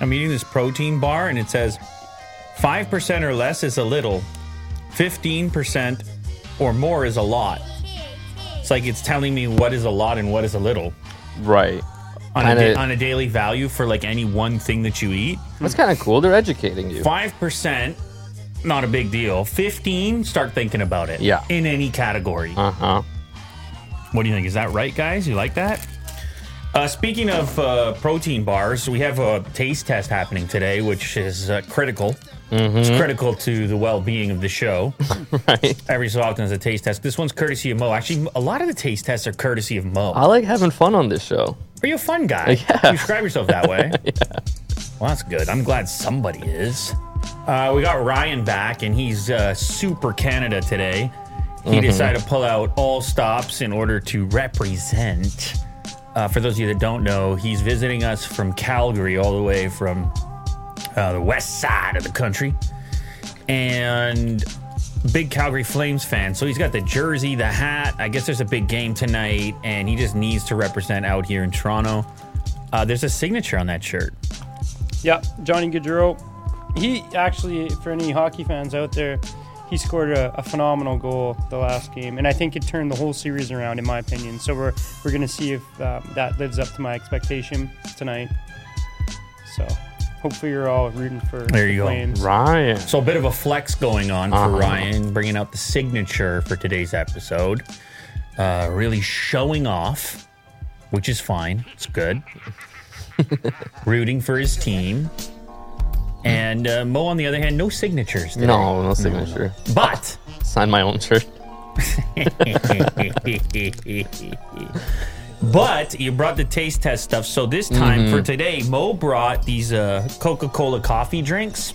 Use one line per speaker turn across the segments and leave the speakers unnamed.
I'm eating this protein bar and it says 5% or less is a little, 15% or more is a lot. It's like it's telling me what is a lot and what is a little
Right.
on, a,
Kinda-
da- on a daily value for like any one thing that you eat.
That's kind of cool. They're educating you.
5%, not a big deal. 15, start thinking about it.
Yeah.
In any category.
Uh huh.
What do you think? Is that right, guys? You like that? Uh, speaking of uh, protein bars, we have a taste test happening today, which is uh, critical. It's critical to the well-being of the show.
Right.
Every so often is a taste test. This one's courtesy of Mo. Actually, a lot of the taste tests are courtesy of Mo.
I like having fun on this show.
Are you a fun guy? You describe yourself that way. Well, that's good. I'm glad somebody is. Uh, we got Ryan back, and he's uh, super Canada today. He decided to pull out all stops in order to represent. Uh, for those of you that don't know, he's visiting us from Calgary, all the way from uh, the west side of the country. And big Calgary Flames fan, so he's got the jersey, the hat. I guess there's a big game tonight, and he just needs to represent out here in Toronto. Uh, there's a signature on that shirt.
Yeah, Johnny Gaudreau. He actually, for any hockey fans out there, he scored a, a phenomenal goal the last game, and I think it turned the whole series around, in my opinion. So we're we're gonna see if um, that lives up to my expectation tonight. So hopefully you're all rooting for
There
the
you go.
Flames.
Ryan.
So a bit of a flex going on for
Uh-huh.
Ryan, bringing out the signature for today's episode. Uh, really showing off, which is fine. It's good. Rooting for his team. And uh, Mo, on the other hand, no signatures. Today.
No, no signature.
But
Sign my own shirt.
but you brought the taste test stuff. So this time for today, Mo brought these uh, Coca Cola coffee drinks,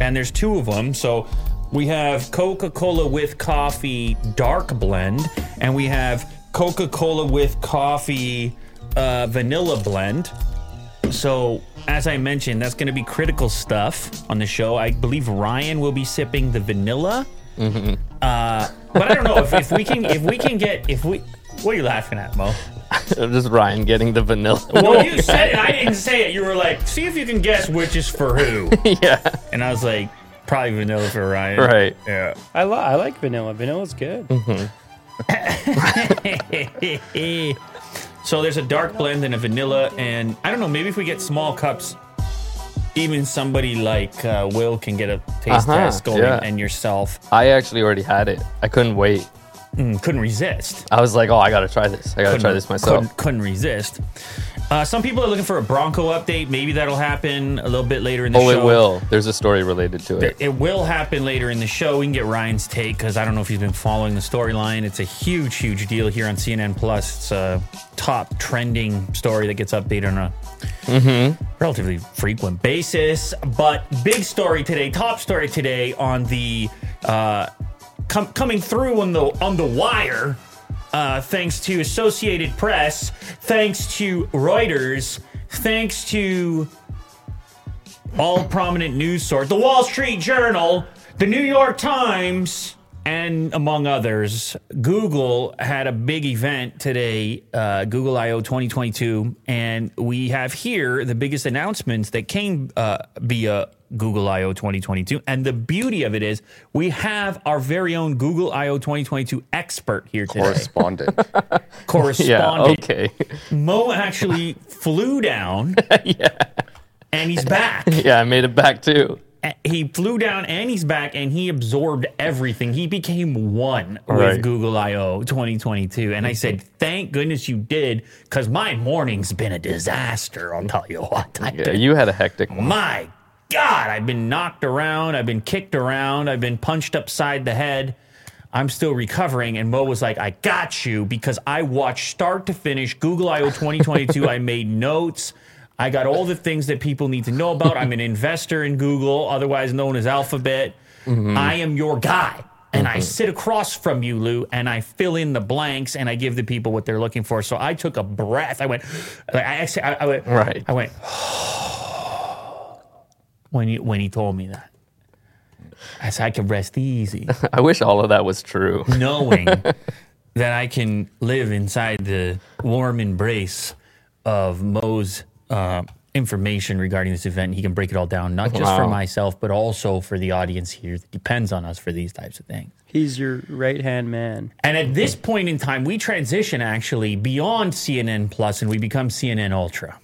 and there's two of them. So we have Coca Cola with coffee dark blend, and we have Coca Cola with coffee uh, vanilla blend. So, as I mentioned, that's going to be critical stuff on the show. I believe Ryan will be sipping the vanilla. Uh, but I don't know if, if we can if we can get if we. What are you laughing at, Mo?
Just Ryan getting the vanilla.
Well, you said it. I didn't say it. You were like, see if you can guess which is for who.
yeah.
And I was like, probably vanilla for Ryan.
Right.
Yeah.
I, li- I like vanilla. Vanilla's good.
Mm. so there's a dark blend and a vanilla, and I don't know. Maybe if we get small cups, even somebody like uh, Will can get a taste
Uh-huh,
test going,
yeah.
and yourself
I actually already had it. I couldn't wait.
mm, couldn't resist.
I was like, oh, I gotta try this. I gotta try this myself.
Couldn't, couldn't resist. Uh, some people are looking for a Bronco update. Maybe that'll happen a little bit later in the
Oh,
show.
it will. There's a story related to it.
It will happen later in the show. We can get Ryan's take because I don't know if he's been following the storyline. It's a huge, huge deal here on CNN Plus. It's a top trending story that gets updated on a
Mm-hmm.
relatively frequent basis. But big story today, top story today on the uh, com- coming through on the on the wire. Uh, thanks to Associated Press, thanks to Reuters, thanks to all prominent news sources, the Wall Street Journal, the New York Times, and among others, Google had a big event today, uh, Google I/O 2022, and we have here the biggest announcements that came uh, via Google I/O 2022. And the beauty of it is, we have our very own Google I/O 2022 expert here today,
correspondent.
Yeah.
correspondent
Okay.
Mo actually flew down, and he's back.
Yeah, I made it back too.
he flew down and he's back and he absorbed everything. He became one with
Right.
Google I/O 2022, and I said, "Thank goodness you did, because my morning's been a disaster." I'll tell you what. I
Yeah, you had a hectic one.
my God, I've been knocked around. I've been kicked around. I've been punched upside the head. I'm still recovering. And Mo was like, I got you because I watched start to finish Google I.O. 2022. I made notes. I got all the things that people need to know about. I'm an investor in Google, otherwise known as Alphabet. I am your guy. And I sit across from you, Lou, and I fill in the blanks and I give the people what they're looking for. So I took a breath. I went, I, actually, I, I went,
Right.
I went, when he when he told me that. I said I can rest easy,
I wish all of that was true.
knowing that I can live inside the warm embrace of Mo's uh, information regarding this event. He can break it all down, not just for
Wow.
myself, but also for the audience here that depends on us for these types of things.
He's your right hand man.
And at this point in time, we transition actually beyond CNN Plus and we become CNN Ultra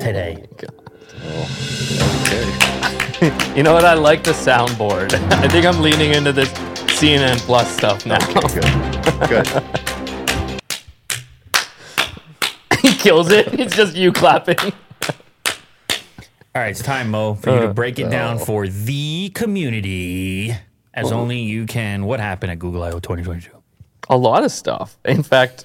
today.
You know what? I like the soundboard. I think I'm leaning into this CNN Plus stuff now.
Good. Good.
he kills it. It's just you clapping.
All right, it's time, Mo, for you to break it down for the community as only you can. What happened at Google I.O. 2022?
A lot of stuff. In fact,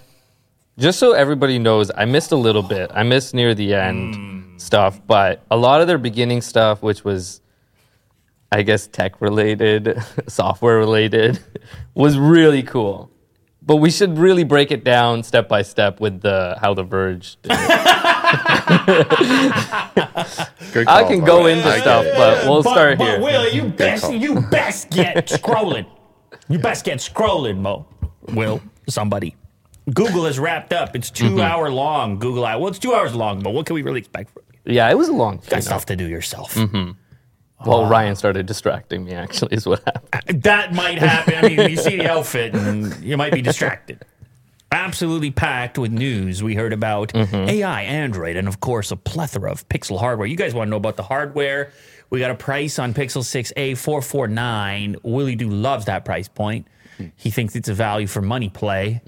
just so everybody knows, I missed a little bit. I missed near the end
Hmm.
stuff, but a lot of their beginning stuff, which was, I guess, tech related, software related, was really cool. But we should really break it down step by step with the how the Verge. Did. it.
Good
I
call,
can
by
go
the way.
into
I-
stuff, but we'll
but,
start
but
here.
Will, you best,
call.
you best get scrolling. You best get scrolling, Mo. Will, somebody. Mm-hmm. Google is wrapped up. It's 2 hour long, Google I. Well, it's two hours long, but what can we really expect from you?
yeah, it was a long.
You got
thing.
stuff to do yourself.
Well, Ryan started distracting me. Actually, is what happened.
That might happen. I mean, you see the outfit and you might be distracted. Absolutely packed with news. We heard about AI, Android, and of course, a plethora of Pixel hardware. You guys want to know about the hardware? We got a price on Pixel 6a 449. Willie Doo loves that price point. He thinks it's a value for money play.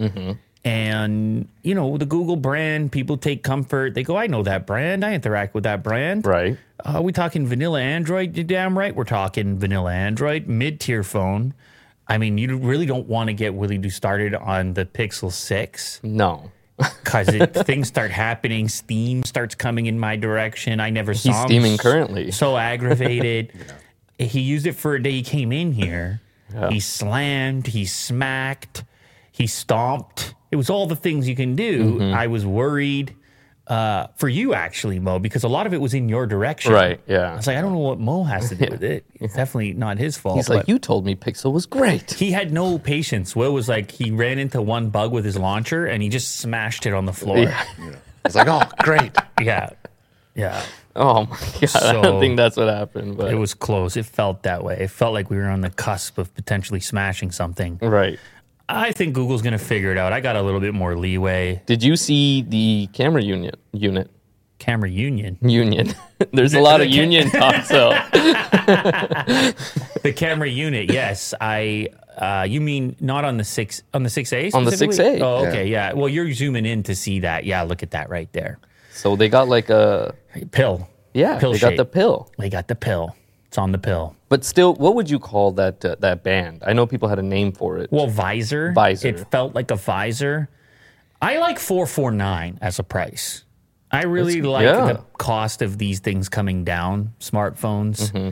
And, you know, the Google brand, people take comfort. They go, I know that brand. I interact with that brand.
Right.
Uh, we talking vanilla Android? You're damn right we're talking vanilla Android, mid tier phone. I mean, you really don't want to get Willie Doo started on the Pixel 6
No.
because things start happening. Steam starts coming in my direction. I never saw him
steaming
s-
currently.
So aggravated. He used it for a day he came in here. He slammed, he smacked, he stomped. It was all the things you can do.
Mm-hmm.
I was worried uh, for you, actually, Mo, because a lot of it was in your direction.
Right. Yeah.
I was like, I don't know what Mo has to do with it. It's definitely not his fault.
He's like,
but
you told me Pixel was great.
he had no patience. Will was like, he ran into one bug with his launcher and he just smashed it on the floor. Yeah.
It's like, oh, great.
Yeah.
Oh my god! I
So-
don't think that's what happened. But
It was close. It felt that way. It felt like we were on the cusp of potentially smashing something.
right.
I think Google's going to figure it out. I got a little bit more leeway.
Did you see the camera union unit?
Camera Union.
Union. There's a lot of union talk. So
The camera unit, yes. I uh, you mean not on the six on the six A
On the 6A.
Oh, okay, yeah. Well, you're zooming in to see that. Yeah, look at that right there.
so they got like a
Pill.
yeah.
Pill
they
shape.
got the pill.
They got the pill. It's on the pill.
But still, what would you call that uh, that band? I know people had a name for it.
Well, visor.
Visor.
It felt like a visor. I like 449 as a price. I really like
yeah.
the cost of these things coming down, smartphones.
Mm-hmm.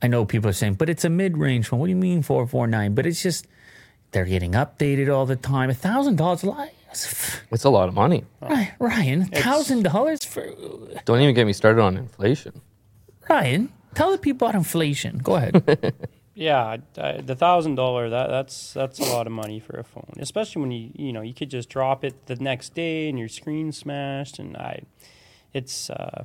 I know people are saying, but it's a mid range one. What do you mean 449? But it's just, they're getting updated all the time. $1,000 like.
it's a lot of money.
Ry- Ryan, $1,000 for
Don't even get me started on inflation.
Ryan. Tell the people about inflation. Go ahead.
Yeah, I, the thousand dollar that that's that's a lot of money for a phone, especially when you you know you could just drop it the next day and your screen smashed and I, it's uh,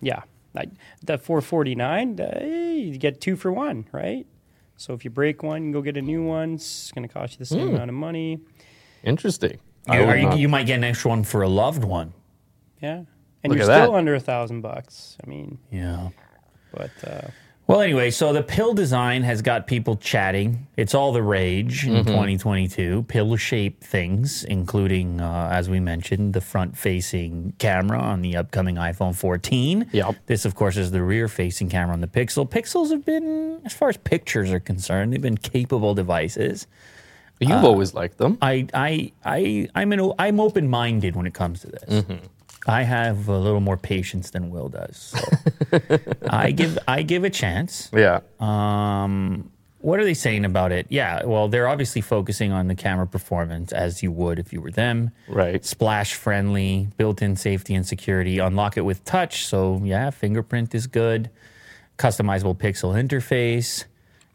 yeah, I, the four forty nine you get two for one, right? So if you break one, you go get a new one. It's gonna cost you the
Hmm.
same amount of money.
Interesting. I
you,
would
or you,
not-
you might get an extra one for a loved one.
Yeah, and
Look
you're
at that.
still under a thousand bucks. I mean,
Yeah.
but uh,
Well, anyway, so the pill design has got people chatting. It's all the rage in 2022. Pill shaped things, including, uh, as we mentioned, the front facing camera on the upcoming iPhone 14.
Yep.
This, of course, is the rear facing camera on the Pixel. Pixels have been, as far as pictures are concerned, they've been capable devices. Ah.
You've always liked them.
I I I I'm an o- I'm open minded when it comes to this. I have a little more patience than Will does. So I give I give a chance.
yeah.
Uh. Um, what are they saying about it? Yeah, well, they're obviously focusing on the camera performance as you would if you were them.
Right.
Splash friendly, built in safety and security, unlock it with touch. So, yeah, fingerprint is good. Customizable pixel interface,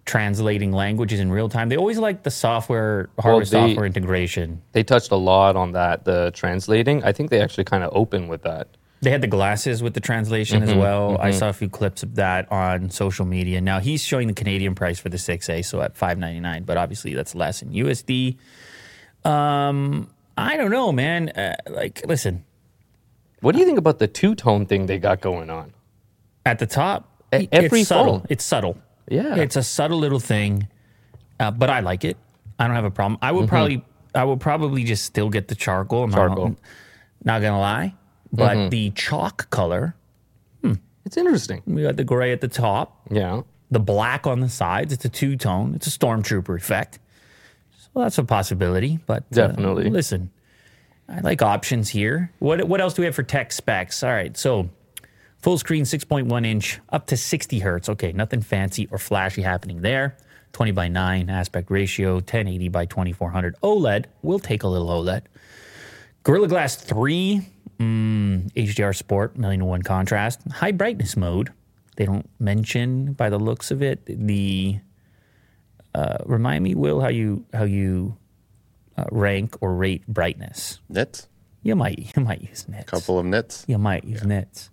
translating languages in real time. They always like the software, hardware
they-
software integration.
they touched a lot on that the translating i think they actually kind of open with that
They had the glasses with the translation
Mm-hmm,
as well. I saw a few clips of that on social media. Now he's showing the Canadian price for the 6A, so at 5.99, but obviously that's less in USD. Um, I don't know, man. Uh, like, listen,
What do you think about the two tone thing they got going on?
at the top,
E-
it-
every
it's subtle.
phone.
It's subtle.
Yeah.
it's a subtle little thing, uh, but I like it. I don't have a problem. I would probably, I would probably just still get the charcoal. I'm not-
Mm-hmm. Charcoal. Mm-hmm.
Not, gonna lie, but the chalk color.
It's interesting.
We got the gray at the top,
Yeah.
the black on the sides. It's a two tone. It's a stormtrooper effect. So that's a possibility. But uh,
Definitely.
listen, I like options here. What what else do we have for tech specs? All right, so full screen, six point one inch, up to sixty hertz. Okay, nothing fancy or flashy happening there. Twenty by nine aspect ratio, ten eighty by twenty four hundred OLED. We'll take a little OLED. Gorilla Glass three. Mm, HDR Sport, million to one contrast, high brightness mode. They don't mention, by the looks of it, the. Uh, remind me, Will, how you how you uh, rank or rate brightness.
Nits.
You might you might use nits.
Couple of nits.
You might use nits.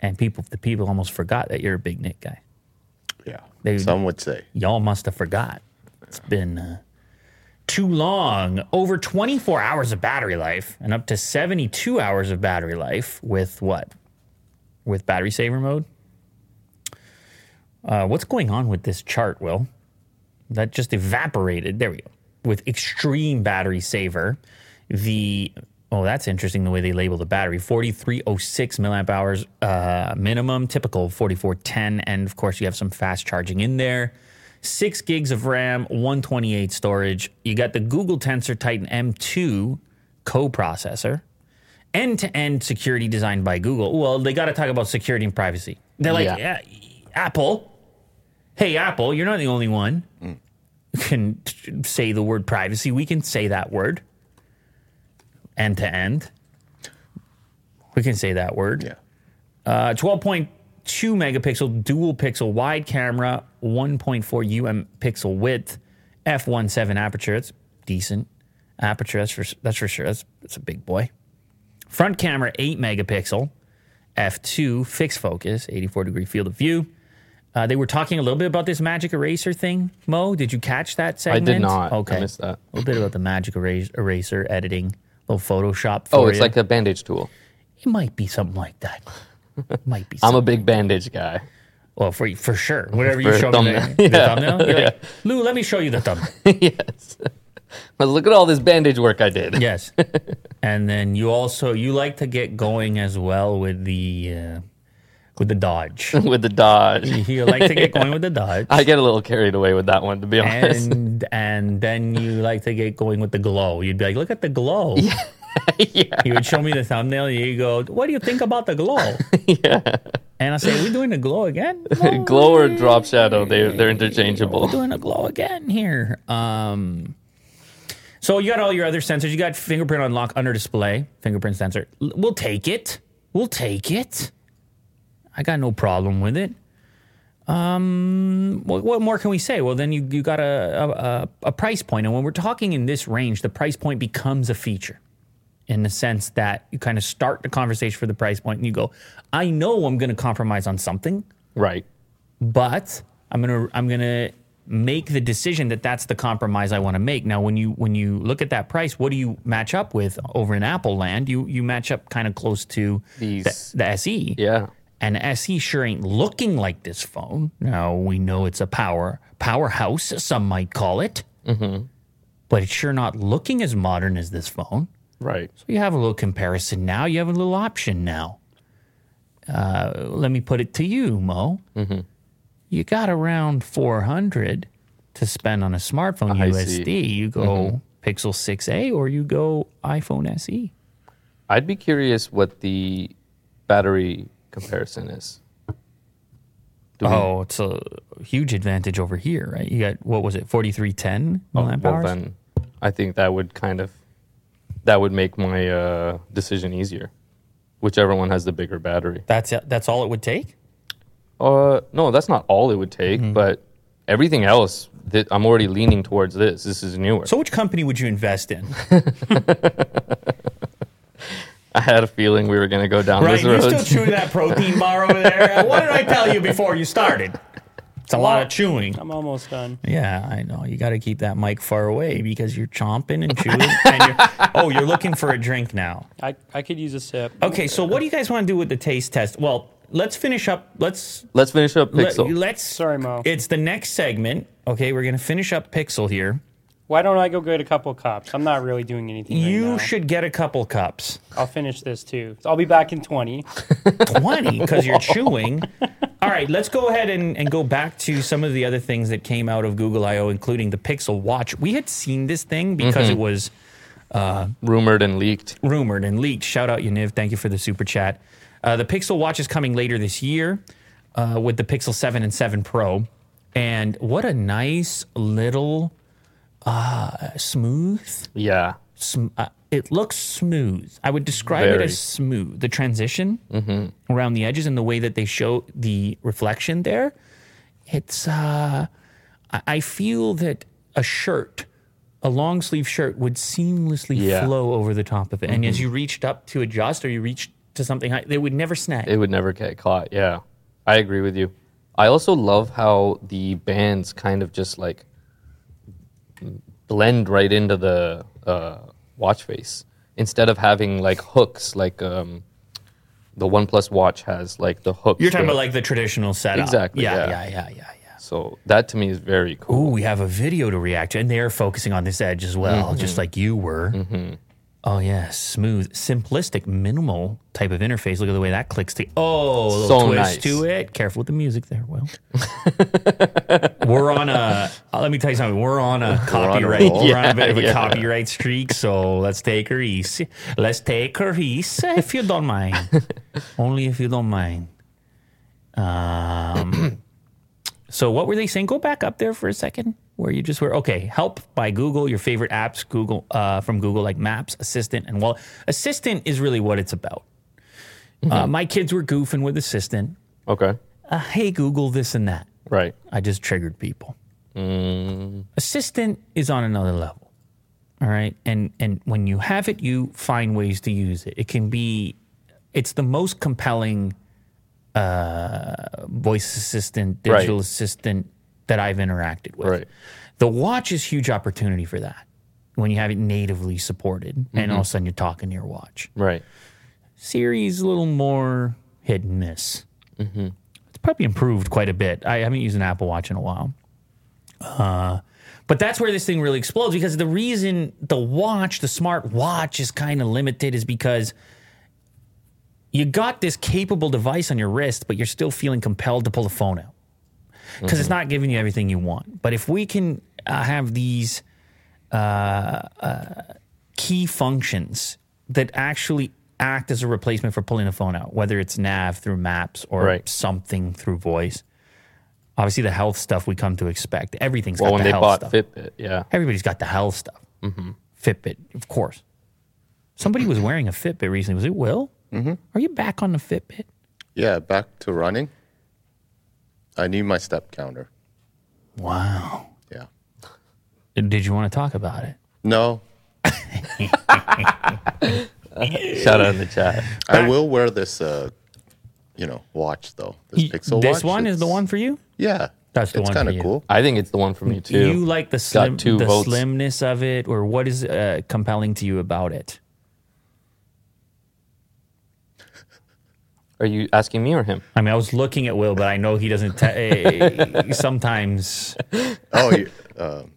And people the people almost forgot that you're a big nit guy.
Yeah.
They-
Some would say.
Y'all must have forgot. It's been uh, too long. Over 24 hours of battery life and up to 72 hours of battery life with what? With battery saver mode. Uh, what's going on with this chart, Will? That just evaporated. There we go. With extreme battery saver, the oh, that's interesting the way they label the battery 4306 milliamp hours uh, minimum, typical 4410. And of course, you have some fast charging in there. Six gigs of RAM, 128 storage. You got the Google Tensor Titan M2 coprocessor end-to-end security designed by Google. Well, they got to talk about security and privacy. They're like,
Yeah.
"Yeah, Apple, hey Apple, you're not the only one can t- say the word privacy. We can say that word end to end. We can say that word.
Yeah.
Uh, 12.2 megapixel dual pixel wide camera, 1.4 um pixel width, f1.7 aperture. That's decent aperture. That's for that's for sure. That's that's a big boy. Front camera 8 megapixel, f2 fixed focus, 84 degree field of view. Uh, they were talking a little bit about this magic eraser thing, Mo. Did you catch that
I
segment?
did not.
Okay,
I missed
a
that.
little bit about the magic eraser, eraser editing, little Photoshop. For
Oh, it's
ya.
like a bandage tool.
it might be something like that. might be.
I'm
something.
a big bandage guy.
Well, for for sure, whatever you
For a
show me
thumbnail.
the, the
Yeah.
thumbnail. You're like, Lou, let me show you the thumbnail.
yes. But look at all this bandage work I did.
yes, and then you also you like to get going as well with the uh, with the dodge.
With the Dodge.
you like to get going with the dodge,
I get a little carried away with that one, to be honest.
and and then you like to get going with the glow. You'd be like, look at the glow.
yeah.
You would show me the thumbnail, and you go, "What do you think about the glow?" And I say, "We're doing the glow again." No,
Glow or drop shadow, they, they're interchangeable.
doing a glow again here. Um, so you got all your other sensors. You got fingerprint unlock under display, fingerprint sensor. L- We'll take it. We'll take it. I got no problem with it. Um, what, what more can we say? Well, then you you got a, a a a price point, and when we're talking in this range, the price point becomes a feature. In the sense that you kind of start the conversation for the price point and you go, I know I'm going to compromise on something
Right.
but I'm gonna I'm gonna make the decision that that's the compromise I want to make. Now, when you when you look at that price, what do you match up with over in Apple land? You you match up kind of close to
These-
the, the SE,
Yeah.
and the SE sure ain't looking like this phone. Now we know it's a power powerhouse, some might call it,
Mm-hmm.
but it's sure not looking as modern as this phone.
Right.
So you have a little comparison now. You have a little option now. Uh, let me put it to you, Mo.
Mm-hmm.
You got around 400 to spend on a smartphone
I see. Mm-hmm.
USD. You go Pixel 6a or you go iPhone E. SE.
I'd be curious what the battery comparison is.
Oh, it's a huge advantage over here, right? You got what was it, 4310 milliamp
Oh, Well,
hours?
then I think that would kind of that would make my uh, decision easier. Whichever one has the bigger battery.
That's it- that's all it would take.
Uh, no, that's not all it would take,
Mm-hmm.
but everything else that I'm already leaning towards this. This is newer.
So, which company would you invest in?
I had a feeling we were going to go down
Right,
this
you're
road.
still chewing that protein bar over there. What did I tell you before you started? It's a lot of chewing.
I'm almost done.
Yeah, I know. You got to keep that mic far away because you're chomping and chewing. and you're, oh, you're looking for a drink now.
I, I could use a sip.
Okay, so what do you guys want to do with the taste test? Well, let's finish up. Let's
Let's finish up
let,
Pixel.
let's.
Sorry, Mo.
It's the next segment. Okay, we're gonna finish up Pixel here.
Why don't I go get a couple cups? I'm not really doing anything. right
You
now.
should get a couple cups.
I'll finish this too. I'll be back in 20.
20 because you're chewing. All right, let's go ahead and, and go back to some of the other things that came out of Google I.O., including the Pixel Watch. We had seen this thing because it was
Rumored and leaked.
rumored and leaked. Shout out Yaniv. Thank you for the super chat. Uh, the Pixel Watch is coming later this year uh, with the Pixel 7 and 7 Pro. And what a nice little uh, smooth.
Yeah.
Sm- uh, it looks smooth. I would describe it
Very. Mm-hmm.
as smooth. The transition around the edges and the way that they show the reflection there. It's, uh, I-, I feel that a shirt, a long sleeve shirt, would seamlessly
Yeah. Mm-hmm.
flow over the top of it. And as you reached up to adjust or you reached to something high, they would never snag.
It would never get caught. Yeah. I agree with you. I also love how the bands kind of just like blend right into the uh, watch face instead of having like hooks like um, the OnePlus watch has like the hooks.
You're talking
that-
about like the traditional setup.
Exactly,
Yeah, yeah,
yeah.
yeah, yeah, yeah.
So that to me is very cool.
Ooh, we have a video to react to, and they're focusing on this edge as well, just like you were. Oh yeah, smooth, simplistic, minimal type of interface. Look at the way that clicks to. Oh, a little
So
twist
nice.
to it. Careful with the music there, Will. we're on a. uh, let me tell you something. We're on a copyright.
roll.
We're on a bit of a
Yeah.
copyright streak, so let's take her easy. Let's take her easy if you don't mind. Only if you don't mind. Um, So what were they saying? Go back up there for a second. Where you just were okay. Help by Google, your favorite apps, Google uh, from Google like Maps, Assistant, and well, Assistant is really what it's about. Uh, my kids were goofing with Assistant.
Okay.
Uh, hey Google, this and that.
Right.
I just triggered people.
Mm.
Assistant is on another level. All right. And and when you have it, you find ways to use it. It can be it's the most compelling uh, voice assistant,
Right.
digital assistant that I've interacted with.
Right.
The watch is huge opportunity for that when you have it natively supported
Mm-hmm.
and all of a sudden you're talking to your watch.
Right.
Siri's a little more hit and miss.
Mm-hmm.
It's probably improved quite a bit. I haven't used an Apple Watch in a while. Uh, but that's where this thing really explodes because the reason the watch, the smart watch, is kind of limited is because you got this capable device on your wrist, but you're still feeling compelled to pull the phone out because
Mm-hmm.
it's not giving you everything you want. But if we can uh, have these uh, key functions that actually act as a replacement for pulling the phone out, whether it's nav through maps or
Right.
something through voice. Obviously, the health stuff we come to expect. Everything's
Well,
got
when
the
they
health
bought
stuff.
Fitbit, yeah.
Everybody's got the health stuff. Fitbit, of course. Somebody was wearing a Fitbit recently. Was it Will? Mm-hmm. Are you back on the Fitbit?
Yeah, back to running. I need my step counter.
Wow.
Yeah.
Did you want to talk about it?
No,
Shout out in the chat.
I will wear this, uh, you know, watch though. This Pixel
this
watch.
one is the
it's-
one for you.
Yeah.
That's the
it's
one for
kind
you.
of cool.
I think it's the one for me too.
You like the slim,
two
the
votes.
slimness of it, or what is uh, compelling to you about it?
Are you asking me or him?
I mean, I was looking at Will, but I know he doesn't. Te- eh, sometimes
Oh, you, um,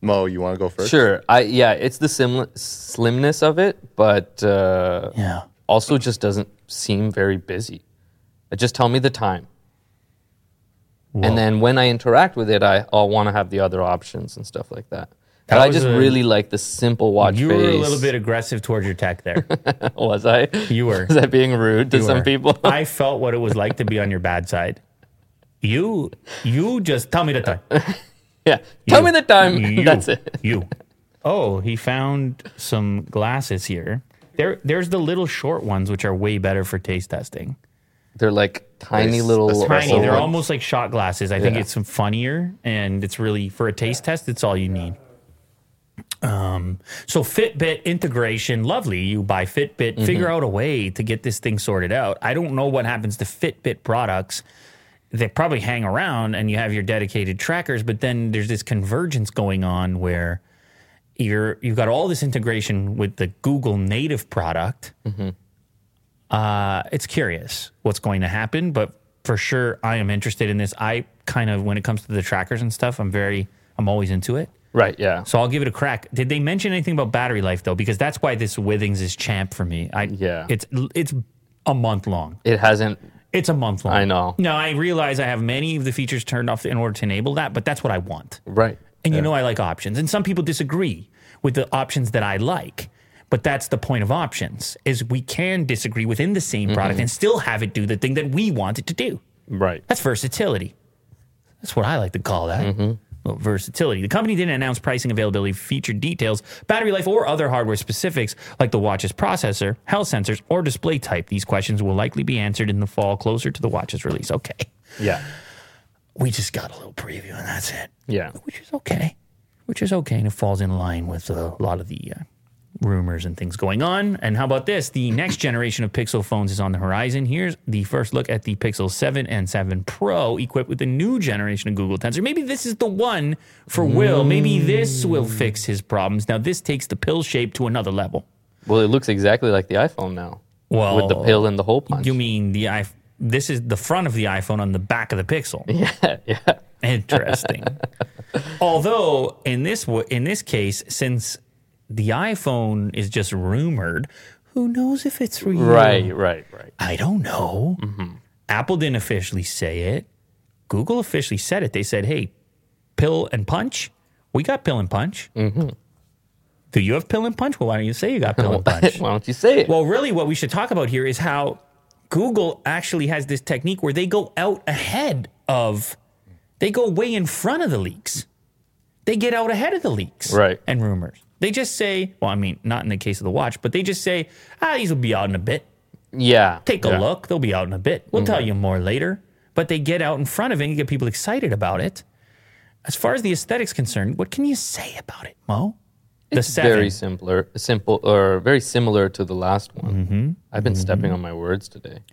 Mo, you want to go first?
Sure. I yeah, it's the sim- slimness of it, but uh,
Yeah.
also just doesn't seem very busy. Uh, Just tell me the time,
Whoa.
and then when I interact with it, I I'll want to have the other options and stuff like that. But I
was
just
a-
really like the simple watch
you were
face.
a little bit aggressive towards your tech there.
was I?
You were.
Was I being rude to
You
some
were.
people?
I felt what it was like to be on your bad side. You, you just tell me the time.
yeah. Tell
You.
me the time.
You.
That's it.
You. Oh, he found some glasses here. There, there's the little short ones, which are way better for taste testing.
They're like tiny
Nice.
little.
That's
Tiny.
Russell
They're
ones.
almost like shot glasses. I think
Yeah.
it's funnier, and it's really for a taste test. It's all you need. Um, So Fitbit integration, lovely. You buy Fitbit, figure out a way to get this thing sorted out. I don't know what happens to Fitbit products. They probably hang around and you have your dedicated trackers, but then there's this convergence going on where you're you've got all this integration with the Google native product. Uh, it's curious what's going to happen, but for sure I am interested in this. I kind of when it comes to the trackers and stuff, I'm very I'm always into it.
Right. Yeah.
So I'll give it a crack. Did they mention anything about battery life though? Because that's why this Withings is champ for me. I
Yeah.
It's it's a month long.
It hasn't.
It's a month long.
I know.
No, I realize I have many of the features turned off in order to enable that, but that's what I want.
Right.
And you know I like options. And some people disagree with the options that I like. But that's the point of options is we can disagree within the same product and still have it do the thing that we want it to do.
Right.
That's versatility. That's what I like to call that. Well, versatility. The company didn't announce pricing, availability, feature details, battery life, or other hardware specifics like the watch's processor, health sensors, or display type. These questions will likely be answered in the fall closer to the watch's release. Okay.
Yeah.
We just got a little preview and that's it,
Yeah.
which is okay. Which is okay. And it falls in line with a lot of the uh, rumors and things going on. And how about this? The next generation of Pixel phones is on the horizon. Here's the first look at the Pixel 7 and 7 Pro equipped with the new generation of Google Tensor. Maybe this is the one for Will. Maybe this will fix his problems. Now, this takes the pill shape to another level.
Well, it looks exactly like the iPhone now.
Well,
with the pill and the hole punch.
Oh. You mean the i? This is the front of the iPhone on the back of the Pixel.
yeah. Yeah.
Interesting. Although in this w- in this case, since the iPhone is just rumored, who knows if it's real?
Right. Mm-hmm. Right. Right.
I don't know. Apple didn't officially say it. Google officially said it. They said, "Hey, pill and punch. We got pill and punch.
Mm-hmm.
Do you have pill and punch? Well, why don't you say you got pill and punch?
Why don't you say it?
Well, really, what we should talk about here is how Google actually has this technique where they go out ahead of, they go way in front of the leaks. They get out ahead of the leaks
Right.
and rumors. They just say, well, I mean, not in the case of the watch, but they just say, ah, these will be out in a bit.
yeah.
Take
yeah. Mm-hmm.
a look. They'll be out in a bit. We'll tell you more later. But they get out in front of it and get people excited about it. As far as the aesthetics concerned, what can you say about it, Mo? The seven.
Very simpler, simple, or very similar to the last one.
Mm-hmm,
I've been stepping on my words today.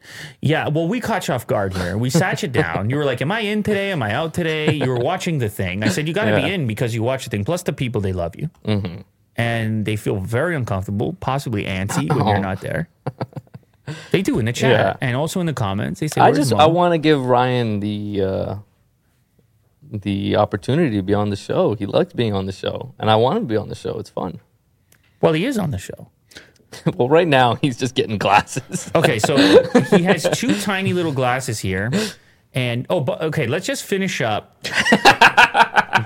Yeah, well, we caught you off guard here. We sat you down. You were like, "Am I in today? Am I out today?" You were watching the thing. I said, "You got to
Yeah. Mm-hmm.
be in because you watch the thing. Plus, the people they love you, and they feel very uncomfortable, possibly antsy when you're not there. They do in the chat
Oh. Yeah.
and also in the comments. They say,
I
"Where's
just
Mom?"
I want to give Ryan the uh, the opportunity to be on the show. He liked being on the show, and I want him to be on the show. It's fun.
well, he is on the show.
well, right now he's just getting glasses.
Okay, so he has two tiny little glasses here, and oh, but okay, let's just finish up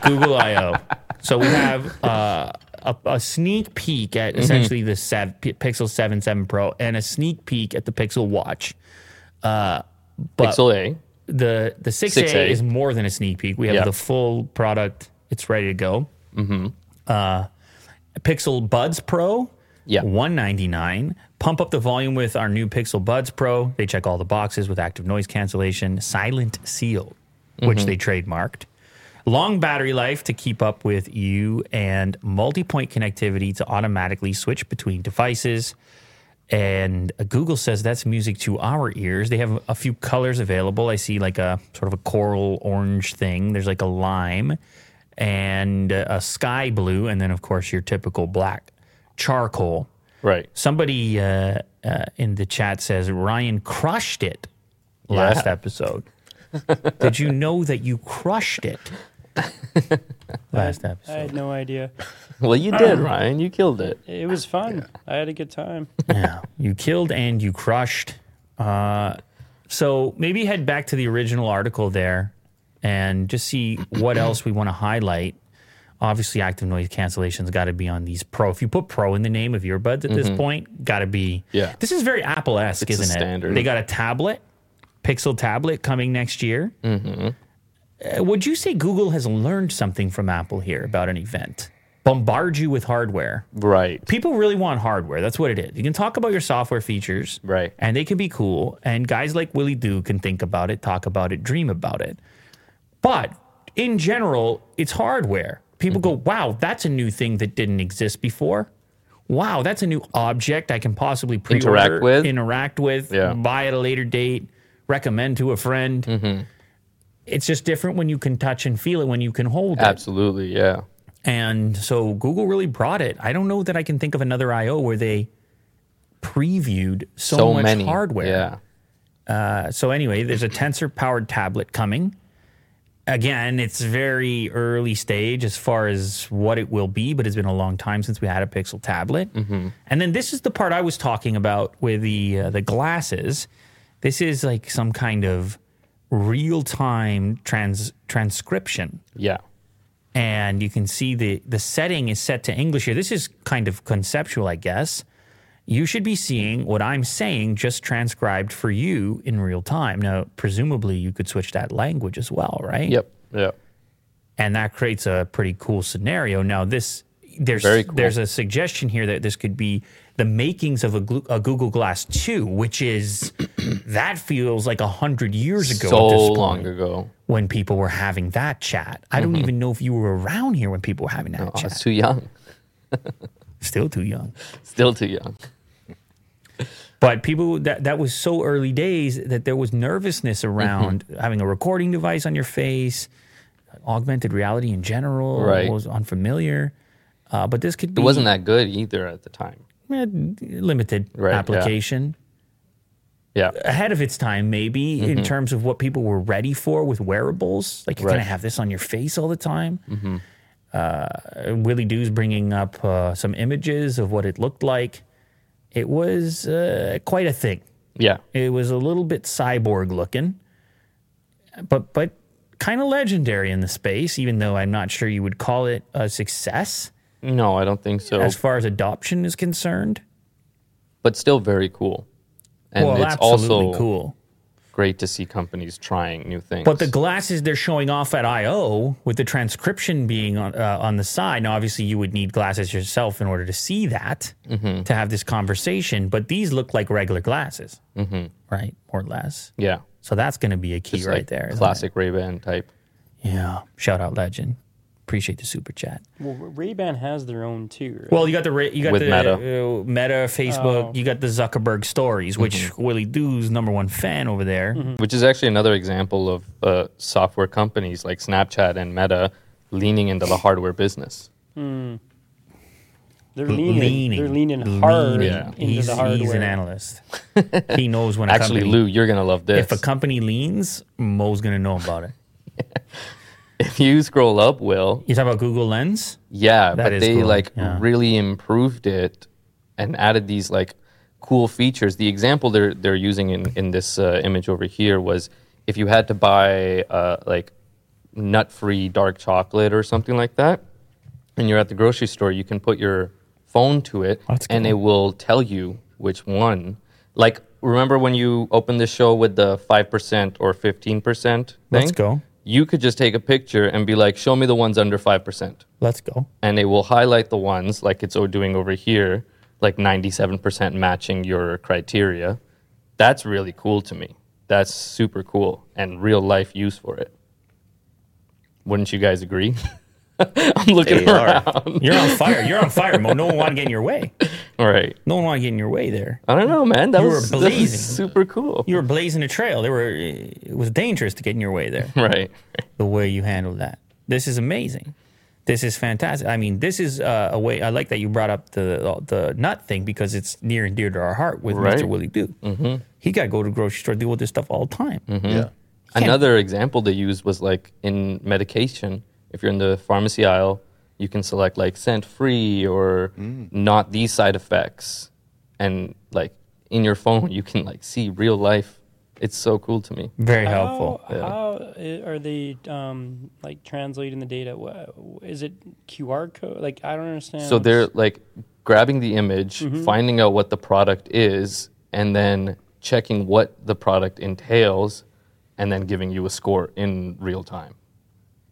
Google I/O. So we have uh, a, a sneak peek at essentially the sev- P- Pixel Seven, Seven Pro, and a sneak peek at the Pixel Watch. But-
Pixel A.
The the six A
6A.
is more than a sneak peek. We have
Yeah.
the full product; it's ready to go. Mm-hmm. Uh, Pixel Buds Pro,
Yeah.
199 pump up the volume with our new pixel buds pro they check all the boxes with active noise cancellation silent seal which they trademarked long battery life to keep up with you and multi-point connectivity to automatically switch between devices and uh, google says that's music to our ears they have a few colors available i see like a sort of a coral orange thing there's like a lime and uh, a sky blue and then of course your typical black charcoal
Right.
Somebody uh, uh, in the chat says Ryan crushed it last
Yeah.
episode. Did you know that you crushed it last
I
episode?
had no idea.
Well, you did, Ryan. You killed it.
It was fun. I had a good time.
Yeah. You killed and you crushed. Uh, so maybe head back to the original article there and just see what else we want to highlight. Obviously, active noise cancellation's got to be on these pro. If you put pro in the name of earbuds at this point, got to be.
Mm-hmm. Yeah.
This is very Apple esque,
It's a
isn't it?
standard.
They got a tablet, Pixel tablet coming next year. Mm-hmm. Uh, would you say Google has learned something from Apple here about an event? Bombard you with hardware
Right.
people really want hardware. That's what it is. You can talk about your software features,
Right.
And they can be cool. And guys like Willie Doo can think about it, talk about it, dream about it. But in general, it's hardware. people go,
Mm-hmm.
wow, that's a new thing that didn't exist before. Wow, that's a new object I can possibly pre-order,
Interact with.
interact with,
Yeah.
buy at a later date, recommend to a friend.
Mm-hmm.
It's just different when you can touch and feel it, when you can hold it.
Absolutely, yeah.
And so Google really brought it. I don't know that I can think of another I/O where they previewed so,
So
much
many
hardware.
Yeah.
Uh, so anyway, there's a tensor-powered tablet coming. Again, it's very early stage as far as what it will be, but it's been a long time since we had a Pixel tablet.
Mm-hmm.
And then this is the part I was talking about with the uh, the glasses. This is like some kind of real-time trans transcription
Yeah.
and you can see the the setting is set to English here. This is kind of conceptual, I guess. You should be seeing what I'm saying just transcribed for you in real time. Now, presumably, you could switch that language as well, right?
Yep. Yep.
And that creates a pretty cool scenario. Now, this there's
Very cool.
there's a suggestion here that this could be the makings of a, glu- a Google Glass Two, which is that feels like a hundred years ago.
So
at this point
long ago.
when people were having that chat. I don't even know if you were around here when people were having that
Mm-hmm. I
chat.
was Oh, too young.
Still too young.
Still too young.
But people that that was so early days that there was nervousness
Mm-hmm.
around having a recording device on your face, augmented reality in general
Right.
was unfamiliar. Uh, but this could
It
be
wasn't that good either at the time.
eh, limited
Right, yeah.
application.
Yeah.
ahead of its time, maybe
Mm-hmm.
in terms of what people were ready for with wearables. Like you're
Right. Mm-hmm.
gonna have this on your face all the time. Uh, Willie Doo's bringing up uh, some images of what it looked like. It was uh, quite a thing.
Yeah.
It was a little bit cyborg looking, but but kind of legendary in the space. Even though I'm not sure you would call it a success
No, I don't think so.
as far as adoption is concerned.
But still very cool. And
well,
it's
absolutely
also
cool.
great to see companies trying new things.
But the glasses they're showing off at I/O, with the transcription being on uh, on the side. Now, obviously, you would need glasses yourself in order to see that
Mm-hmm.
to have this conversation. But these look like regular glasses,
Mm-hmm.
right, more or less.
yeah.
So that's going to be a key
It's
right
like
there. isn't it?
Classic Ray Ban type.
Yeah. Shout out, legend. Appreciate the super chat.
Well, Ray Ban has their own too. Right?
Well, you got the Ra- you got
With
the
Meta.
uh, Meta, Facebook.
Oh.
You got the Zuckerberg stories, which
Mm-hmm.
Mm-hmm. Willie Doo's number one fan over there.
which is actually another example of uh, software companies like Snapchat and Meta leaning into the hardware business.
they're leaning, They're leaning hard
Leaning.
Yeah.
into
he's,
the hardware.
he's an analyst. he knows when a
Actually,
company,
Lou, you're gonna love this.
if a company leans, Mo's gonna know about it.
If you scroll up, Will,
You talk about Google Lens?
yeah,
That
but
is
they
cool,
like
yeah.
really improved it and added these like cool features. The example they're they're using in in this uh, image over here was if you had to buy uh, like nut-free dark chocolate or something like that, and you're at the grocery store, you can put your phone to it,
Oh, That's
and
cool.
it will tell you which one. Like, remember when you opened the show with the five percent or fifteen percent thing?
Let's go.
You could just take a picture and be like, "Show me the ones under five percent,"
Let's go.
and it will highlight the ones like it's doing over here, like ninety-seven percent matching your criteria. That's really cool to me. That's super cool and real life use for it. Wouldn't you guys agree? I'm looking
They are.
around.
You're on fire. You're on fire, Mo. No one wanna get in your way.
All right.
No one wanna get in your way there.
I don't know, man. That
You
was,
were
that was
blazing.
super cool.
You were blazing a trail. There were it was dangerous to get in your way there.
right.
the way you handle that. This is amazing. This is fantastic. I mean, this is uh, a way. I like that you brought up the the nut thing because it's near and dear to our heart with
Right.
Mr. Willie Doo. He got to go to grocery store, deal with this stuff all the time.
Mm-hmm.
Yeah.
Another example they used was like in medication. If you're in the pharmacy aisle, you can select like scent free or
Mm.
not these side effects. And like in your phone, you can like see real life. It's so cool to me.
Very
How-
helpful.
yeah.
How i- are they um, like translating the data? Wha- Is it QR code? Like I don't understand.
So they're like grabbing the image,
Mm-hmm.
finding out what the product is, and then checking what the product entails, and then giving you a score in real time.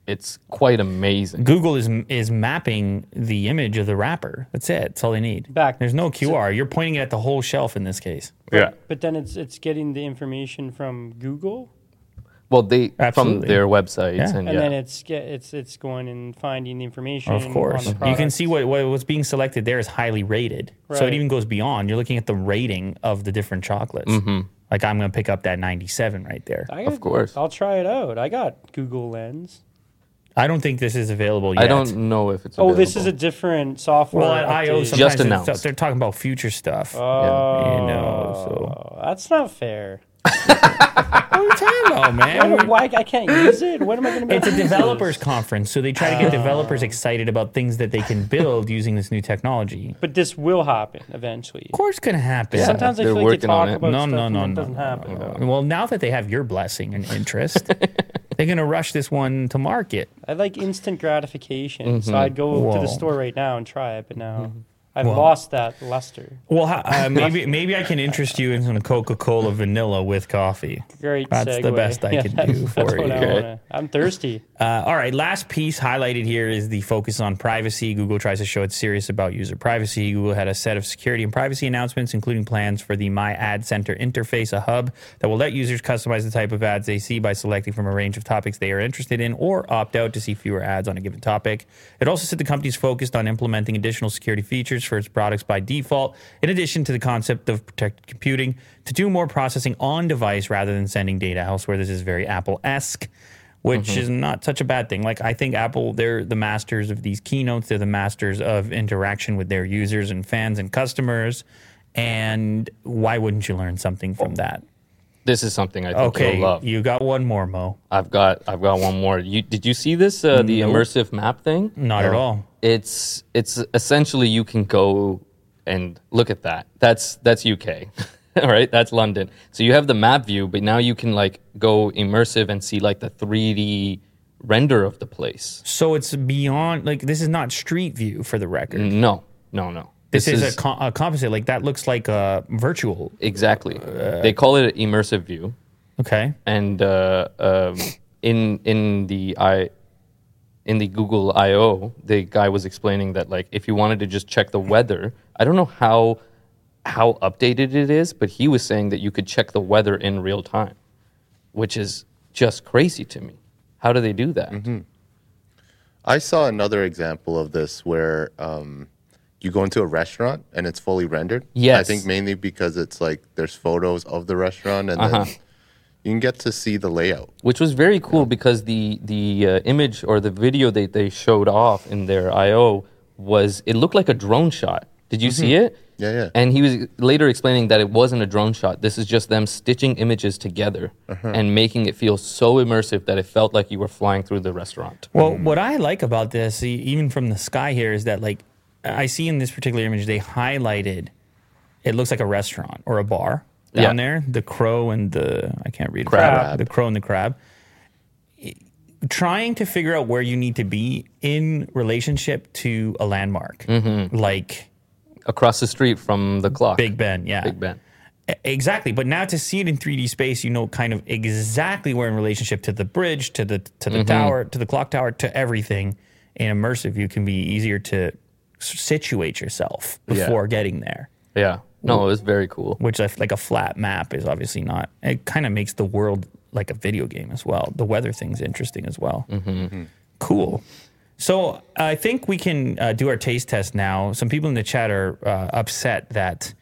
It's quite amazing.
Google is is mapping the image of the wrapper. That's it. That's all they need.
Back-
There's no QR. You're pointing at the whole shelf in this case.
Yeah.
But then it's it's getting the information from Google.
Well, they
Absolutely.
from their websites
Yeah.
and,
and
yeah.
then it's get, it's it's going and finding the information.
Of course.
on the
You can
product.
see what, what what's being selected there is highly rated. So it
Right.
even goes beyond. You're looking at the rating of the different chocolates.
Mm-hmm.
Like I'm going to pick up that 97 right there.
I
Of course.
I'll try it out. I got Google Lens.
I don't think this is available yet.
I don't know if it's.
Oh, this is a
available.
different software.
Well, at IO,
update.
sometimes
Just
it's-
announced.
they're talking about future stuff.
Oh,
You know, so.
that's not fair.
What are you talking about,
I don't know
man?
why I can't use it. When am I going to make
It's a
use of
developers
this?
conference, so they try to get developers excited about things that they can build using this new technology.
But this will happen eventually.
Of course, it's gonna happen.
Sometimes I
they're
feel like they
working on
talk
it.
about
no,
stuff
no,
and
no,
it
no,
doesn't
no,
happen.
no. Well, now that they have your blessing and interest, they're gonna rush this one to market.
I like instant gratification, so I'd go to
Mm-hmm. Whoa. Mm-hmm.
the store right now and try it. But now I've lost that luster.
Well, ho- uh, maybe maybe I can interest you in some Coca Cola vanilla with coffee.
Great
That's the
segue.
best I
Yeah,
can
that's-
do
that's
for
what
you.
I
Okay.
wanna- I'm thirsty.
Uh, all right, last piece highlighted here is the focus on privacy. Google tries to show it's serious about user privacy. Google had a set of security and privacy announcements, including plans for the My Ad Center interface, a hub that will let users customize the type of ads they see by selecting from a range of topics they are interested in or opt out to see fewer ads on a given topic. It also said the company's focused on implementing additional security features for its products by default, in addition to the concept of protected computing, to do more processing on device rather than sending data elsewhere. This is very Apple esque which is not such a bad thing. Like I think Apple, they're the masters of these keynotes. They're the masters of interaction with their users and fans and customers. And why wouldn't you learn something from that?
This is something I think
Okay,
you'll love.
you got one more, Mo.
I've got I've got one more. You did you see this uh, the immersive map thing?
Not at all.
It's it's essentially you can go and look at that. That's that's UK. all right, that's London. So you have the map view, but now you can like go immersive and see like the 3D render of the place.
So it's beyond like this is not Street View for the record.
No. No, no.
Mm. This, is, a, co- a composite. Like that looks like a virtual.
exactly.
Uh,
they call it an immersive view.
Okay.
and uh, um, in in the i in the Google I/O, the guy was explaining that like if you wanted to just check the weather, I don't know how how updated it is, but he was saying that you could check the weather in real time, which is just crazy to me. How do they do that?
I saw another example of this where um, you go into a restaurant and it's fully rendered. I
Yes.
think mainly because it's like there's photos of the restaurant and
Uh-huh.
then you can get to see the layout.
Which was very cool because the the uh, image or the video that they showed off in their I/O was it looked like a drone shot. Did you see it?
Yeah, yeah.
And he was later explaining that it wasn't a drone shot. This is just them stitching images together and making it feel so immersive that it felt like you were flying through the restaurant.
Well, what I like about this, e- even from the sky here, is that like I see in this particular image, they highlighted. It looks like a restaurant or a bar down
Yeah.
there. The crow and the I can't read it.
Crab.
The crow and the crab. I- Trying to figure out where you need to be in relationship to a landmark,
Mm-hmm.
like
Across the street from the clock.
Big Ben. Yeah,
Big Ben.
E- Exactly, but now to see it in 3D space, you know kind of exactly where in relationship to the bridge, to the to the tower, to the clock tower, to everything. In immersive, you can be easier to s- situate yourself
Yeah.
before getting there.
Yeah. No, it was very cool.
Which if, like a flat map is obviously not. It kind of makes the world like a video game as well. The weather thing's interesting as well.
Mm-hmm.
Cool. So I think we can uh, do our taste test now. Some people in the chat are uh, upset that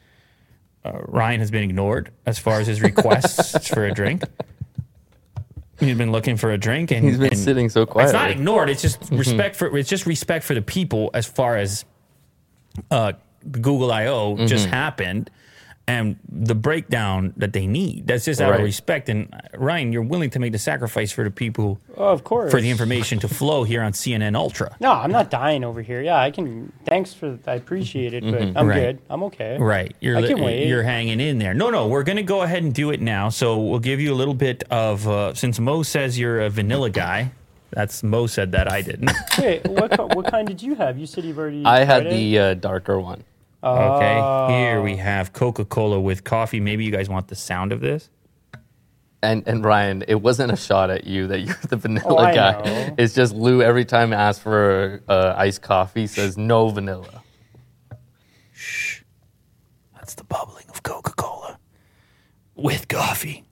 uh, Ryan has been ignored as far as his requests for a drink. He's been looking for a drink, and
He's been
and
sitting so
It's not
quietly.
ignored. It's just respect for. It's just respect for the people as far as uh, Google I/O just happened, and the breakdown that they need. That's just out of
Right.
respect. And uh, Ryan, you're willing to make the sacrifice for the people
Oh, of course.
for the information to flow here on CNN Ultra.
No, I'm not dying over here. Yeah, I can. Thanks for. I appreciate it, but I'm
Mm-hmm. Right.
good. I'm okay.
Right. You're,
I can wait.
you're hanging in there. No, no, we're going to go ahead and do it now. So we'll give you a little bit of, uh, since Mo says you're a vanilla guy, that's Mo said that I didn't.
Wait, what, ki- what kind did you have? You said you've already.
I had
tried it?
the uh, darker one.
Okay.
Oh.
Here we have Coca Cola with coffee. Maybe you guys want the sound of this?
And and Ryan, it wasn't a shot at you that you're the
Oh,
vanilla
I
guy.
know.
It's just Lou every time asks for uh, iced coffee says no vanilla.
That's the bubbling of Coca Cola with coffee.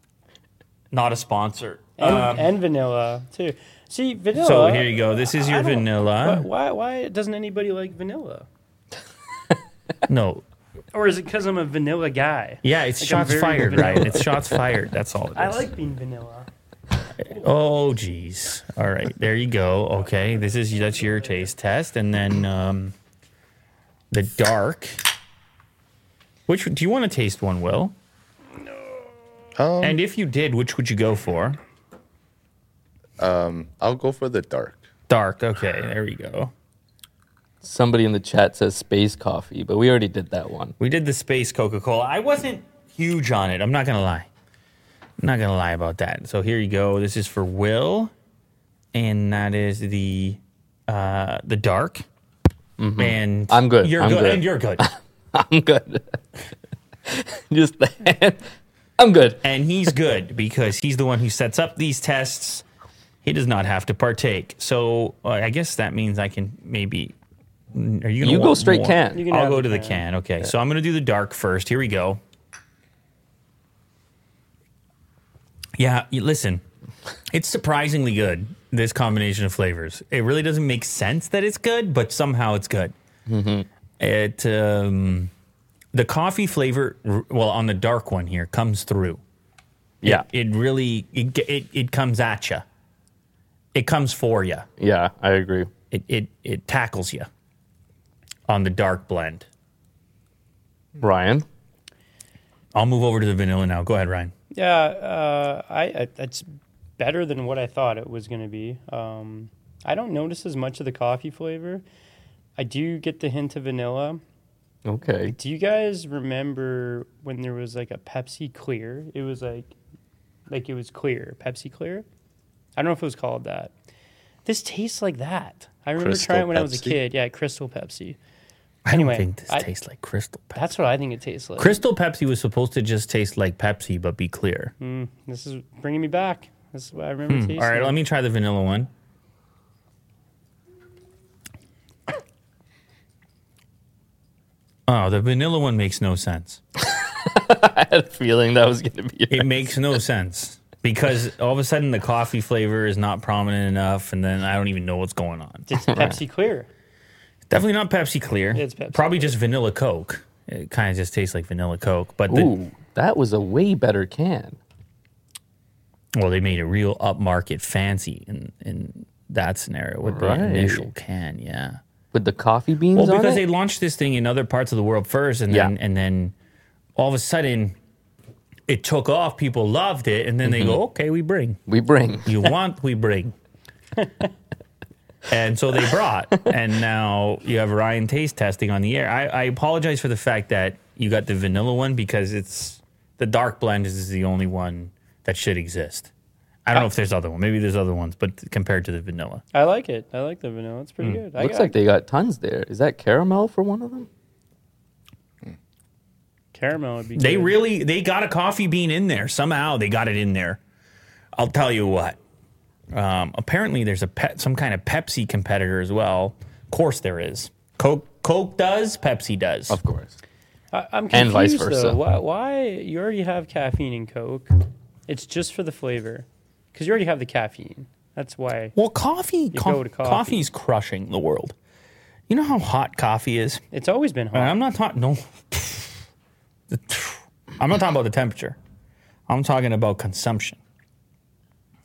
Not a sponsor.
and, and vanilla too. See, vanilla.
um, So here you go. This is your
Oh, I don't-
vanilla.
Why, why? Why doesn't anybody like vanilla?
No.
Or is it because I'm a vanilla guy?
Yeah, it's
Like, I'm
shots
very
fired,
vanilla.
Ryan. It's shots fired. That's all it is.
I like being vanilla.
Oh, geez. All right, there you go. Okay, this is that's your taste test, and then um, the dark. Which do you want to taste one, Will?
Um,
And if you did, which would you go for?
I'll go for the dark.
Dark. Okay, there we go.
Somebody in the chat says space coffee, but we already did that one.
We did the space Coca Cola. I wasn't huge on it. I'm not gonna lie. I'm not gonna lie about that. So here you go. This is for Will, and that is the uh, the dark. And
Mm-hmm. I'm good.
You're
I'm
good.
good.
And you're good.
I'm good. Just the hand. I'm good.
and he's good because he's the one who sets up these tests. He does not have to partake. So uh, I guess that means I can maybe. Are you? Gonna
You go
want
straight
more?
can.
You can
I'll
have
go
the
to the
can.
can. Okay, so I'm gonna do the dark first. Here we go. Yeah, y- listen, it's surprisingly good. This combination of flavors. It really doesn't make sense that it's good, but somehow it's good.
Mm-hmm.
It um, the coffee flavor, r- well, on the dark one here, comes through
Yeah.
it really it ge- it, it comes at you. It comes for you.
Yeah, I agree.
It it it tackles you on the dark blend.
Ryan,
I'll move over to the vanilla now. Go ahead, Ryan.
Yeah, uh, I, I that's better than what I thought it was going to be. Um, I don't notice as much of the coffee flavor. I do get the hint of vanilla.
okay.
Do you guys remember when there was like a Pepsi Clear? It was like, like it was clear Pepsi Clear. I don't know if it was called that. This tastes like that. I remember
Crystal
trying it when I was a
Pepsi?
kid. Yeah, Crystal Pepsi.
I
Anyway,
don't think this
I-
tastes like Crystal Pepsi.
That's what I think it tastes like.
Crystal Pepsi was supposed to just taste like Pepsi, but be clear.
Mm-hmm. this is bringing me back. This is what I remember tasting.
Hmm. All right, let me try the vanilla one. Oh, the vanilla one makes no sense.
I had a feeling that was going to be it.
It makes no sense because all of a sudden the coffee flavor is not prominent enough, and then I don't even know what's going on.
It's Pepsi Clear.
Definitely not Pepsi Clear.
It's Pepsi
Probably just vanilla Coke. It kind of just tastes like vanilla Coke, but the,
Ooh, that was a way better can.
well, they made it real upmarket, fancy in in that scenario with
Right.
the initial can. Yeah.
With the coffee beans
Well,
on
because they
it?
launched this thing in other parts of the world first, and then
Yeah.
and then all of a sudden it took off. People loved it, and then they
Mm-hmm.
go, "Okay, we bring."
we bring.
you want, we bring. and so they brought, and now you have Ryan taste testing on the air. I, I apologize for the fact that you got the vanilla one because it's the dark blend is the only one that should exist. I don't know if there's other one. Maybe there's other ones, but compared to the vanilla,
I like it. I like the vanilla. It's
Hmm.
pretty good. I
Looks
got
like they got tons there. Is that caramel for one of them?
caramel would be.
they
good.
really they got a coffee bean in there somehow. They got it in there. I'll tell you what. Um, apparently, there's a pet, some kind of Pepsi competitor as well. Of course, there is. Coke, Coke does. Pepsi does.
Of course.
I, I'm confused
And vice versa.
Though. Why, why you already have caffeine in Coke? It's just for the flavor, because you already have the caffeine. That's why.
Well, coffee, co-
go to coffee.
coffee's crushing the world. You know how hot coffee is?
It's always been
And
hot.
I'm not talking no. I'm not talking about the temperature. I'm talking about consumption.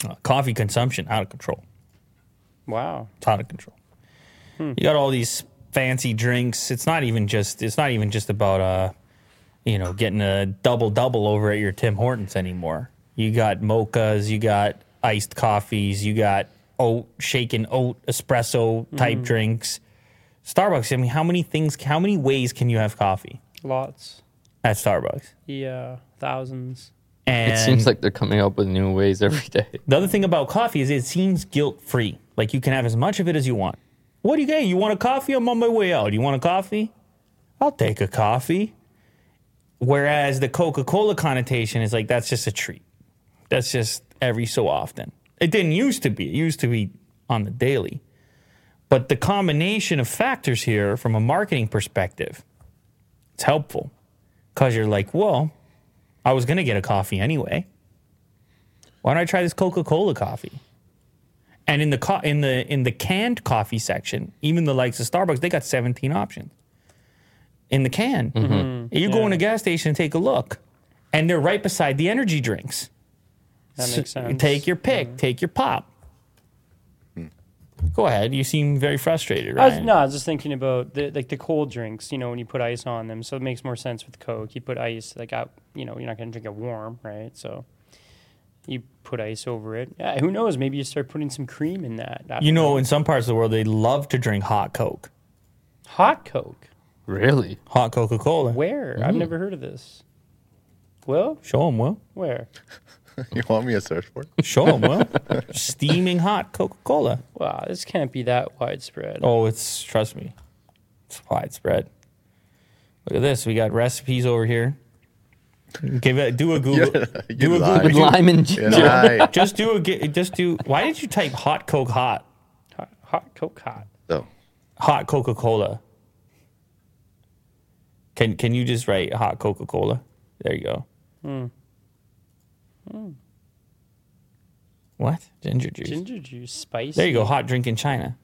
Uh, coffee consumption out of control.
Wow.
It's out of control. You got all these fancy drinks. It's not even just. It's not even just about uh, you know, getting a double double over at your Tim Hortons anymore. You got mochas. You got iced coffees. You got oat shaken oat espresso type drinks. Starbucks. I mean, how many things? How many ways can you have coffee
Lots.
at Starbucks?
Yeah. Thousands.
And
It seems like they're coming up with new ways every day.
The other thing about coffee is it seems guilt free. Like you can have as much of it as you want. What do you get? You want a coffee? I'm on my way out. You want a coffee? I'll take a coffee. Whereas the Coca Cola connotation is like that's just a treat. That's just every so often. It didn't used to be. It used to be on the daily. But the combination of factors here from a marketing perspective, it's helpful. Cause you're like, well, I was gonna get a coffee anyway. Why don't I try this Coca Cola coffee? And in the co- in the in the canned coffee section, even the likes of Starbucks, they got 17 options in the can.
Mm-hmm.
You go in a gas station and take a look, and they're right beside the energy drinks.
That
So
makes sense. Mm-hmm.
Take your pick. Take your pop. Go ahead. You seem very frustrated,
I
right?
was, no, I was just thinking about the like the cold drinks. You know, when you put ice on them, so it makes more sense with Coke. You put ice like out. You know, you're not gonna drink it warm, right? So you put ice over it. Yeah, who knows? Maybe you start putting some cream in that. I
You
don't
know, in some parts of the world, they love to drink hot Coke,
hot Coke.
Really?
hot Coca Cola.
Where?
Mm-hmm.
I've never heard of this. Will,
Show them, Will.
where?
You want me to search for it?
Show them, Will. Steaming hot Coca Cola.
Wow, this can't be that widespread.
Oh, it's, trust me, it's widespread. Look at this. We got recipes over here. Give it, do a Google.
you
do a
lie.
Google.
Lime and ginger.
Yeah, I,
Just do a, gi- just do, why did you type hot Coke hot?
Hot, hot Coke, hot.
so,
hot Coca Cola. Can can you just write hot Coca Cola? There you go. What ginger juice?
Ginger juice, spice.
There you go. Hot drink in China.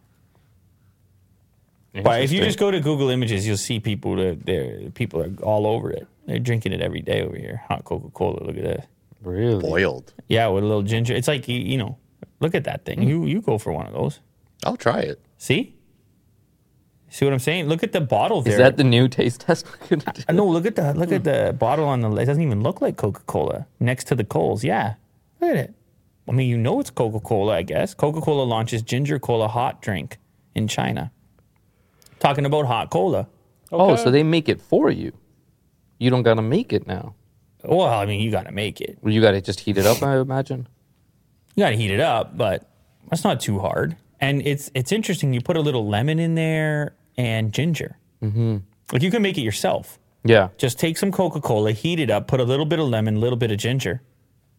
But if you just go to Google Images, you'll see people that there people are all over it. They're drinking it every day over here. Hot Coca Cola. Look at that.
really
boiled.
Yeah, with a little ginger. It's like you, you know. Look at that
Hmm.
thing. You you go for one of those.
I'll try it.
See. See what I'm saying? Look at the bottle there.
Is that the new taste test we're gonna do?
Uh, No, look at the look at the bottle on the. It doesn't even look like Coca Cola next to the Coles. Yeah, look at it. I mean, you know it's Coca Cola, I guess. Coca Cola launches ginger cola hot drink in China. Talking about hot cola.
Oh,
Okay.
so they make it for you. You don't gotta make it now.
Well, I mean, you got to make it.
Well, You gotta just heat it up, I imagine.
You got to heat it up, but that's not too hard. And it's it's interesting. You put a little lemon in there and ginger. Mm-hmm. Like you can make it yourself.
Yeah.
Just take some Coca Cola, heat it up, put a little bit of lemon, a little bit of ginger.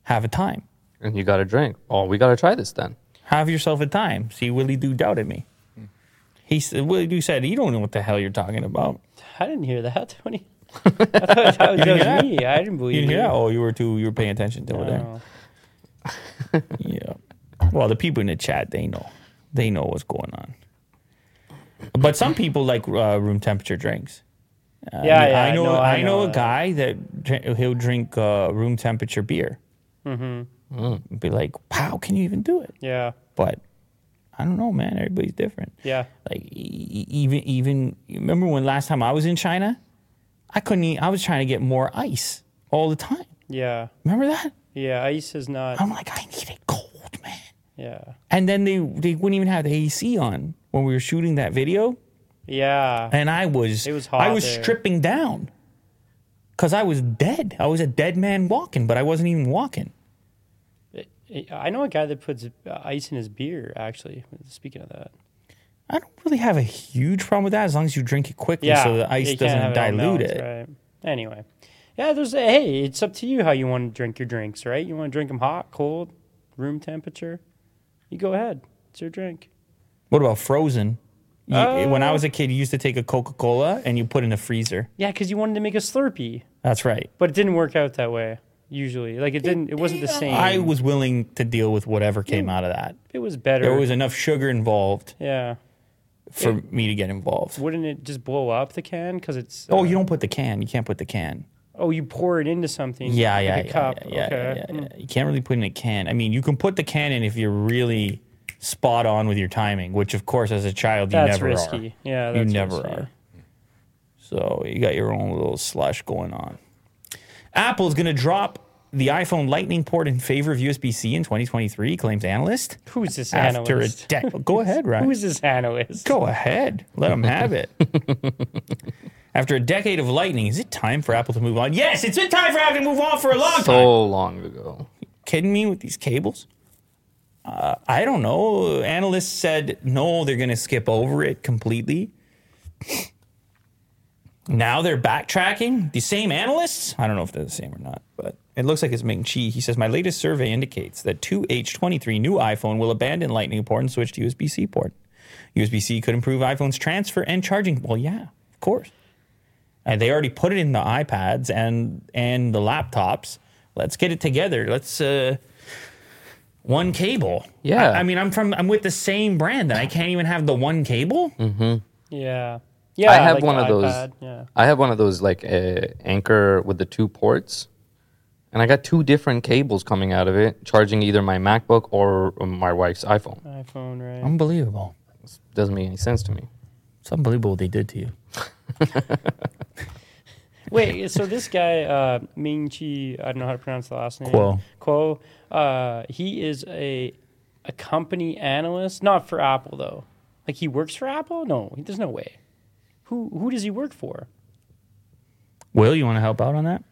Have a time.
And you gotta drink. Oh, we gotta try this then.
have yourself a time. See, Willie Doo doubted me. He said, Willie Doo said, you don't know what the hell you're talking about.
I didn't hear that, Tony. I thought that was, that was
hear that?
me. I didn't believe
You didn't hear that?
you.
Oh, you were too, you were paying attention to it there.
Oh.
Yeah. Well, the people in the chat, they know. They know what's going on. But some people like uh, room temperature drinks.
yeah,
I,
yeah,
know, I, know, a
that.
guy that dr- he'll drink uh, room temperature beer. Mm-hmm. Be like, how can you even do it?
Yeah,
But I don't know, man. Everybody's different.
yeah.
like e- e- even even you remember when last time I was in China, I couldn't eat. I was trying to get more ice all the time.
Yeah,
Remember that?
yeah. Ice is not.
I'm like, I need it cold, man.
Yeah,
And then they they wouldn't even have the AC on when we were shooting that video,
yeah.
and I was
It was
I
hot
was
there.
stripping down because I was dead. I was a dead man walking, but I wasn't even walking.
I know a guy that puts uh, ice in his beer. Actually, speaking of that,
I don't really have a huge problem with that as long as you drink it quickly
yeah.
so the ice
you can't
doesn't
have all
dilute
melt,
it.
Right. Anyway, yeah. There's a, hey, it's up to you how you want to drink your drinks, right? You want to drink them hot, cold, room temperature. You go ahead. It's your drink.
What about frozen? You-
Uh,
when I was a kid, you used to take a Coca Cola and you put it in the freezer.
Yeah, because you wanted to make a Slurpee,
That's right.
but it didn't work out that way. Usually, like it didn't. It wasn't the same.
I was willing to deal with whatever came out of that.
it was better.
There was enough sugar involved
yeah.
for me to get involved.
Wouldn't it just blow up the can? Because it's
Oh,
uh,
you don't put the can. You can't put the can.
Oh, you pour it into something.
Yeah,
like
yeah,
a
yeah,
cup.
yeah, yeah,
okay. Hmm.
yeah, yeah, You can't really put in a can. I mean, you can put the can in if you're really spot on with your timing, which, of course, as a child, you
That's
never
risky.
are.
Yeah,
you
that's
never
risky.
are. So you got your own little slush going on. Apple's going to drop the iPhone Lightning port in favor of USB-C in 2023, claims analyst.
Who's this
After a
analyst?
decade, go ahead, Ryan.
Who's this analyst?
Go ahead. Let them have it. After a decade of lightning, is it time for Apple to move on? Yes, it's been time for Apple to move on for a long time.
So long ago.
Kidding me with these cables? Uh, I don't know. Analysts said no, they're going to skip over it completely. now they're backtracking. The same analysts? I don't know if they're the same or not, but it looks like it's Ming Chi. He says my latest survey indicates that 2H23 new iPhone will abandon Lightning port and switch to USB-C port. USB-C could improve iPhone's transfer and charging. Well, yeah, of course. And they already put it in the iPads and and the laptops. Let's get it together. Let's uh, one cable.
Yeah.
I, I mean, I'm from I'm with the same brand, and I can't even have the one cable.
Yeah. Yeah.
I have
like the
one of those.
iPad, Yeah.
I have one of those like uh, anchor with the two ports, and I got two different cables coming out of it, charging either my MacBook or um, my wife's iPhone.
iPhone, right?
Unbelievable.
Doesn't make any sense to me.
It's unbelievable what they did to you.
Wait, so this guy uh, Ming Chi, I don't know how to pronounce the last name.
Kuo.
Kuo. Uh, he is a a company analyst, not for Apple though. Like he works for Apple? No, there's no way. Who who does he work for?
Will, you want to help out on that?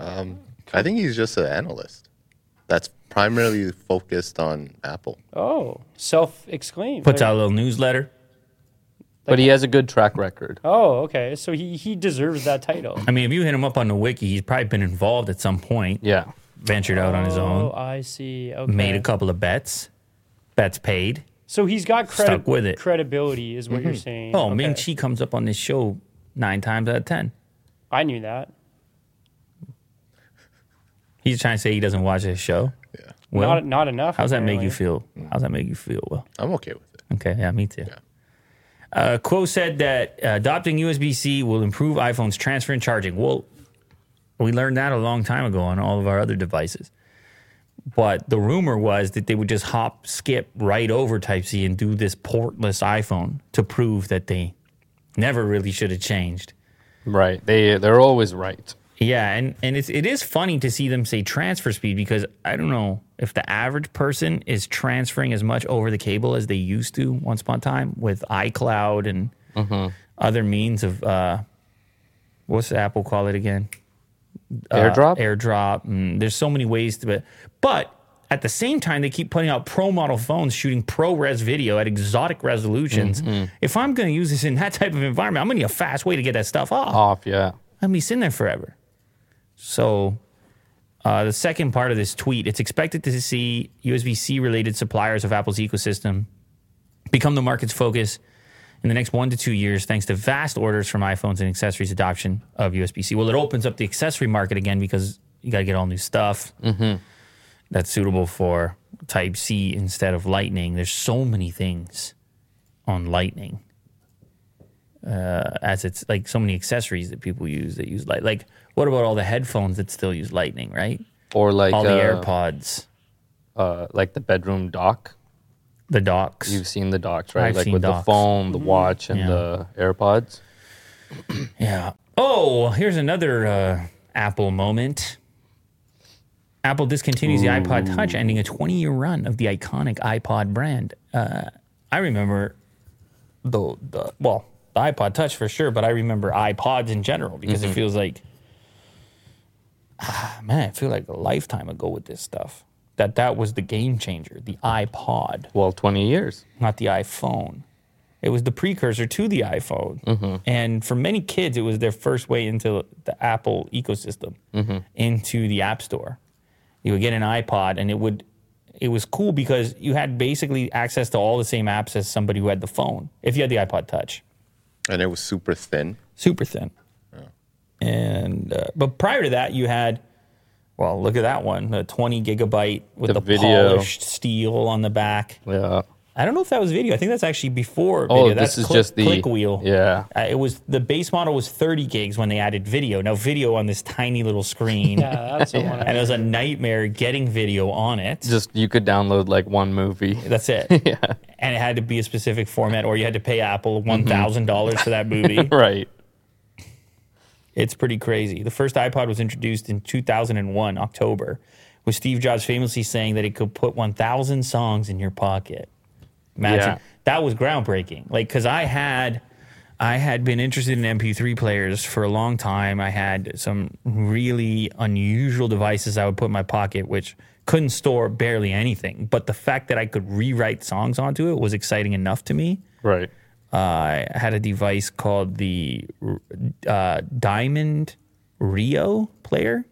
I think he's just an analyst. That's primarily focused on Apple.
Oh, self exclaimed.
Puts out a little newsletter.
But he has a good track record.
Oh, okay. So he he deserves that title.
I mean, if you hit him up on the wiki, he's probably been involved at some point.
Yeah.
Ventured out on his
Oh,
own,
I see. Okay.
made a couple of bets, bets paid.
so he's got credi-
Stuck with it.
credibility, is what you're saying.
Oh,
Okay.
Ming Chi comes up on this show nine times out of ten.
I knew that.
He's trying to say he doesn't watch this show.
Yeah.
Will,
not not enough.
how's that make you
apparently. Mm.
feel? How's that make you feel, Will?
I'm okay with it.
Okay, yeah, me too. Uh, Quo said that uh, adopting USB C will improve iPhone's transfer and charging. Well, we learned that a long time ago on all of our other devices. But the rumor was that they would just hop, skip right over Type C and do this portless iPhone to prove that they never really should have changed.
Right. They they're always right.
Yeah, and and it's it is funny to see them say transfer speed because I don't know if the average person is transferring as much over the cable as they used to once upon a time with iCloud and other means of uh, what's Apple call it again?
Airdrop.
uh, airdrop. And there's so many ways to it. But at the same time, they keep putting out pro model phones shooting pro res video at exotic resolutions. If I'm going to use this in that type of environment, I'm going to need a fast way to get that stuff off.
Off. Yeah.
I'm gonna be sitting there forever. So, uh, the second part of this tweet, it's expected to see USB C related suppliers of Apple's ecosystem become the market's focus in the next one to two years, thanks to vast orders from iPhones and accessories adoption of USB C. Well, it opens up the accessory market again because you got to get all new stuff that's suitable for Type C instead of Lightning. There's so many things on Lightning as it's like so many accessories that people use that use light. Like, what about all the headphones that still use lightning, right?
Or like
all the
uh,
AirPods,
uh, like the bedroom dock.
the docks.
You've seen the docks, right?
I've
like
seen
with
docks.
the phone, the watch, and
Yeah.
the AirPods.
Yeah. Oh, here's another uh, Apple moment. Apple discontinues the iPod Touch, ending a 20 year run of the iconic iPod brand. Uh, I remember the, the, well, the iPod Touch for sure, but I remember iPods in general because it feels like, ah, man, I feel like a lifetime ago with this stuff. That that was the game changer, the iPod
Well, twenty years.
not the iPhone. It was the precursor to the iPhone.
Mm-hmm.
And for many kids, it was their first way into the Apple ecosystem,
Mm-hmm.
into the App Store. You would get an iPod, and it would. It was cool because you had basically access to all the same apps as somebody who had the phone. If you had the iPod Touch,
And it was super thin.
super thin. And uh, but prior to that, you had well, look at that one, the twenty gigabyte with
The
the,
video.
polished steel on the back.
Yeah.
I don't know if that was video. I think that's actually before
Oh,
video. that's
this is
click,
just the
click wheel.
Yeah.
Uh, it was the base model was 30 gigs when they added video. Now video on this tiny little screen,
Yeah, that's the one.
and it was a nightmare getting video on it.
Just you could download like one movie.
That's it. And it had to be a specific format, or you had to pay Apple
Mm-hmm.
one thousand dollars for that movie.
Right.
It's pretty crazy. The first iPod was introduced in 2001, October, with Steve Jobs famously saying that it could put 1,000 songs in your pocket. Imagine
Yeah.
that was groundbreaking. Like, because I had, I had been interested in MP3 players for a long time. I had some really unusual devices I would put in my pocket, which couldn't store barely anything. But the fact that I could rewrite songs onto it was exciting enough to me.
Right.
I uh, had a device called the uh, Diamond Rio player.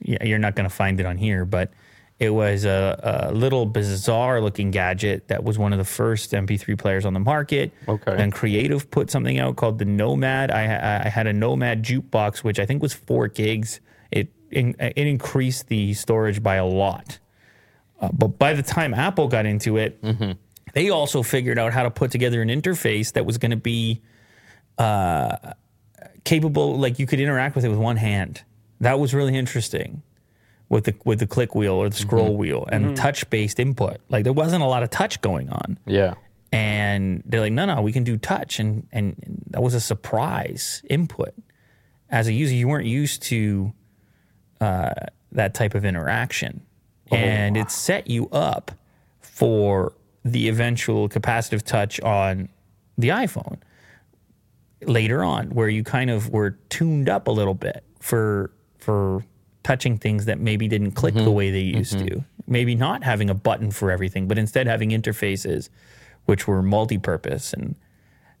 Yeah, you're not going to find it on here, but it was a, a little bizarre looking gadget that was one of the first MP3 players on the market.
Okay.
Then Creative put something out called the Nomad. I, I- I had a Nomad jukebox, which I think was four gigs. It, in, it increased the storage by a lot Uh, but by the time Apple got into it, they also figured out how to put together an interface that was going to be uh, capable, like you could interact with it with one hand. That was really interesting with the with the click wheel or the scroll wheel and touch based input. Like there wasn't a lot of touch going on
Yeah.
and they're like, no, no, we can do touch, and and that was a surprise input. As a user, you weren't used to uh, that type of interaction, and it set you up for the eventual capacitive touch on the iPhone later on, where you kind of were tuned up a little bit for for touching things that maybe didn't click the way they used to. Maybe not having a button for everything, but instead having interfaces which were multi-purpose. And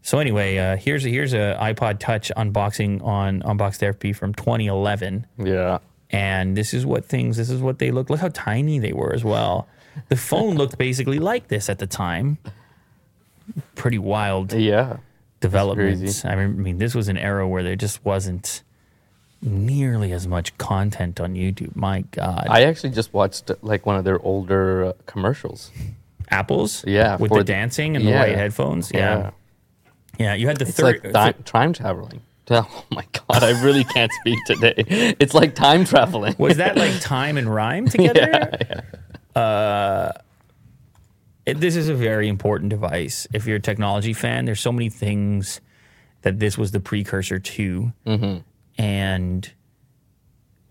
so anyway, uh, here's a, here's a iPod Touch unboxing on Unbox Therapy from 2011
Yeah.
and this is what things this is what they look look how tiny they were as well the phone looked basically like this at the time pretty wild
Yeah.
developments I mean, I mean this was an era where there just wasn't nearly as much content on youtube my god
I actually just watched like one of their older uh, commercials.
apples
Yeah,
with
for
the
the-
dancing and the
yeah.
white headphones yeah yeah, you had the
It's
third
like di- time traveling. Oh my god, I really can't speak today. It's like time traveling.
was that like time and rhyme together Uh, it- this is a very important device. If you're a technology fan, there's so many things that this was the precursor to, and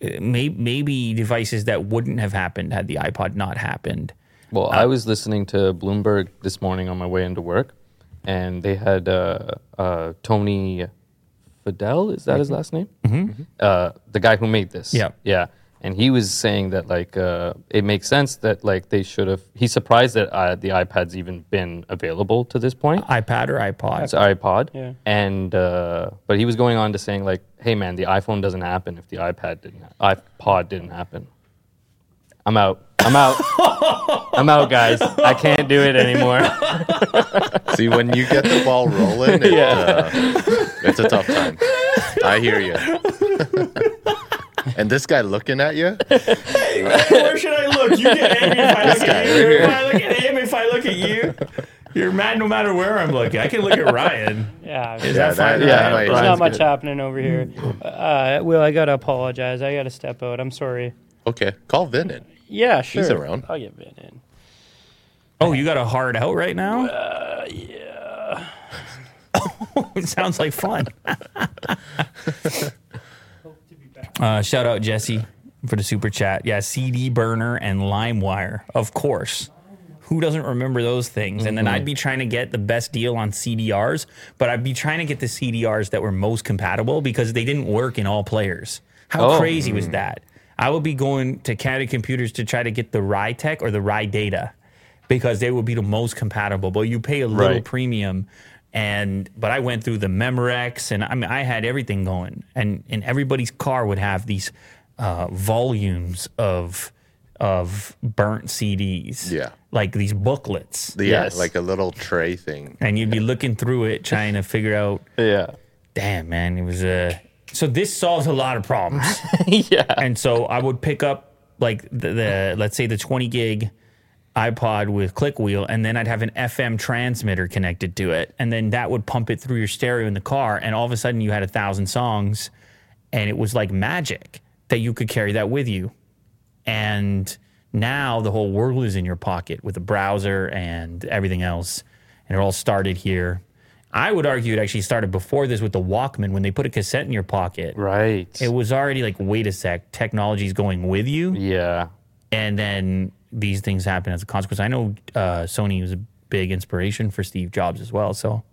uh, may, maybe devices that wouldn't have happened had the iPod not happened.
Well, I was listening to Bloomberg this morning on my way into work, and they had uh, uh, Tony Fidel. Is that his last name? Mm-hmm. Uh, the guy who made this.
Yeah.
yeah. And he was saying that like uh, it makes sense that like they should have. He's surprised that uh, the iPad's even been available to this point.
iPad or iPod?
It's iPod.
Yeah.
And uh, but he was going on to saying like, hey man, the iPhone doesn't happen if the iPad didn't ha- iPod didn't happen. I'm out. I'm out. I'm out, guys. I can't do it anymore.
See, when you get the ball rolling, it, uh, it's a tough time. I hear you. and this guy looking at you,
Where should I look? You get angry if I look at you. If I look at him, if I look at you, you're mad no matter where I'm looking. I can look at Ryan.
Yeah.
Is
Yeah,
that fine?
that-
Ryan?
yeah,
might-
There's
Brian's
not much
good.
happening over here. Uh, Will, I gotta apologize. I gotta step out. I'm sorry.
okay, call Vin in.
Yeah, sure.
around.
I'll get Vin in.
Oh, you got a hard out right now? Uh, yeah. it sounds like fun. uh, shout out Jesse for the super chat. Yeah, CD burner and LimeWire, of course. Who doesn't remember those things? And then I'd be trying to get the best deal on CDRs, but I'd be trying to get the CDRs that were most compatible because they didn't work in all players. How
Oh.
crazy
Mm-hmm.
was that? I would be going to Canada Computers to try to get the Rytech or the Ry Data because they would be the most compatible. But you pay a little
Right.
premium, and but I went through the Memorex, and I mean I had everything going, and and everybody's car would have these uh, volumes of of burnt CDs,
Yeah.
like these booklets,
The,
Yes.
Yeah, like a little tray thing.
and you'd be looking through it trying to figure out,
yeah.
damn man, it was a. so this solves a lot of problems.
yeah.
and so I would pick up like the, the let's say the 20 gig iPod with click wheel, and then I'd have an FM transmitter connected to it, and then that would pump it through your stereo in the car, and all of a sudden you had a thousand songs, and it was like magic that you could carry that with you, and now the whole world is in your pocket with the browser and everything else, and it all started here. I would argue it actually started before this with the Walkman when they put a cassette in your pocket
Right.
it was already like, wait a sec, technology's going with you,
yeah.
and then these things happen as a consequence. I know uh, Sony was a big inspiration for Steve Jobs as well, so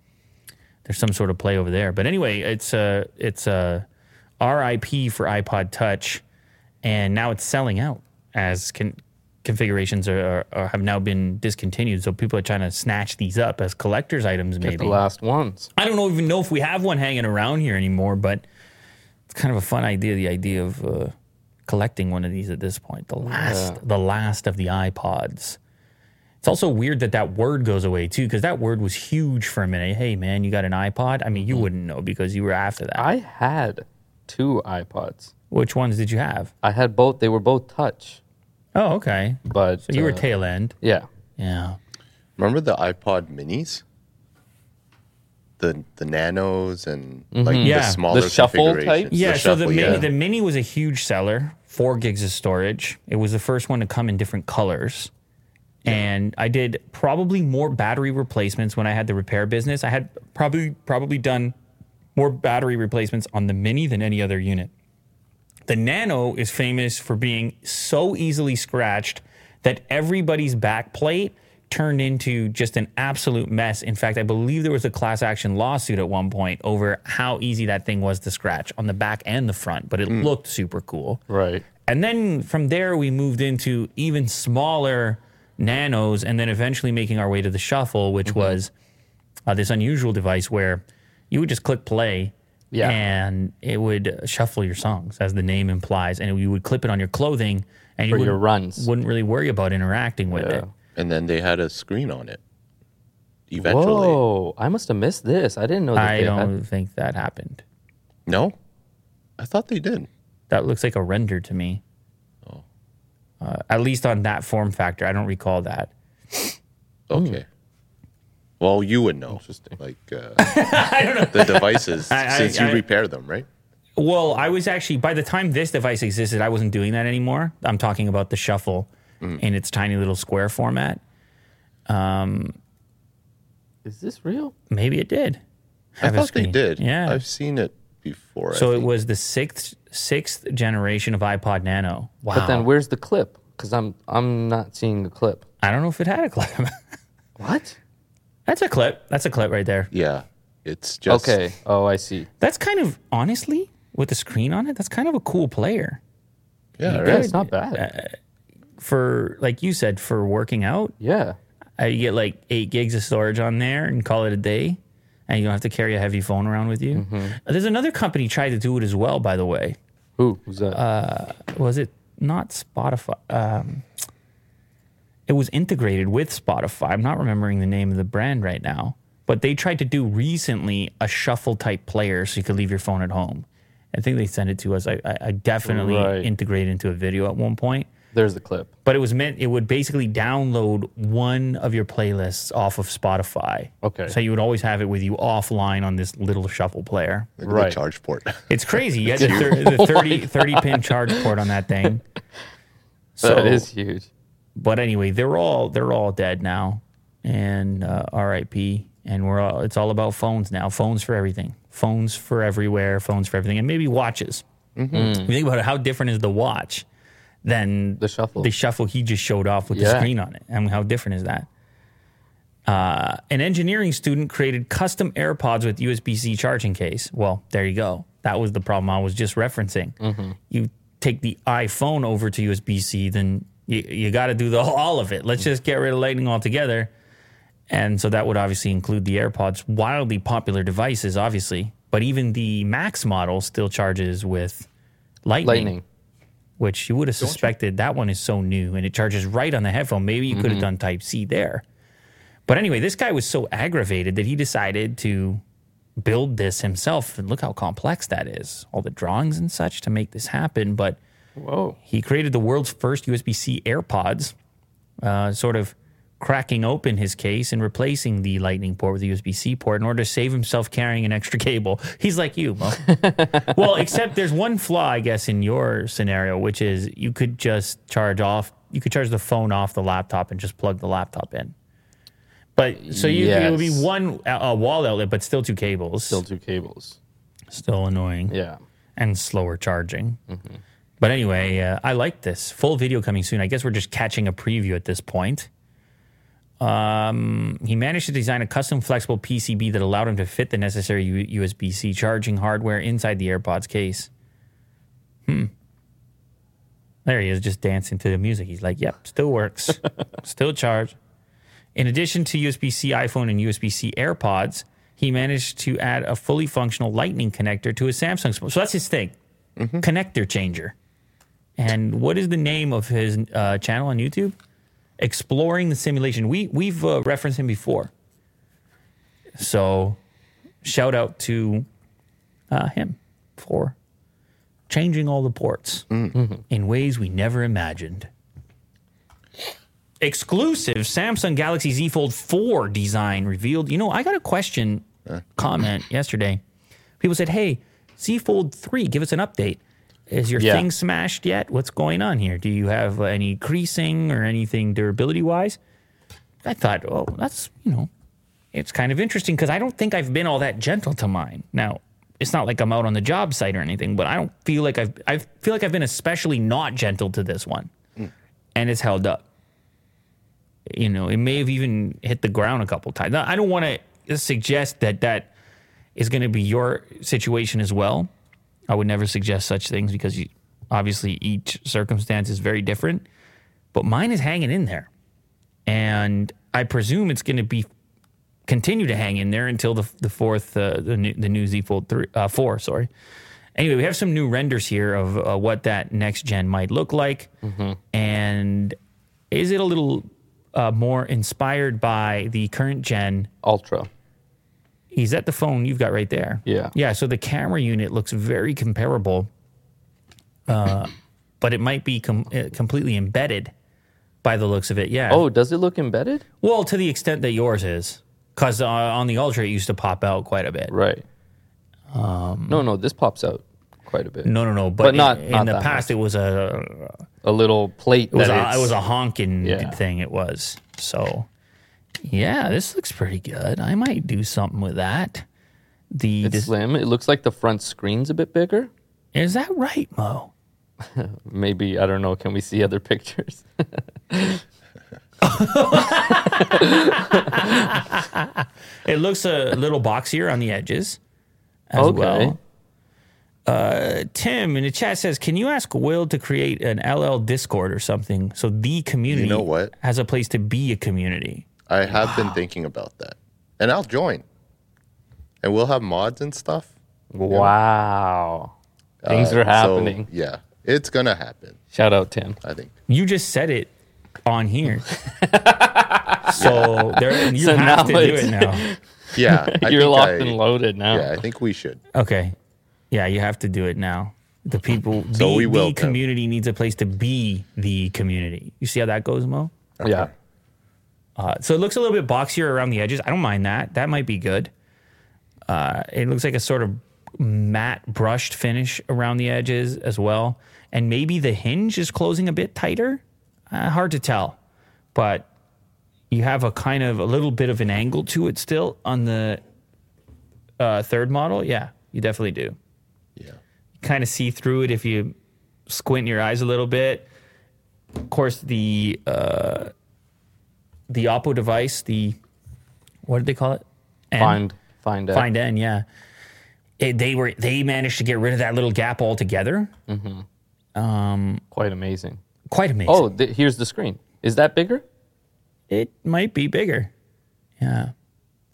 there's some sort of play over there. But anyway, it's uh, it's uh, RIP for iPod Touch, and now it's selling out as con- configurations are, are, are have now been discontinued. So people are trying to snatch these up as collectors items, maybe.
The last ones.
I don't know, even know if we have one hanging around here anymore, but it's kind of a fun idea. The idea of uh, collecting one of these at this point, the last, the last of the iPods. It's also weird that that word goes away too, because that word was huge for a minute. Hey, man, you got an iPod? I mean, you wouldn't know because you were after that.
I had two iPods.
Which ones did you have?
I had both. They were both touch.
Oh, okay.
But
So you were
uh,
tail end.
yeah,
Yeah.
Remember the iPod minis? The the nanos and like
Yeah.
the
The
smaller
Mm-hmm. shuffle type?
configurations.
Yeah, so the
shuffle,
mini
yeah.
the mini was a huge seller, four gigs of storage. It was the first one to come in different colors. And I did probably more battery replacements when I had the repair business. I had probably probably done more battery replacements on the mini than any other unit. The Nano is famous for being so easily scratched that everybody's backplate turned into just an absolute mess. In fact, I believe there was a class action lawsuit at one point over how easy that thing was to scratch on the back and the front, but it looked super cool.
right.
And then from there, we moved into even smaller nanos, and then eventually making our way to the shuffle, which
Mm-hmm.
was uh, this unusual device where you would just click play.
Yeah.
And it would shuffle your songs, as the name implies, and you would clip it on your clothing, and you
Or your
wouldn't-
runs.
wouldn't really worry about interacting with
Yeah.
it.
and then they had a screen on it. Eventually,
Whoa, I must have missed this. I didn't know that.
I
they had-
don't think that happened.
no, I thought they did.
That looks like a render to me.
Oh.
Uh, at least on that form factor, I don't recall that.
Okay. Hmm. Well, you would know.
Interesting.
Like uh, the devices,
I- I-
since you
I-
repair them, right?
Well, I was actually by the time this device existed, I wasn't doing that anymore. I'm talking about the shuffle
Mm.
in its tiny little square format.
Is this real?
Maybe it did.
I
have a
thought they
screen.
did.
Yeah.
I've seen it before.
So
I
it
think.
was the sixth sixth generation of iPod Nano. Wow.
But then where's the clip? Because I'm I'm not seeing a clip.
I don't know if it had a clip.
What?
That's a clip. That's a clip right there.
yeah, it's just
Okay. Oh, I see.
That's kind of honestly with the screen on it. That's kind of a cool player
Yeah,
Yeah,
right?
it's not bad.
for like you said for working out.
Yeah.
Uh, you get like eight gigs of storage on there and call it a day, and you don't have to carry a heavy phone around with you. Uh, There's another company tried to do it as well, by the way.
Who was that?
Was it not Spotify? Um, it was integrated with Spotify. I'm not remembering the name of the brand right now, but they tried to do recently a shuffle type player so you could leave your phone at home. I think they sent it to us. I, I, I definitely
Right.
integrated into a video at one point
There's the clip.
but it was meant it would basically download one of your playlists off of Spotify.
Okay.
So you would always have it with you offline on this little shuffle player.
Look at
Right.
the charge port.
It's crazy. You had the, thir-
Oh
the 30, 30 pin charge port on that thing. So,
that is huge.
but anyway, they're all they're all dead now, and uh, R.I.P. And we're all it's all about phones now. Phones for everything. Phones for everywhere. Phones for everything. And maybe watches. If you think about it, how different is the watch than
Mm-hmm. The shuffle.
The shuffle he just showed off with the
Yeah.
screen on it. I mean, how different is that? Uh, an engineering student created custom AirPods with USB-C charging case. Well, there you go. That was the problem I was just referencing.
Mm-hmm.
You take the iPhone over to USB-C, then you, you got to do the all of it. Let's just get rid of Lightning altogether. And so that would obviously include the AirPods, wildly popular devices, obviously. But even the Max model still charges with Lightning,
Lightning.
which you would have suspected that one is so new and it charges right on the headphone. Maybe you could have done Type C there. But anyway, this guy was so aggravated that he decided to build this himself. And look how complex that is all the drawings and such to make this happen. But
Whoa.
he created the world's first USB C AirPods, uh, sort of cracking open his case and replacing the Lightning port with the USB C port in order to save himself carrying an extra cable. He's like you, Mo. well, except there's one flaw, I guess, in your scenario, which is you could just charge off, you could charge the phone off the laptop and just plug the laptop in. But so you, it would be
Yes.
one uh, uh, wall outlet, but still two cables.
Still two cables.
still annoying
Yeah.
and slower charging. But anyway, uh, I like this. Full video coming soon. I guess we're just catching a preview at this point. Um, he managed to design a custom flexible PCB that allowed him to fit the necessary U- USB C charging hardware inside the AirPods case. Hmm. There he is, just dancing to the music. He's like, yep, still works, still charged. In addition to USB C iPhone and USB C AirPods, he managed to add a fully functional Lightning connector to his Samsung. sm- So that's his thing connector changer. And what is the name of his uh, channel on YouTube? Exploring the Simulation. We, we've uh, referenced him before. So shout out to uh, him for changing all the ports in ways we never imagined. Exclusive Samsung Galaxy Z Fold 4 design revealed. You know, I got a question comment yesterday. People said, "Hey, Z Fold 3, give us an update. Is your
Yeah.
thing smashed yet? What's going on here? Do you have any creasing or anything durability-wise?" I thought, "Oh, that's, you know, it's kind of interesting because I don't think I've been all that gentle to mine. Now, it's not like I'm out on the job site or anything, but I don't feel like I've I feel like I've been especially not gentle to this one, and it's held up. You know, it may have even hit the ground a couple times. Now, I don't want to suggest that that is going to be your situation as well. I would never suggest such things because you, obviously each circumstance is very different. But mine is hanging in there, and I presume it's going to be continue to hang in there until the the fourth uh, the new the new Z Fold three uh, four sorry. Anyway, we have some new renders here of uh, what that next gen might look like,
Mm-hmm.
and is it a little uh, more inspired by the current gen?
Ultra.
Is that the phone you've got right there?
Yeah.
yeah. So the camera unit looks very comparable, uh, but it might be com- uh, completely embedded by the looks of it. Yeah.
Oh, does it look embedded?
well, to the extent that yours is, because uh, on the Ultra it used to pop out quite a bit.
Right. no, no, this pops out quite a bit.
No, no, no. But,
But not-
in, in
not
the
that
past, it was a
A little plate
it was
that
a, it
it's-
was a honking
Yeah.
thing. It was so. Yeah, this looks pretty good. I might do something with that. The
it's
dis-
slim. It looks like the front screen's a bit bigger.
is that right, Mo?
Maybe I don't know. Can we see other pictures?
It looks a little boxier on the edges as
Okay.
well. Uh, Tim in the chat says, "Can you ask Will to create an LL Discord or something so the community
know what?
has a place to be a community?"
I have been thinking about that, and I'll join. And we'll have mods and stuff.
Wow. Things
Uh,
are
so,
happening.
yeah, it's gonna happen.
Shout out, Tim.
I think.
You just said it on here. so there, you
So
have to do
now it's-
it now.
Yeah, I
You're
think
locked
I-
and loaded now.
Yeah, I think we should.
Okay. Yeah, you have to do it now. The people, the,
So we will,
the
Kev.
community needs a place to be the community. You see how that goes, Mo?
Yeah.
Uh, so it looks a little bit boxier around the edges. I don't mind that. That might be good. Uh, it looks like a sort of matte brushed finish around the edges as well. And maybe the hinge is closing a bit tighter. Uh, hard to tell. But you have a kind of a little bit of an angle to it still on the uh, third model. Yeah, you definitely do
Yeah.
kind of see through it if you squint your eyes a little bit. Of course, the uh, the Oppo device, the what did they call it? N?
Find, find out.
Find N, yeah. It, they were they managed to get rid of that little gap altogether.
Quite amazing.
Quite amazing.
Oh, th- here's the screen. Is that bigger?
it might be bigger. Yeah.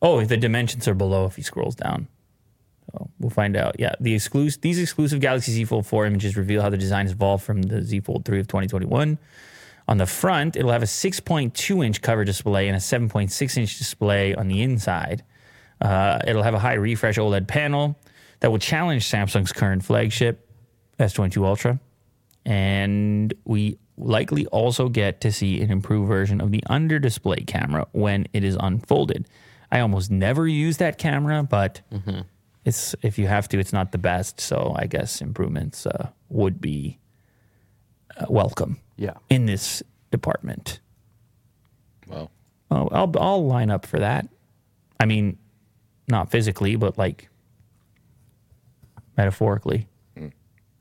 Oh, the dimensions are below if he scrolls down. So we'll find out. Yeah, the exclus- these exclusive Galaxy Z Fold 4 images reveal how the design has evolved from the Z Fold 3 of 2021. On the front, it'll have a 6.2 inch cover display and a 7.6 inch display on the inside. Uh, it'll have a high refresh OLED panel that will challenge Samsung's current flagship S22 Ultra and we likely also get to see an improved version of the under display camera when it is unfolded. I almost never use that camera, but it's if you have to, it's not the best. So I guess improvements uh, would be uh, welcome
Yeah.
in this department.
Wow.
Oh, I'll I'll line up for that. I mean, not physically, but like metaphorically.
Mm.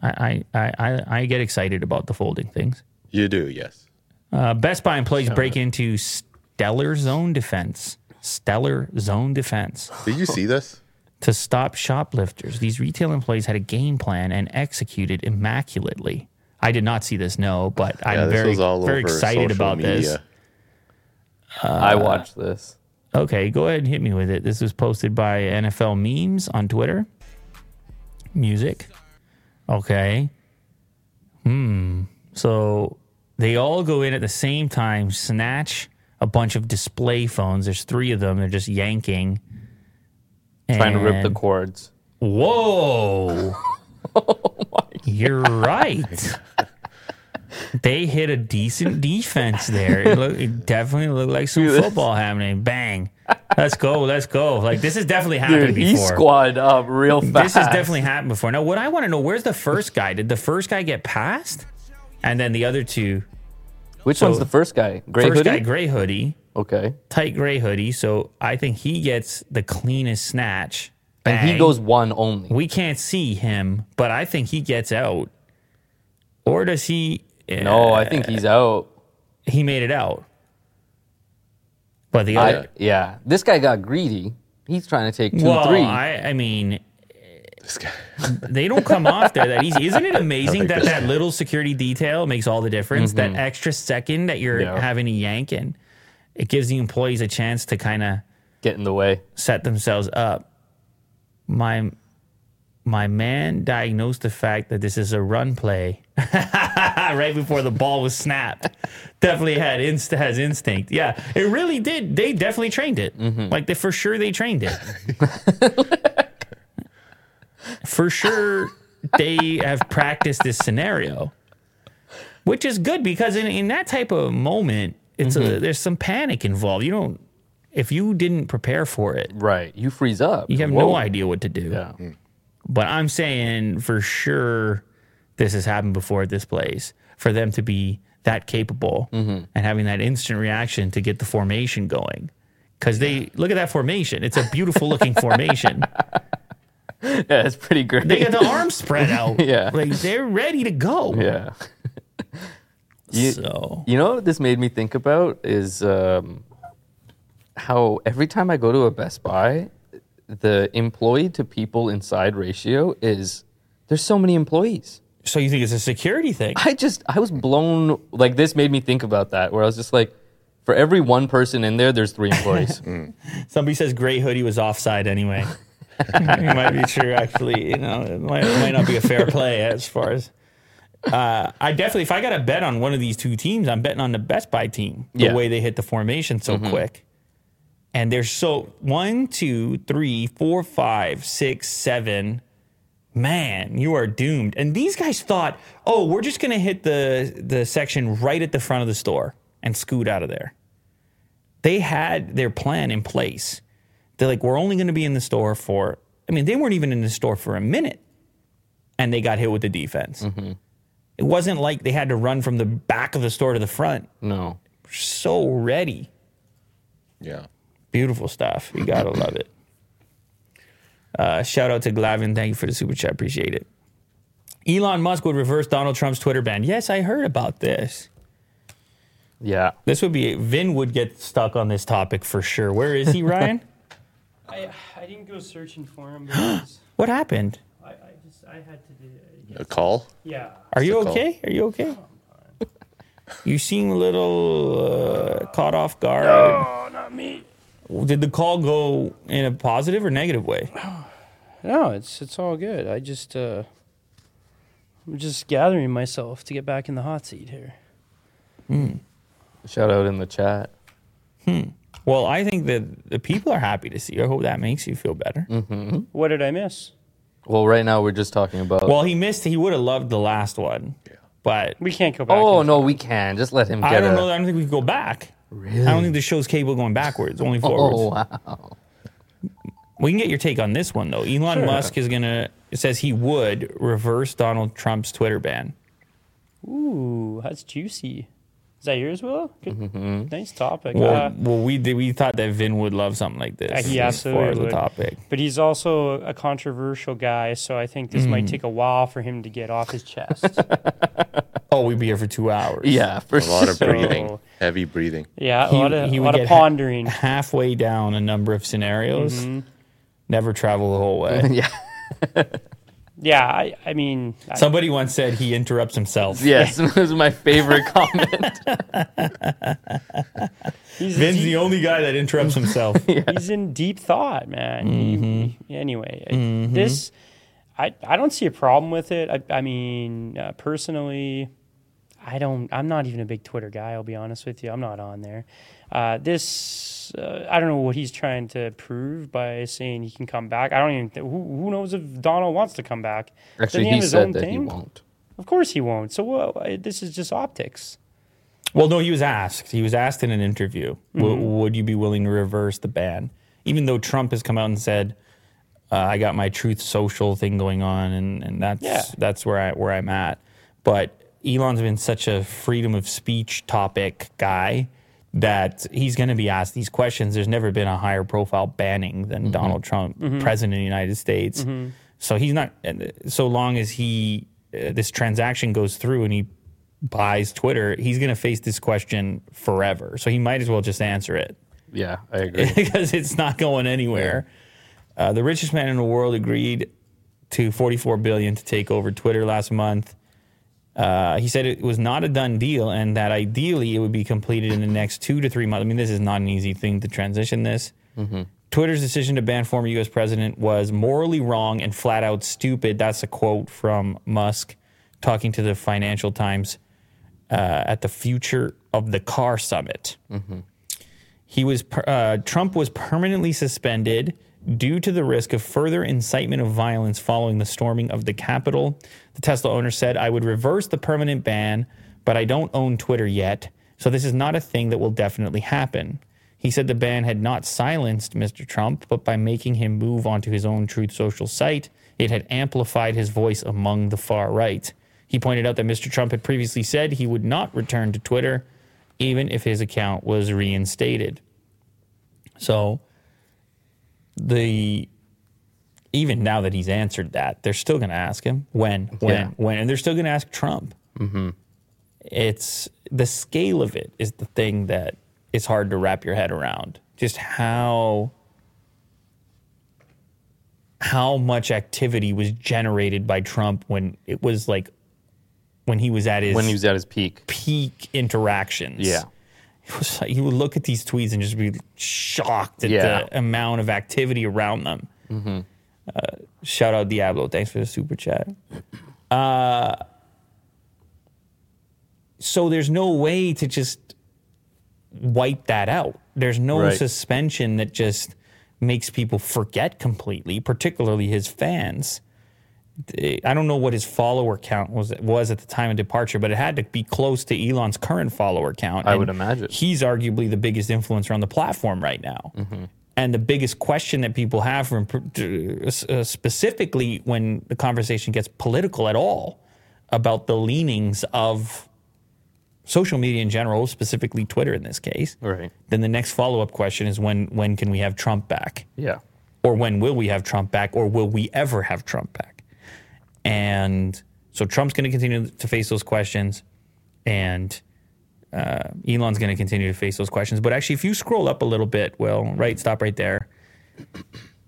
I, I, I, I- I get excited about the folding things.
You do, yes.
Uh, Best Buy employees break into stellar zone defense. Stellar zone defense
Did you see this?
to stop shoplifters. These retail employees had a game plan and executed immaculately. I did not see this, no, but I'm
yeah, this
very
was all
very
over
excited
social
about
media.
this.
I watched this.
Okay, go ahead and hit me with it. This was posted by NFL Memes on Twitter. Music. Okay. Hmm. So they all go in at the same time, snatch a bunch of display phones. There's three of them. They're just yanking.
Trying to rip the
And-
cords. Oh
Whoa. You're right. they hit a decent defense there. It, look, it definitely looked like some football happening. Bang. Let's go. Let's go. Like, this has definitely happened
Dude, he
before.
squad up real fast.
This has definitely happened before. Now, what I want to know, where's the first guy? Did the first guy get passed? And then the other two.
Which one's the first guy? Gray
First
hoodie.
guy, gray hoodie,
okay,
tight gray hoodie. So I think he gets the cleanest snatch.
and he
Bang.
goes one only.
We can't see him, but I think he gets out. Or does he? uh,
no, I think he's out.
he made it out. But the
I,
other,
yeah, this guy got greedy. He's trying to take two,
well,
three.
I, I mean,
This guy.
they don't come off there that easy. Isn't it amazing
think
that
this-
that little security detail makes all the difference? That extra second that you're
Mm-hmm. Yeah.
having to yank in, it gives the employees a chance to kind of
Get in the way.
set themselves up. My my man diagnosed the fact that this is a run play right before the ball was snapped. definitely had inst- has instinct. Yeah, it really did. They definitely trained it. Like they, for sure, they trained it. for sure, they have practiced this scenario, which is good because in, in that type of moment, it's a, there's some panic involved. You don't if you didn't prepare for it,
Right, you freeze up.
you have no
Whoa.
idea what to do.
Yeah.
But I'm saying for sure this has happened before at this place for them to be that capable and having that instant reaction to get the formation going. Because they look at that formation. It's a beautiful looking formation.
Yeah, it's pretty great.
They got the arms spread out.
Yeah.
Like they're ready to go.
yeah. You-
So
You know what this made me think about is um, how every time I go to a Best Buy, the employee to people inside ratio is there's so many employees.
so you think it's a security thing?
I just I was blown like this made me think about that where I was just like for every one person in there there's three employees.
Mm.
Somebody says gray hoodie was offside anyway. it might be true, actually. You know, it might, it might not be a fair play as far as. Uh, I definitely, if I got to bet on one of these two teams, I'm betting on the Best Buy team. The
Yeah.
way they hit the formation so quick, and they're so one, two, three, four, five, six, seven. Man, you are doomed. And these guys thought, oh, we're just gonna hit the the section right at the front of the store and scoot out of there they had their plan in place. They're like, we're only going to be in the store for, I mean, they weren't even in the store for a minute and they got hit with the defense. It wasn't like they had to run from the back of the store to the front.
no.
So ready.
Yeah.
Beautiful stuff. You got to love it. Uh, shout out to Glavin. Thank you for the super chat. Appreciate it. Elon Musk would reverse Donald Trump's Twitter ban. Yes, I heard about this.
Yeah.
This would be, Vin would get stuck on this topic for sure. Where is he, Ryan?
I, I didn't go searching for him because
what happened?
I, I just I had to do it.
A call?
Yeah.
Are you
the call.
okay? Are you okay?
Oh,
You seem a little uh, caught off guard.
Oh, not me.
Did the call go in a positive or negative way?
No, it's it's all good. I just uh, I'm just gathering myself to get back in the hot seat here.
Shout out in the chat.
Well, I think that the people are happy to see you. I hope that makes you feel better.
Mm-hmm.
What did I miss?
Well, right now we're just talking about
Well, he missed. He would have loved the last one, but
We can't go back.
Oh,
in-
no, we can. Just let him get
I don't
a-
know. I don't think we can go back.
Really?
I don't think the show's capable of going backwards, only forwards.
Oh, wow.
We can get your take on this one though. Elon Musk is gonna it says he would reverse Donald Trump's Twitter ban.
Ooh, that's juicy. Is that yours, Will? Good. Nice topic.
Mm-hmm. Well,
Uh,
well, we did, we thought that Vin would love something like this.
Uh, he
as
absolutely
far as the
would.
topic.
but he's also a controversial guy, so I think this
Mm.
might take a while for him to get off his chest.
Oh, we'd be here for two hours.
Yeah, for
A lot of
sure.
breathing. Heavy breathing.
yeah, a
He-
lot of,
he
a
would
lot of
get ha-
pondering.
halfway down a number of scenarios.
Mm-hmm.
Never travel the whole way.
Yeah.
yeah, I, I mean, I-
Somebody once said he interrupts himself.
Yes, this is my favorite comment.
he's,
Vin's
deep-
the only guy that interrupts himself.
he's in deep thought, man. He-
Mm-hmm.
he- anyway, I- this I I don't see a problem with it. I, I mean, uh, personally, I don't. I'm not even a big Twitter guy. I'll be honest with you. I'm not on there. Uh, this uh, I don't know what he's trying to prove by saying he can come back. I don't even. Th- who, who knows if Donald wants to come back? Doesn't
Actually,
have
he
his
said
own
that he
thing?
won't.
Of course he won't. So well, I- this is just optics.
Well, no, he was asked. He was asked in an interview, "W-
Mm-hmm.
would you be willing to reverse the ban? Even though Trump has come out and said, uh, I got my Truth Social thing going on, and, and that's
Yeah.
that's where I where I'm at. But Elon's been such a freedom of speech topic guy that he's going to be asked these questions. There's never been a higher profile banning than Donald Trump, president of the United States. So he's not. and, uh, So long as he uh, this transaction goes through and he buys Twitter, he's going to face this question forever. So he might as well just answer it
Yeah, I agree.
because it's not going anywhere. Uh, the richest man in the world agreed to 44 billion to take over Twitter last month. Uh, he said it was not a done deal, and that ideally it would be completed in the next two to three months. I mean, this is not an easy thing to transition this. Twitter's decision to ban former U.S. president was morally wrong and flat out stupid. That's a quote from Musk talking to the Financial Times uh, at the Future of the Car Summit he was per- uh, Trump was permanently suspended due to the risk of further incitement of violence following the storming of the Capitol. The Tesla owner said, "I would reverse the permanent ban, but I don't own Twitter yet, so this is not a thing that will definitely happen." He said the ban had not silenced Mr. Trump, but by making him move onto his own Truth Social site, it had amplified his voice among the far right. He pointed out that Mr. Trump had previously said he would not return to Twitter, even if his account was reinstated. So the even now that he's answered that, they're still going to ask him when, when,
Yeah. Mm-hmm.
when, and they're still going to ask Trump. It's the scale of it is the thing that is hard to wrap your head around. Just how how much activity was generated by Trump when it was like when he was at his
when he was at his peak.
peak interactions.
Yeah.
It was like you would look at these tweets and just be shocked at
Yeah. Mm-hmm.
the amount of activity around them. Uh, shout out Diablo. Thanks for the super chat. Uh, so there's no way to just wipe that out. There's no
Right.
suspension that just makes people forget completely, particularly his fans. I don't know what his follower count was was at the time of departure, but it had to be close to Elon's current follower count.
I
And
would imagine.
he's arguably the biggest influencer on the platform right now,
Mm-hmm.
and the biggest question that people have from uh, specifically when the conversation gets political at all about the leanings of social media in general, specifically Twitter in this case.
Right.
Then the next follow up question is when when can we have Trump back?
Yeah.
or when will we have Trump back, or will we ever have Trump back? And so Trump's going to continue to face those questions, and uh, Elon's going to continue to face those questions. But actually, if you scroll up a little bit, well, right, stop right there.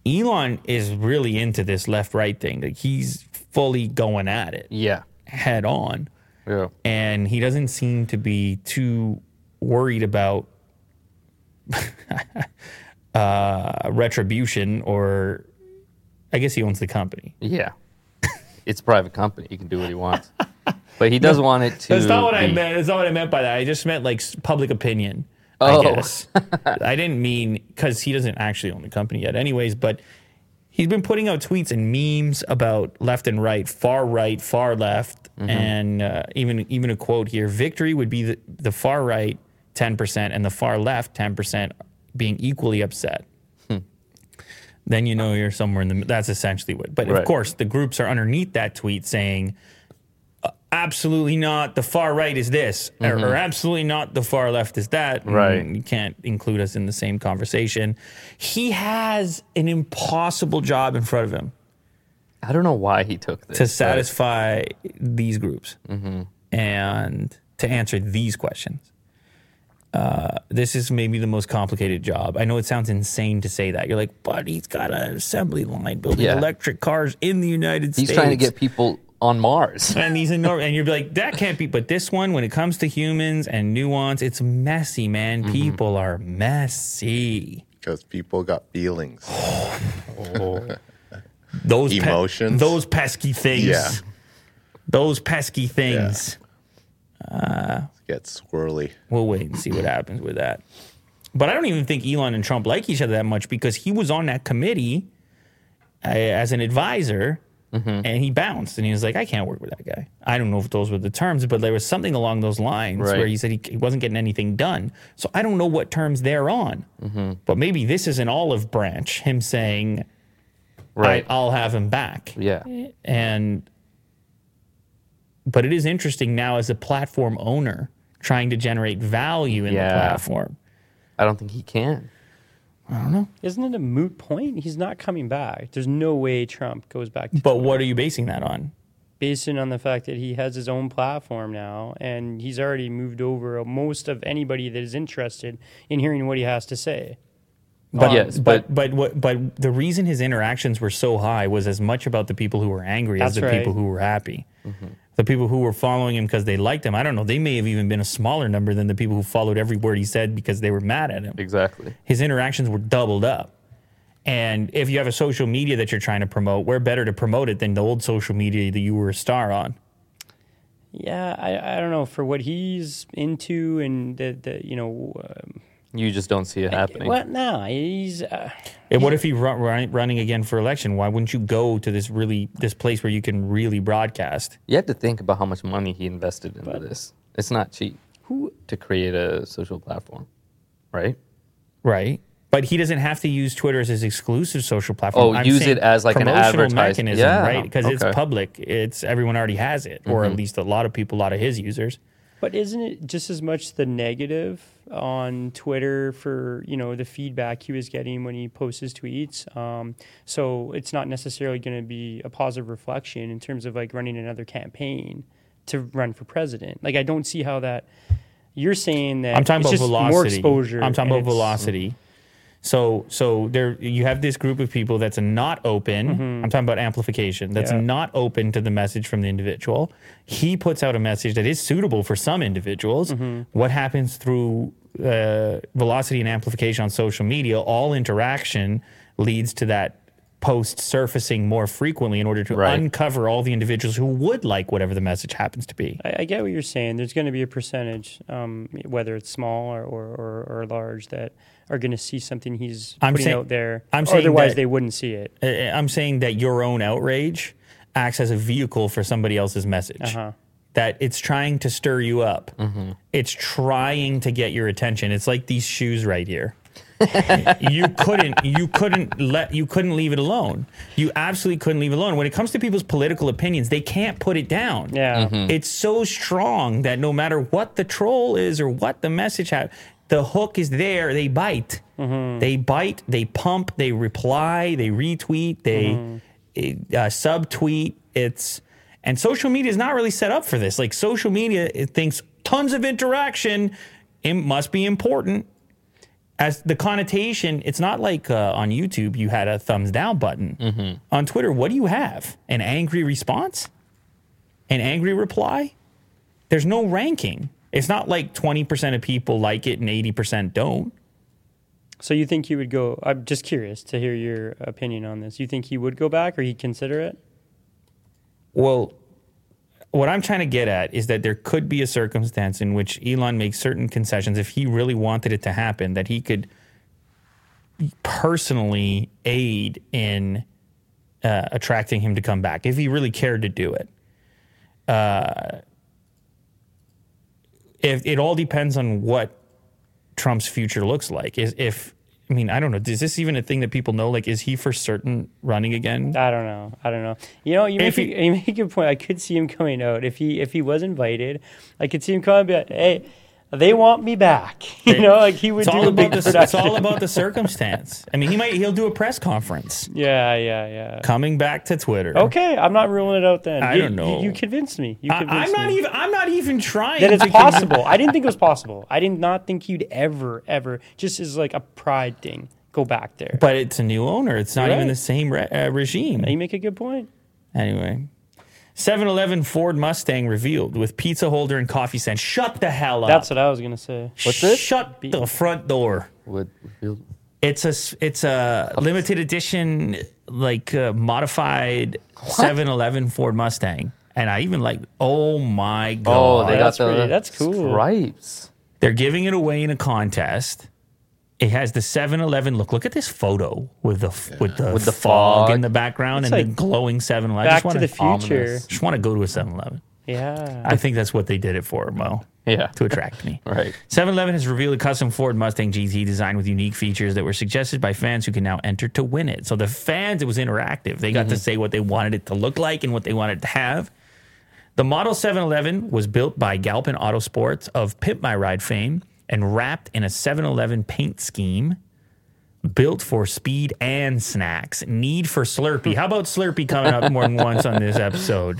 Elon is really into this left right thing. Like he's fully going at it
Yeah.
head on
Yeah.
and he doesn't seem to be too worried about uh, retribution or I guess he owns the company.
Yeah. it's a private company. He can do what he wants. But he does want it to
That's not what I
be-
meant. That's not what I meant by that. I just meant like s- public opinion.
Oh.
I guess I didn't mean because he doesn't actually own the company yet, anyways. But he's been putting out tweets and memes about left and right, far right, far left,
Mm-hmm.
and uh, even even a quote here: "Victory would be the, the far right ten percent and the far left ten percent being equally upset."
Hmm.
Then you know you're somewhere in the. mid- That's essentially what. But
Right.
of course, the groups are underneath that tweet saying. "Uh, Absolutely not. The far right is this, or- or, absolutely not. The far left is that.
Mm-hmm. Right.
Mm, you can't include us in the same conversation. He has an impossible job in front of him
I don't know why he took this.
to
but-
satisfy these groups
Mm-hmm.
and to answer these questions. Uh, this is maybe the most complicated job. I know it sounds insane to say that. You're like, but he's got an assembly line building
Yeah.
electric cars in the United
He's
States.
trying to get people on Mars.
and these enormous, and you'd be like, that can't be. But this one, when it comes to humans and nuance, it's messy, man.
Mm-hmm.
People are messy.
because people got feelings.
those pe-
Emotions.
those pesky things.
Yeah.
Those pesky things.
Get swirly.
We'll wait and see what happens with that. But I don't even think Elon and Trump like each other that much because he was on that committee uh, as an advisor
Mm-hmm.
and he bounced and he was like, I can't work with that guy. I don't know if those were the terms, but there was something along those lines
Right.
where he said he, he wasn't getting anything done. So I don't know what terms they're on,
Mm-hmm.
but maybe this is an olive branch, him saying,
Right.
I, I'll have him back.
yeah.
And but it is interesting now as a platform owner trying to generate value in
Yeah.
the platform.
I don't think he can.
Isn't it a moot point? He's not coming back. There's no way Trump goes back to
But what are you basing that on?
based on the fact that he has his own platform now and he's already moved over most of anybody that is interested in hearing what he has to say.
But,
Yes,
Um, but but what but the reason his interactions were so high was as much about the people who were angry as
That's
the
right.
people who were happy. The people who were following him because they liked him, I don't know, they may have even been a smaller number than the people who followed every word he said because they were mad at him.
Exactly.
his interactions were doubled up. And if you have a social media that you're trying to promote, where better to promote it than the old social media that you were a star on?
Yeah, I, I don't know for what he's into and the, the you know um,
You just don't see it happening.
what now he's uh,
And what if he run, run, running again for election? Why wouldn't you go to this really this place where you can really broadcast?
You have to think about how much money he invested into this. It's not cheap
who
to create a social platform, right?
Right. But he doesn't have to use Twitter as his exclusive social
Oh,
platform.
use
saying
it as like an
promotional
advertise-
mechanism,
Yeah,
right? Because it's
okay. Mm-hmm.
public. It's everyone already has it, or at least a lot of people, a lot of his users.
But isn't it just as much the negative on Twitter for you know the feedback he was getting when he posts his tweets? Um, so it's not necessarily going to be a positive reflection in terms of like running another campaign to run for president. Like I don't see how that. You're saying that
I'm talking
it's
about
just
velocity.
more exposure.
I'm talking
and
about
it's-
velocity. So so there you have this group of people that's not open. I'm talking about amplification. That's
Mm-hmm. Yeah.
not open to the message from the individual. He puts out a message that is suitable for some individuals.
Mm-hmm.
What happens through uh, velocity and amplification on social media? All interaction leads to that post surfacing more frequently in order to
Right.
uncover all the individuals who would like whatever the message happens to be.
I, I get what you're saying. There's going to be a percentage, um, whether it's small or, or, or, or large, that are going to see something he's
I'm
putting
saying-
out there.
I'm saying
Otherwise,
that-
they wouldn't see it.
I- I'm saying that your own outrage acts as a vehicle for somebody else's message. That it's trying to stir you up. It's trying to get your attention. It's like these shoes right here. you couldn't you couldn't let you couldn't leave it alone. You absolutely couldn't leave it alone. When it comes to people's political opinions, they can't put it down.
Yeah.
It's so strong that no matter what the troll is or what the message has, the hook is there. They bite. They bite. They pump. They reply. They retweet. They uh, subtweet. It's and social media is not really set up for this. Like social media, it thinks tons of interaction. It must be important as the connotation, it's not like uh, on YouTube you had a thumbs down button. On Twitter, what do you have? An angry response? An angry reply? There's no ranking. It's not like 20% of people like it and 80% don't.
So you think he would go? I'm just curious to hear your opinion on this. You think he would go back, or he'd consider it?
Well, what I'm trying to get at is that there could be a circumstance in which Elon makes certain concessions if he really wanted it to happen, that he could personally aid in uh, attracting him to come back if he really cared to do it. Uh, if it all depends on what Trump's future looks like. Is if I mean I don't know. Is this even a thing that people know? Like, is he for certain running again?
I don't know. I don't know. You know, you
If
make,
he-
a, you make a point. I could see him coming out if he if he was invited. I could see him coming. But hey, they want me back. You know, like he would
It's
do
all
a
about
big
the
production.
it's all about the circumstance. I mean, he might he'll do a press conference
Yeah, yeah, yeah.
coming back to Twitter.
Okay, I'm not ruling it out then.
I
You-
don't know.
You, you convinced me. You
I,
convinced
I'm not
me.
even I'm not even trying.
that it's
to convince-
possible. I didn't think it was possible. I did not think you'd ever, ever, just as like a pride thing, go back there.
but it's a new owner. It's not
You're
even
right.
the same re- uh, regime.
you make a good point.
Anyway, 7-Eleven Ford Mustang revealed with pizza holder and coffee stand. Shut the hell up.
That's what I was gonna say.
What's
this?
Shut the front door.
Would reveal-
It's a s- it's a limited edition like uh, modified 7-Eleven Ford Mustang. And I even like, oh my
Oh,
god!
they
that's
got the
pretty- that's cool.
stripes.
They're giving it away in a contest. It has the 7-Eleven look. Look at this photo with the f with the
With the
fog,
fog.
in the background
It's
and
like
the glowing 7-Eleven. I
Back
just
to
wanna-
the Future.
ominous.
just want to go to a 7-Eleven.
Yeah.
I think that's what they did it for, Mo,
Yeah.
to attract me.
Right.
7-Eleven has revealed a custom Ford Mustang GT design with unique features that were suggested by fans who can now enter to win it. So the fans, it was interactive. They got
Mm-hmm.
to say what they wanted it to look like and what they wanted it to have. The Model 711 was built by Galpin Auto Sports of Pimp My Ride fame and wrapped in a 711 paint scheme built for speed and snacks. Need for Slurpee. How about Slurpee coming up more than once on this episode?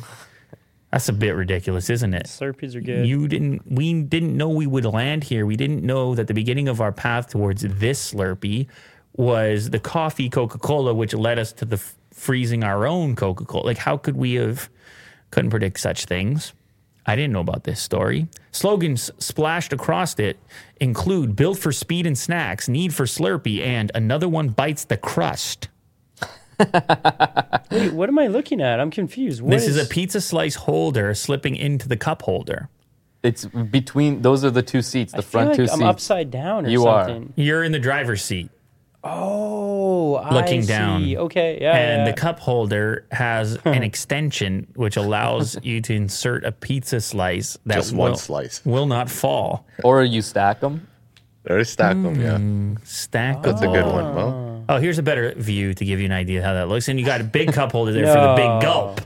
That's a bit ridiculous, isn't it?
Slurpees are good.
You didn't. We didn't know we would land here. We didn't know that the beginning of our path towards this Slurpee was the coffee Coca Cola, which led us to the f- freezing our own Coca Cola. Like, how could we have? Couldn't predict such things. I didn't know about this story. Slogans splashed across it include "Built for Speed and Snacks," "Need for Slurpee," and "Another One Bites the Crust."
Wait, what am I looking at? I'm confused. What
This is a pizza slice holder slipping into the cup holder.
It's between those are the two seats, the
I feel
front
like
two
I'm
seats.
upside down or
You are.
something.
You're in the driver's seat.
Oh, I
Looking
see.
down.
Okay, yeah.
and
yeah.
the cup holder has an extension which allows you to insert a pizza slice that
Just one
will,
slice.
will not fall.
Or you stack them.
Or stack them,
Hmm.
yeah.
Stack
That's a
them
good
all.
one, Mo.
Oh, here's a better view to give you an idea how that looks. And you got a big cup holder there for the big
No.
gulp.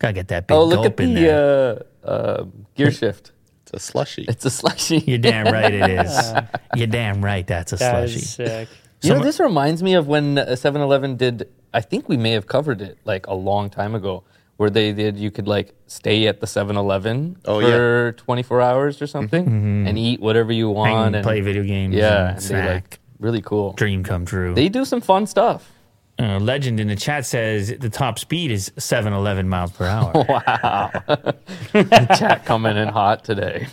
Gotta get that big
Oh, look
gulp
at
in there.
the uh, uh, gear shift.
Ah.
It's a slushy.
It's a slushy.
You're damn right it is. You're damn right that's a
That
slushy.
is sick.
You know, this reminds me of when 7 Eleven did, I think we may have covered it like a long time ago, where they did, you could like stay at the 7 Eleven
Oh, yeah.
for 24 hours or something and eat whatever you want
and play video games.
Yeah,
and
and they,
snack.
like, really cool.
Dream come true.
They do some fun stuff.
Uh, legend in the chat says the top speed is 711 miles per hour.
Chat coming in hot today.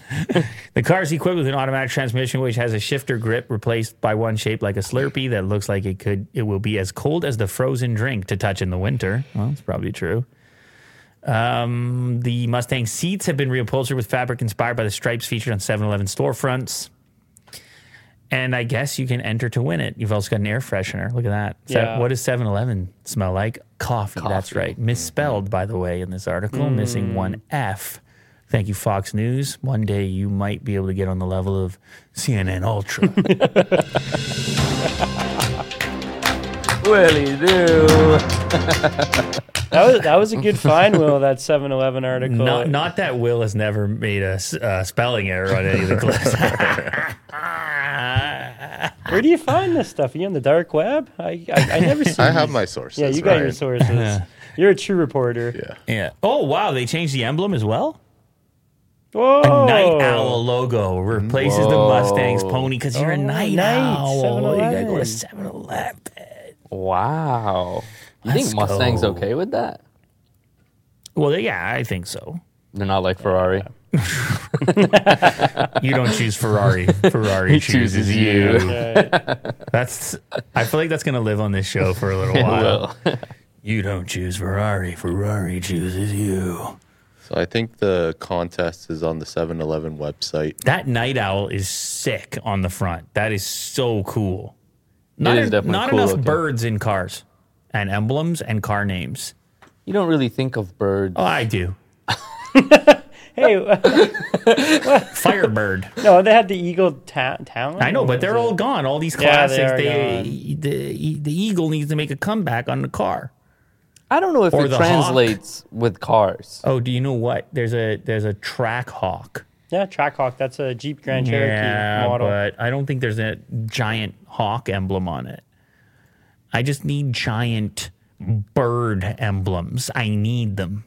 The car is equipped with an automatic transmission, which has a shifter grip replaced by one shaped like a Slurpee that looks like it could it will be as cold as the frozen drink to touch in the winter. Well, that's probably true. Um, the Mustang seats have been reupholstered with fabric inspired by the stripes featured on 7-Eleven storefronts. And I guess you can enter to win it. You've also got an air freshener. Look at that. Se-
Yeah.
What does 7-Eleven smell like? Coffee. That's right. Misspelled, by the way, in this article.
Mm.
Missing one F. Thank you, Fox News. One day you might be able to get on the level of CNN Ultra.
Willie do.
That was that was a good find, Will. That 7-Eleven article.
not, not that Will has never made a s- uh, spelling error on any of the clips.
Where do you find this stuff? Are you on the dark web? I I, I never see.
I have my sources.
Yeah, you got your
Ryan.
sources. You're a true reporter.
Yeah.
yeah. Oh wow, they changed the emblem as well.
Whoa.
A night owl logo replaces
Oh. Whoa.
the Mustang's pony because you're a
Oh,
night,
night,
owl. You gotta go to
7-Eleven.
7-Eleven.
Wow. You
Let's
think Mustang's
go.
okay with that?
Well, yeah, I think so.
They're not like Ferrari.
You don't choose Ferrari. Ferrari chooses,
chooses
you.
you.
Right.
That's. I feel like that's gonna live on this show for a little while. You don't choose Ferrari. Ferrari chooses you.
So I think the contest is on the 7 Eleven website.
That night owl is sick on the front. That is so cool. Not,
is definitely
not
cool
enough
looking.
birds in cars and emblems and car names.
You don't really think of birds.
Oh, I do.
hey, uh,
Firebird.
no, they had the Eagle ta- Talent.
I know, but they're all gone. All these classics.
Yeah, they are
they, the, e, the eagle needs to make a comeback on the car.
I don't know if
Or
it
the Hawk.
translates with cars.
Oh, do you know what? There's a there's a track hawk.
Yeah, Trackhawk. That's a Jeep Grand Cherokee
yeah,
model.
but I don't think there's a giant hawk emblem on it. I just need giant bird emblems. I need them.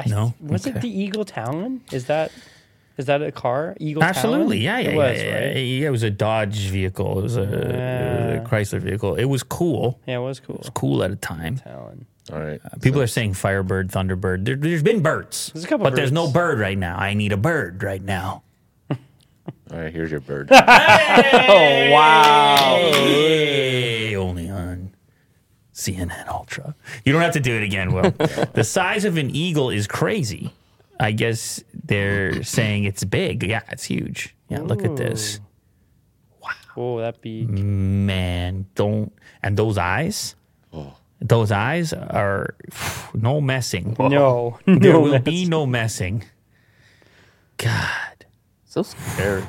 I-
no?
Was
Okay.
it the Eagle Talon? Is that is that a car? Eagle
Absolutely, yeah,
Talon?
yeah,
It
yeah,
was,
yeah,
right?
yeah. It was a Dodge vehicle. It was a, it was a Chrysler vehicle. It was cool,
Yeah, it was cool.
cool at a time.
Talon.
All right.
People are saying Firebird, Thunderbird. There, there's been birds,
There's a couple
but there's
birds.
no bird right now. I need a bird right now.
All right, here's your bird.
Oh, wow.
Hey, only on CNN Ultra. You don't have to do it again, Will. the size of an eagle is crazy. I guess they're saying it's big. Yeah, it's huge. Yeah, look at this.
Oh, that be
Mm. man, don't. And those eyes,
Oh.
those eyes are no messing.
no,
there
no.
will
that's-
be no messing. God,
So scary.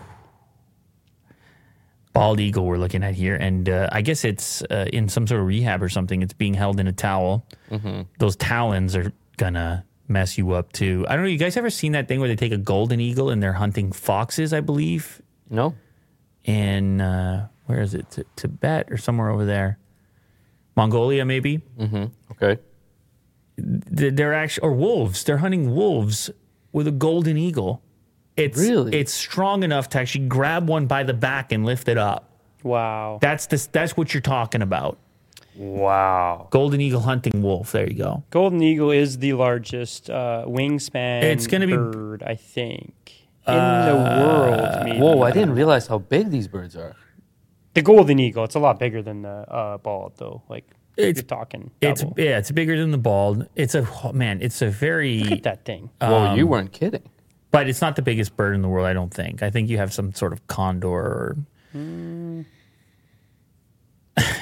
bald eagle we're looking at here, and uh, I guess it's uh, in some sort of rehab or something. It's being held in a towel. Those talons are gonna mess you up too. I don't know. You guys ever seen that thing where they take a golden eagle and they're hunting foxes? I believe
No.
in uh, where is it T- Tibet or somewhere over there, Mongolia maybe.
Okay.
Th- They're actually or wolves. They're hunting wolves with a golden eagle. It's
Really?
it's strong enough to actually grab one by the back and lift it up.
wow.
That's this. That's what you're talking about.
Wow.
Golden eagle hunting wolf. There you go.
Golden eagle is the largest uh, wingspan.
It's gonna be- Uh,
bird, I think, in the world. Maybe.
Whoa, I didn't realize how big these birds are.
The golden eagle. It's a lot bigger than the uh, bald, though. Like
It's-
you're talking.
It's
double.
yeah. It's bigger than the bald. It's a oh, man. It's a
Look at
very.
that thing.
Whoa,
Um,
you weren't kidding.
But it's not the biggest bird in the world. I don't think. I think you have some sort of condor. or...
Mm.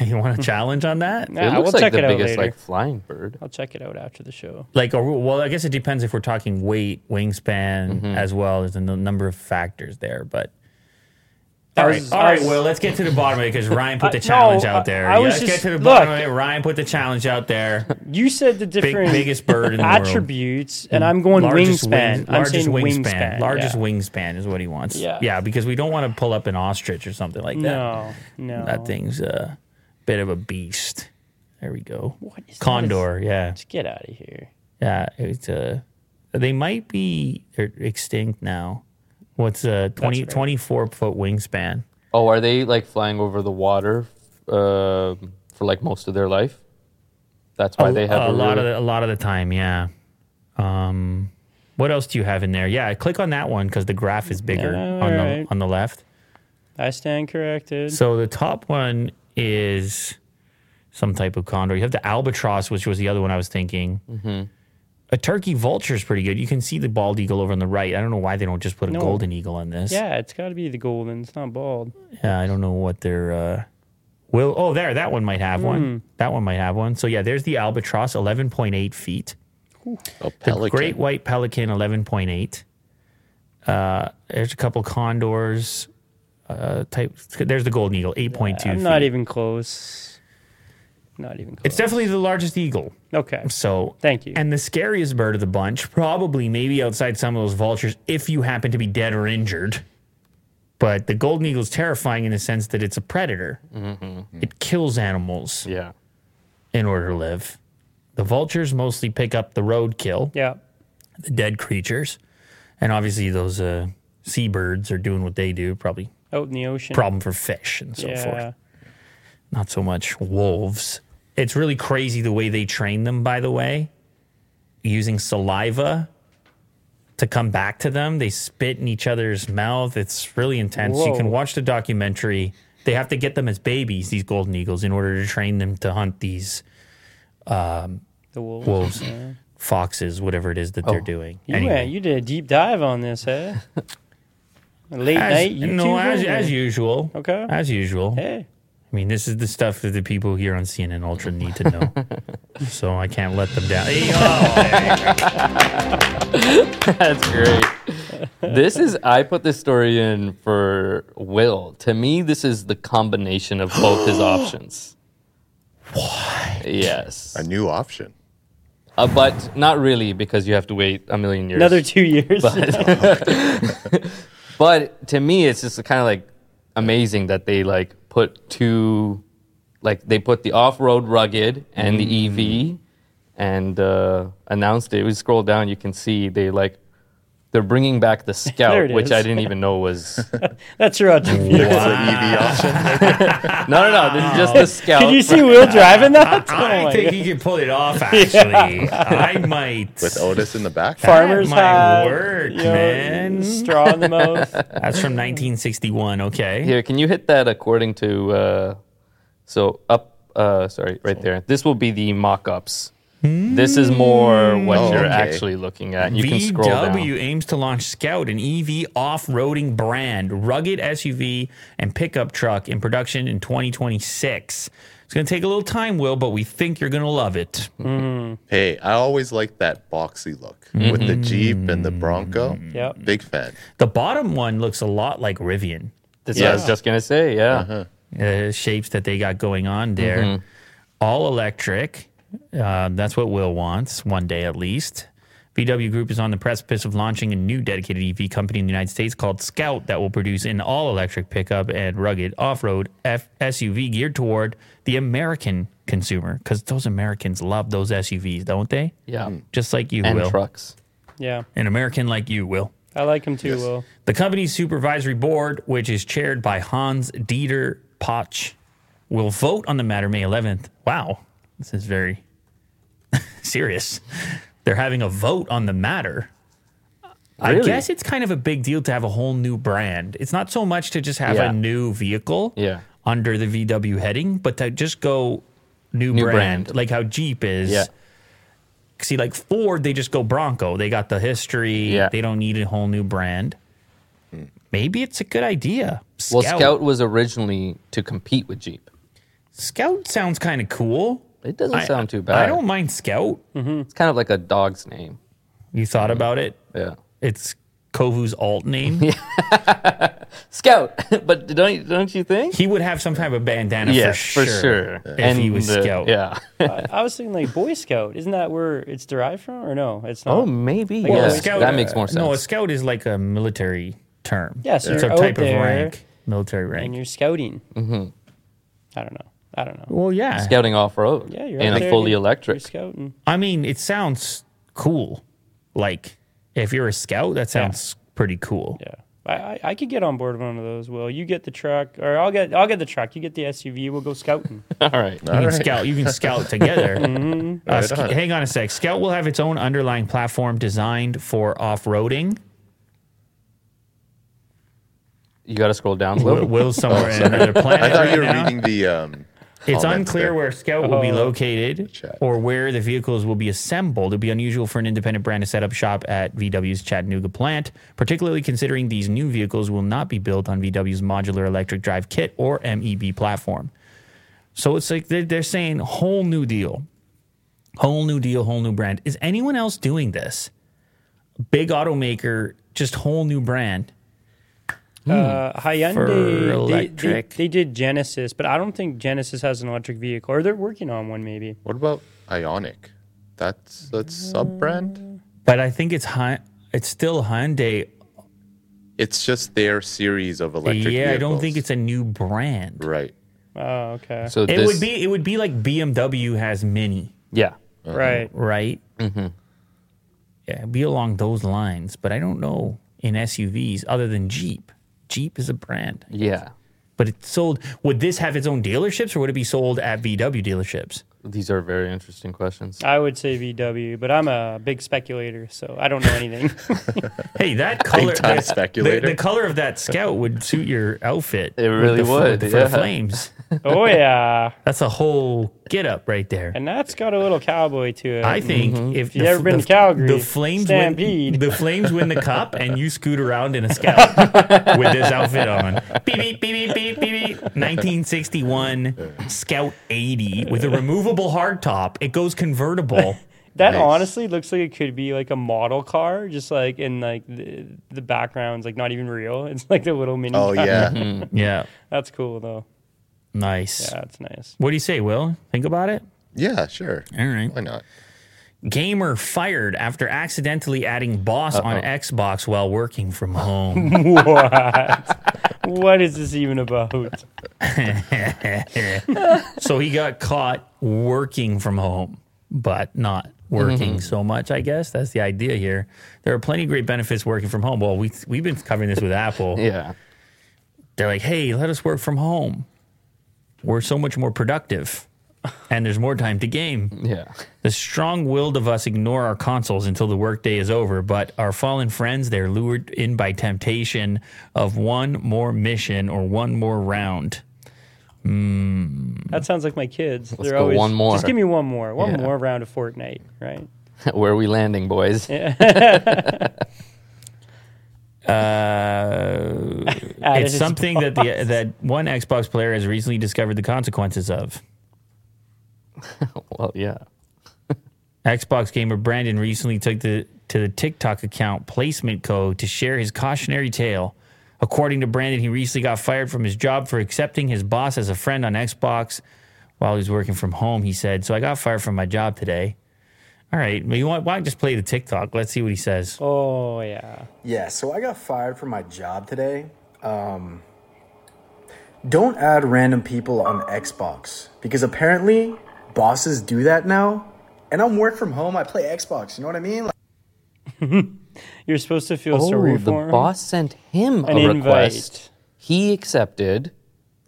you want a challenge on that?
Nah,
it looks
we'll
like
check
the
it out
biggest
later.
like flying bird.
I'll check it out after the show.
like or, well i guess it depends if we're talking weight wingspan
Mm-hmm.
as well there's a n- number of factors there but
That
all right,
was-
all
that
right.
was-
Well, let's get to the bottom of it because Ryan put the
I- no,
challenge
I-
out there.
I was
let's
just-
get to the bottom
look.
of it. Ryan put the challenge out there.
You said the
Big,
different
biggest bird in the world.
attributes, and I'm going
Largest
wingspan.
wings-
I'm saying wingspan.
Largest
yeah.
wingspan is what he wants.
Yeah.
Yeah, because we don't want to pull up an ostrich or something like that.
No, no.
That thing's a bit of a beast. There we go. What
is that?
Condor. Yeah.
Just get out of here.
Yeah, it's uh they might be they're extinct now. What's a 20,
right.
24 foot wingspan?
Oh, are they like flying over the water uh, for like most of their life? That's why Oh, they have
a,
a,
lot of
really-
the, a lot of the time, yeah. Um what else do you have in there? Yeah, click on that one cuz the graph is bigger
Yeah,
on the
alright.
on the left.
I stand corrected.
So the top one is some type of condor. You have the albatross, which was the other one I was thinking. A turkey vulture is pretty good. You can see the bald eagle over on the right. I don't know why they don't just put a
No.
golden eagle on this.
yeah, it's got to be the golden. It's not bald.
Yeah, I don't know what their uh, will. Oh, there, that one might have one.
Hmm.
That one might have one. So yeah, there's the albatross, eleven point eight feet.
A
The
pelican.
great white pelican, eleven point eight. Uh, there's a couple condors. Uh, type. There's the golden eagle, eight point two.
I'm not even close. Not even close.
It's definitely the largest eagle.
okay.
So
Thank you.
And the scariest bird of the bunch, probably maybe outside some of those vultures, if you happen to be dead or injured. But the golden eagle is terrifying in the sense that it's a predator.
Mm-hmm.
It kills animals
yeah.
in order to live. The vultures mostly pick up the roadkill,
Yeah.
the dead creatures, and obviously those uh, seabirds are doing what they do. Probably
Out Oh, in the ocean.
problem for fish and so
yeah.
forth not so much wolves. It's really crazy the way they train them, by the way, using saliva to come back to them. They spit in each other's mouth. It's really intense. You can
Whoa.
watch the documentary. They have to get them as babies, these golden eagles, in order to train them to hunt these
The wolves.
wolves, foxes, whatever it is that they're doing.
Oh. You
Anyway.
went. You did a deep dive on this, huh? Late
as,
night.
no,
YouTube
as,
video?
as usual.
Okay.
As usual.
Hey.
I mean, this is the stuff that the people here on CNN Ultra need to know. so I can't let them down. Hey, oh,
That's great. this is I put this story in for Will. To me, this is the combination of both his options. What? Yes.
A new option.
Uh, but not really because you have to wait a million years.
Another two years.
But to me, it's just kind of like amazing that they like put two, like they put the off-road rugged and the EV, and uh, announced it. We scroll down, you can see they like they're bringing back the
There
Scout,
it
which
is.
I didn't even know was.
That's your attribute.
It's an EV E option.
no, no, no. This is just the Scout.
Did you see Will driving that? Oh
I
my
think
God.
you can pull it off, actually. I might.
With Otis in the back.
Farmers
my
hat,
word,
you know,
man.
Straw in the mouth.
That's from 1961. Okay.
Here, can you hit that according to? Uh, so up, uh, sorry, right there. This will be the mock-ups. This is more
Hmm.
what
Oh,
you're
okay.
actually looking at. You can scroll
VW
down.
aims to launch Scout, an EV off-roading brand, rugged SUV and pickup truck in production in 2026. It's going to take a little time, Will, but we think you're going to love it.
Hey, I always like that boxy look with the Jeep and the Bronco.
Yep.
Big fan.
The bottom one looks a lot like Rivian.
That's what I was
Yeah.
just gonna say. Yeah.
uh, shapes that they got going on there.
Mm-hmm.
All electric. Um, that's what Will wants one day at least. VW Group is on the precipice of launching a new dedicated EV company in the United States called Scout that will produce an all electric pickup and rugged off road F- SUV geared toward the American consumer because those Americans love those SUVs, don't they?
Yeah.
Just like you,
And
Will.
trucks.
Yeah.
An American like you, Will.
I like him too, Will.
The company's supervisory board, which is chaired by Hans Dieter Potsch, will vote on the matter May 11th. Wow, this is very serious. They're having a vote on the matter. I
Really?
guess it's kind of a big deal to have a whole new brand. It's not so much to just have
Yeah.
a new vehicle
Yeah.
under the VW heading, but to just go new,
New
brand,
brand.
like how Jeep is.
Yeah.
See, like Ford, they just go Bronco. They got the history.
Yeah.
They don't need a whole new brand. Maybe it's a good idea.
Well, Scout was originally to compete with Jeep.
Scout sounds kind of cool.
It doesn't
I-
sound too bad.
I don't mind Scout.
It's kind of like a dog's name.
You thought about it?
Yeah.
It's Kovu's alt name.
Scout, but don't don't you think?
He would have some type of bandana for sure. If
And
he was
the-
Scout.
Yeah.
I, I was thinking like Boy Scout. Isn't that where it's derived from? Or no, it's not.
Oh, maybe.
Well,
yeah.
a Scout-
that makes more sense.
uh, No, a scout is like a military term.
Yeah, so
it's
you're
a type of
out there
rank, military
and
rank.
you're scouting. Mm-hmm. I don't know. I don't know.
Well, yeah.
Scouting off road.
Yeah, you're
and
out
a
there,
fully
you're- You're
electric.
scouting.
I mean, it sounds cool. Like if you're a scout, that sounds pretty cool.
Yeah, I, I I could get on board with one of those. Will you get the truck, or I'll get I'll get the truck. You get the SUV. We'll go scouting.
All right.
You can
All right. Mm-hmm.
scout. You can scout together. Uh,
Right
sc-
on.
hang on a sec. Scout will have its own underlying platform designed for off-roading.
You got to scroll down.
Will,
Will.
Will's somewhere in another planet.
Oh, I thought
right
you were
now.
reading the. Um,
It's
comments
unclear
there.
where Scout will be
Oh.
located
Chat.
or where the vehicles will be assembled. It'd be unusual for an independent brand to set up shop at VW's Chattanooga plant, particularly considering these new vehicles will not be built on VW's modular electric drive kit or MEB platform. So it's like they're, they're saying whole new deal, whole new deal, whole new brand. Is anyone else doing this? Big automaker, just whole new brand.
uh,
Hmm.
Hyundai
For
they- they-
electric.
They, did Genesis, but I don't think Genesis has an electric vehicle, or they're working on one maybe.
what about Ionic? That's that's sub brand.
But I think it's high. It's still Hyundai.
It's just their series of electric.
yeah, I don't
vehicles.
think it's a new brand.
right.
Oh, okay,
So
It
this,
would be it would be like BMW has Mini,
Yeah.
right.
right? Mm-hmm. Yeah, it'd be along those lines, but I don't know in SUVs other than Jeep. Jeep is a brand,
Yeah.
but it's sold. Would this have its own dealerships, or would it be sold at VW dealerships?
These are very interesting questions.
I would say VW, but I'm a big speculator, so I don't know anything.
Hey, that color,
time
the-
speculator.
The, the color of that Scout would suit your outfit.
It
with
really
the fl-
would,
for the
yeah.
flames.
oh yeah,
That's a whole get up right there.
and that's got a little cowboy to it.
I think if
you've
the-
Mm-hmm. ever been
the-
to Calgary,
the Flames win,
Stampede.
the Flames win the cup, and you scoot around in a scout with this outfit on. Beep beep beep beep beep beep. beep. 1961 Scout 80 with a removable hardtop. It goes convertible.
That
Nice.
honestly looks like it could be like a model car, just like in like the, the background's like not even real. It's like the little mini.
Oh
car.
yeah.
Yeah,
that's cool though.
nice.
Yeah, that's nice.
What do you say, Will? Think about it.
yeah. Sure.
All right.
Why not?
Gamer fired after accidentally adding boss on Xbox while working from home.
What is this even about?
So he got caught working from home, but not working so much. I guess that's the idea here. There are plenty of great benefits working from home. Well, we we've been covering this with Apple.
Yeah.
They're like, hey, let us work from home. We're so much more productive, and there's more time to game.
Yeah.
The strong-willed of us ignore our consoles until the workday is over, but our fallen friends they're lured in by temptation of one more mission or one more round.
That sounds like my kids. They're
go
always
one more.
Just give me one more, one
Yeah.
more round of Fortnite, right?
Where are we landing, boys?
Uh,
Out of
it's
his
something that the that one Xbox player has recently discovered the consequences of.
Well, yeah.
Xbox gamer Brandon recently took the to the TikTok account placement code to share his cautionary tale. According to Brandon, he recently got fired from his job for accepting his boss as a friend on Xbox while he was working from home. He said, "So I got fired from my job today." All right, well, you want why not just play the TikTok? Let's see what he says.
Oh yeah.
Yeah, so I got fired from my job today. Um, don't add random people on Xbox because apparently bosses do that now. And I'm work from home. I play Xbox. You know what I mean? Like,
You're supposed to feel
Oh,
sorry
the
for him.
boss sent him
An
a
invite.
request. He accepted.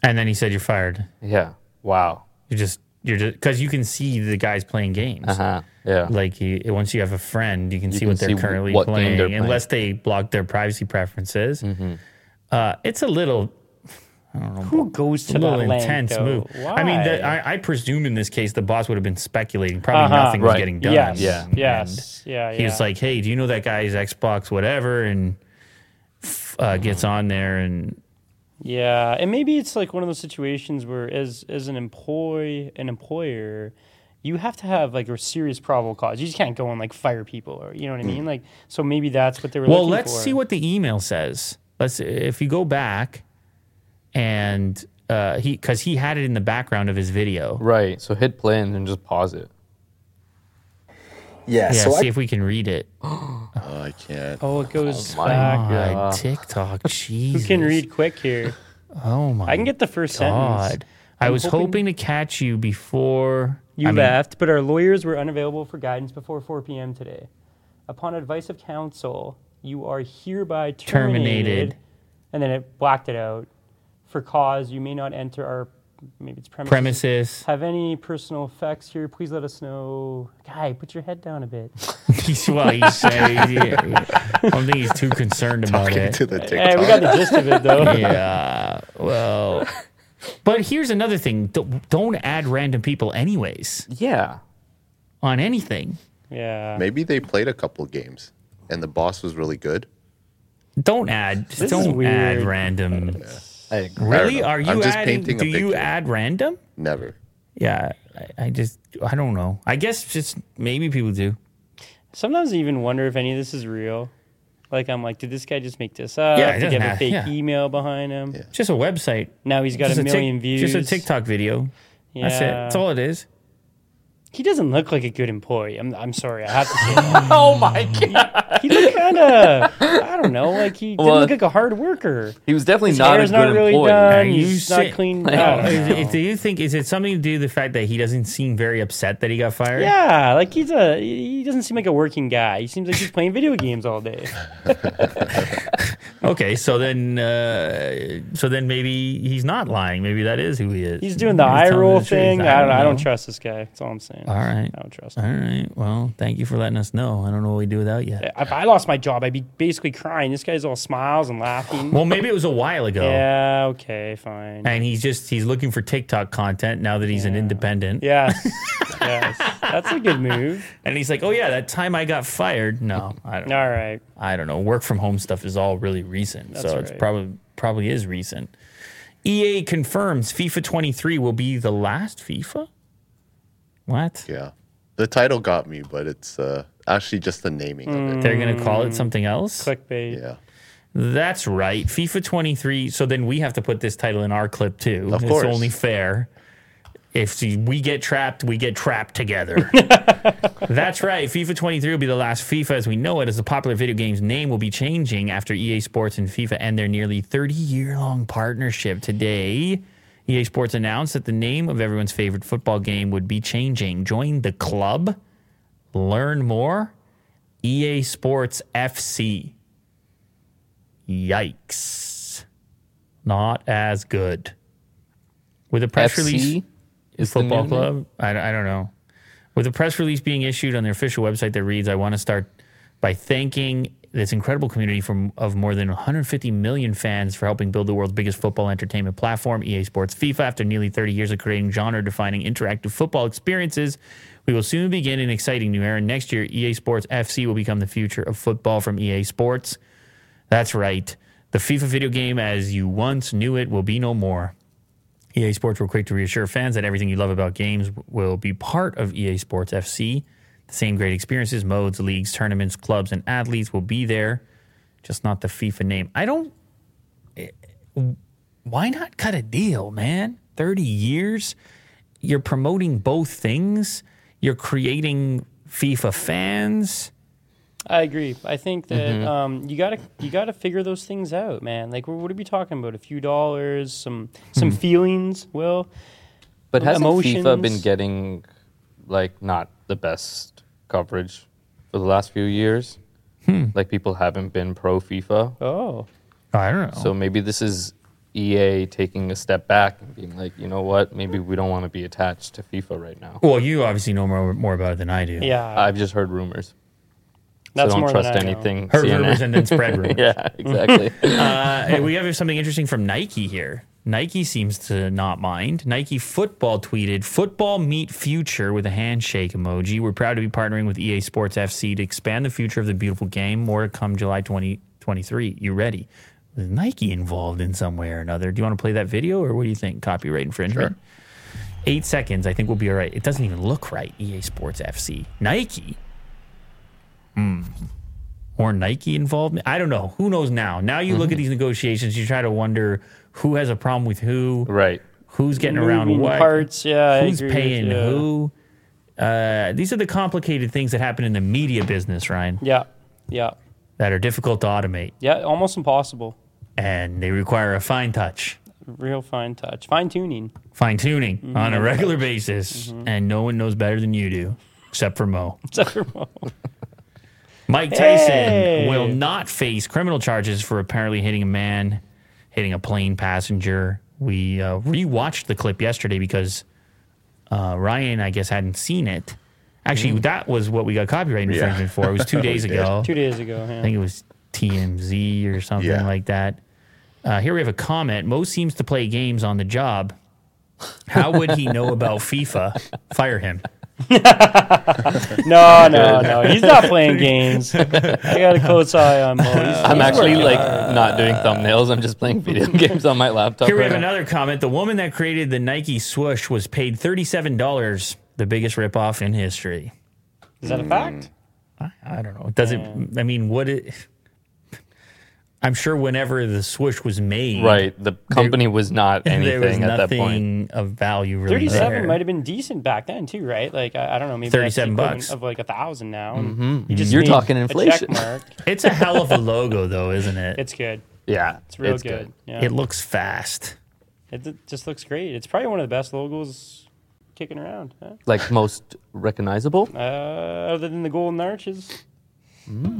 And then he said, "You're fired.
Yeah. Wow.
You're just you're just because you can see the guys playing games."
Uh-huh. Yeah.
like he, once you have a friend, you can see
can
what they're
see
currently
what game
playing,
they're playing. Mm-hmm.
unless they block their privacy preferences. Uh, it's a little,
Who goes
a
to
little
that length,
intense
though?
move.
Why?
I mean, the, I, I presume in this case the boss would have been speculating. Probably
Uh-huh.
nothing was
Right.
getting done.
yes,
Yeah.
yes, yeah, yeah.
He's like, "Hey, do you know that guy's Xbox, whatever?" And f- uh, gets on there and
Yeah, and maybe it's like one of those situations where, as as an employee, an employer, you have to have like a serious probable cause. You just can't go and like fire people, or you know
Hmm.
what I mean. Like, so maybe that's what they were.
well,
looking
let's
for.
see what the email says. Let's if you go back and uh, he because he had it in the background of his video.
right. So hit play and then just pause it.
Yeah,
yeah, so
see
I
if we can read it.
Oh, I can't.
Oh, it goes
my
God,
back.
Yeah.
TikTok, Jesus.
Who can read quick here?
Oh my
I can get the first sentence.
God. I
I'm
was hoping,
hoping-
to catch you before
You
I mean,
left, but our lawyers were unavailable for guidance before 4 p.m. today. Upon advice of counsel, you are hereby terminated.
Terminated.
And then it blacked it out. For cause, you may not enter our maybe it's premises.
premises.
Have any personal effects here? Please let us know. Guy, put your head down a bit.
He's, well, he's, uh, yeah. I don't think he's too concerned about
Get
it.
to the
hey,
TikTok.
we got the gist of it though.
Yeah. Well. But here's another thing. Don't don't add random people, anyways,
Yeah.
on anything.
Yeah.
Maybe they played a couple games and the boss was really good.
Don't add.
is
don't add
weird.
random.
I agree.
Really?
know.
Are you
I'm just
adding?
painting a
Do you
picture.
add random?
Never.
Yeah, I, I just I don't know. I guess just maybe people do.
Sometimes I even wonder if any of this is real. Like I'm like, did this guy just make this up?
Yeah, it
did he
doesn't
have a
have-
fake
yeah.
email behind him?
Yeah.
Just a website.
Now he's got
just
a
tic-
million views.
Just a TikTok video.
Yeah.
That's it. That's all it is.
He doesn't look like a good employee. I'm, I'm sorry, I have to say. that. oh my god, he, looked kind of. I don't know, like he didn't
Well,
look like a hard worker.
He was definitely
His
not a
hair's
good
not really
employee.
Are
done.
you
He's
sick?
not clean.
Like,
I don't
Is
know.
it- do you think is it something to do with the fact that he doesn't seem very upset that he got fired?
yeah, like he's a. He doesn't seem like a working guy. He seems like he's playing video games all day.
Okay, so then uh, so then maybe he's not lying. Maybe that is who he is.
He's doing the
Maybe
eye
telling
roll
the truth.
thing. I don't. I don't
know.
trust this guy. That's all I'm saying.
All right.
I don't trust
All
him.
right. Well, thank you for letting us know. I don't know what we do without you.
If I lost my job, I'd be basically crying. This guy's all smiles and laughing.
Well, maybe it was a while ago.
Yeah. Okay. Fine.
And he's just he's looking for TikTok content now that he's an independent.
Yes. yes. That's a good move.
And he's like, "Oh yeah, that time I got fired." No, I don't.
All right.
I don't know. Work from home stuff is all really recent, so it's
right.
probably probably is recent. EA confirms FIFA 23 will be the last FIFA. What?
Yeah. The title got me, but it's uh, actually just the naming
Mm.
of it.
They're gonna call it something else.
Clickbait.
Yeah.
That's right. FIFA 23. So then we have to put this title in our clip too.
Of
It's
course.
only fair. If we get trapped, we get trapped together. That's right. FIFA 23 will be the last FIFA as we know it, as the popular video game's name will be changing after EA Sports and FIFA end their nearly 30 year long partnership today. EA Sports announced that the name of everyone's favorite football game would be changing. Join the club, learn more. EA E Sports FC. Yikes. Not as good. With a press release
FC is the
football
new name?
club? I, I don't know. With a press release being issued on their official website that reads, I want to start by thanking this incredible community from, of more than 150 million fans for helping build the world's biggest football entertainment platform, EA Sports FIFA. After nearly 30 years of creating genre defining interactive football experiences, we will soon begin an exciting new era. Next year, EA Sports FC will become the future of football from EA Sports. That's right. The FIFA video game as you once knew it will be no more. EA E Sports were quick to reassure fans that everything you love about games will be part of EA Sports FC. The same great experiences, modes, leagues, tournaments, clubs, and athletes will be there, just not the FIFA name. I don't. eh, Why not cut a deal, man? 30 years? You're promoting both things, you're creating FIFA fans.
I agree. I think that
Mm-hmm.
um, you gotta you gotta figure those things out, man. Like, what are we talking about? A few dollars, some
Mm-hmm.
some feelings. Well,
But hasn't FIFA been
Emotions.
getting like not the best coverage for the last few years? Like people haven't been pro FIFA.
oh,
I don't know.
So maybe this is EA taking a step back and being like, you know what? Maybe we don't want to be attached to FIFA right now.
well, you obviously know more, more about it than I do.
yeah,
I've just heard rumors.
that's
so don't
more
trust
than I know.
anything.
Heard
CNN.
rumors and then spread rumors.
yeah, exactly.
Uh, hey, we have something interesting from Nike here. Nike seems to not mind. Nike football tweeted, "Football meet future" with a handshake emoji. We're proud to be partnering with EA Sports FC to expand the future of the beautiful game. More to come July 2023. you ready? With Nike involved in some way or another. Do you want to play that video, or what do you think? Copyright infringement. Eight seconds. I think we'll be all right. It doesn't even look right. EA Sports FC. Nike
Hmm.
more Nike involvement. I don't know. Who knows now? Now you
Mm-hmm.
look at these negotiations, you try to wonder who has a problem with who,
right.
who's getting around
Moving
what,
parts, yeah, I
who's
agree with
paying
you.
who. Uh, these are the complicated things that happen in the media business, Ryan,
Yeah, yeah,
that are difficult to automate
yeah. Almost impossible.
and they require a fine touch,
Real fine touch, fine tuning.
fine tuning
Mm-hmm.
on a regular basis, and no one knows better than you do, except for Mo.
Except for Mo.
Mike Tyson
Hey!
will not face criminal charges for apparently hitting a man, hitting a plane passenger. We uh, rewatched the clip yesterday because uh, Ryan, I guess, hadn't seen it. Actually,
Mm-hmm.
that was what we got copyright infringement for. It was two days ago.
Two days ago, yeah.
I think it was TMZ or something
Yeah.
like that. Uh, here we have a comment. Mo seems to play games on the job. How would he know about FIFA? Fire him.
No, no, no. He's not playing games. I got a close eye on Mo. He's-
I'm actually like not doing thumbnails. I'm just playing video games on my laptop.
Here we
right
have
now.
another comment. The woman that created the Nike swoosh was paid thirty-seven dollars, the biggest ripoff in history.
Is that a
Mm.
fact?
I, I don't know. It Doesn't I mean what it? I'm sure whenever the swoosh was made,
Right. The company was not
there was
anything at that point.
nothing of value really. there.
Thirty-seven might have been decent back then too, right? Like I, I don't know, maybe that's the
37
equivalent
bucks.
of like a thousand now. and You just
You're
made
talking
a
inflation.
check mark.
It's a hell of a logo, though, isn't it?
It's good.
Yeah.
It's real good. Yeah,
It looks fast.
it, it just looks great. It's probably one of the best logos kicking around, huh?
Like most recognizable.
uh, other than the golden arches.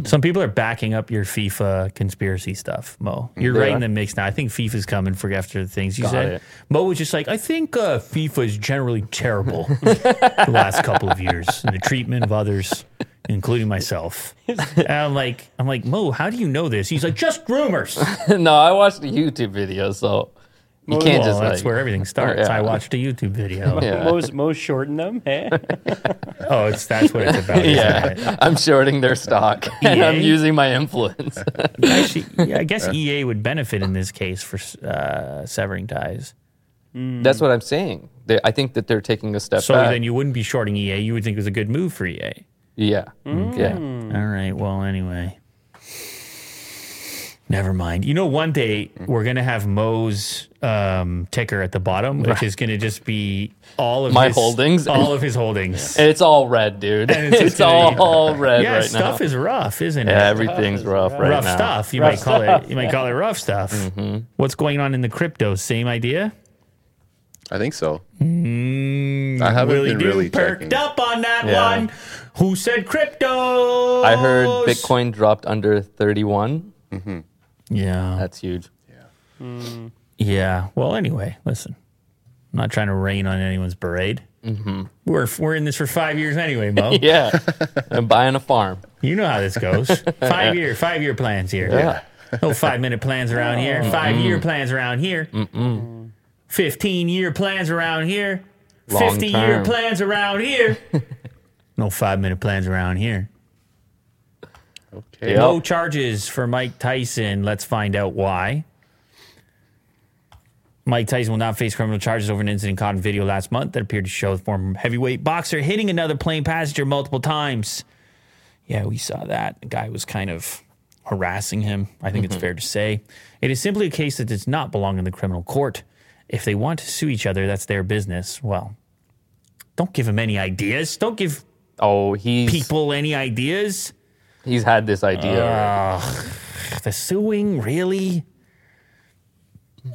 Some people are backing up your FIFA conspiracy stuff, Mo. You're
They
right
are.
in the mix now. I think FIFA's coming for after the things you
Got
said.
it.
Mo was just like, I think uh, FIFA is generally terrible the last couple of years in the treatment of others, including myself. And I'm like, I'm like, Mo, how do you know this? He's like, just rumors.
no, I watched a YouTube video, so you can't
well,
just
that's
like
where everything starts.
Yeah.
I watched a YouTube video.
Yeah.
Mo's, Mo's shorting them. eh?
Oh, it's that's what it's about. isn't it?
yeah, I'm shorting their stock and I'm
EA?
using my influence.
Actually, yeah, I guess EA would benefit in this case for uh, severing ties.
That's what I'm saying. They, I think that they're taking a step
Hmm. So
back.
then you wouldn't be shorting EA. You would think it was a good move for EA.
yeah,
Hmm.
Mm, yeah.
All right. Well, anyway. Never mind. You know, one day we're gonna have Mo's um, ticker at the bottom, which is gonna just be all of
My
his,
holdings?
all of his holdings.
And it's all red, dude.
And it's just
It's,
gonna be-
all red
yeah,
right
stuff
now.
is rough, isn't it?
yeah, everything's rough Mm-hmm. right
rough
now.
stuff. You
Rough
might call it. You might call it rough stuff. What's going on in the crypto? Same idea.
I think so. I haven't
Willie
been
Doo
really
Mm. perked
checking.
up on that
Yeah.
one. Who said crypto?
I heard Bitcoin dropped under 31.
Yeah.
That's huge.
Yeah. Well, anyway, listen. I'm not trying to rain on anyone's parade. We're we're in this for five years anyway, Mo.
Mm-hmm. Yeah, I'm buying a farm.
You know how this goes. Five year, five year plans here.
Yeah.
No five minute plans around here. Five year plans around here. Fifteen year plans around here.
Long
Fifty year
term.
plans around here. no five minute plans around here.
Okay.
Yeah.
No charges for Mike Tyson. Let's find out why. Mike Tyson will not face criminal charges over an incident caught in video last month that appeared to show the former heavyweight boxer hitting another plane passenger multiple times. Yeah, we saw that. The guy was kind of harassing him. I think it's fair to say. It is simply a case that does not belong in the criminal court. If they want to sue each other, that's their business. Well, don't give him any ideas. Don't give
Oh, he's
people any ideas.
he's had this idea.
the suing really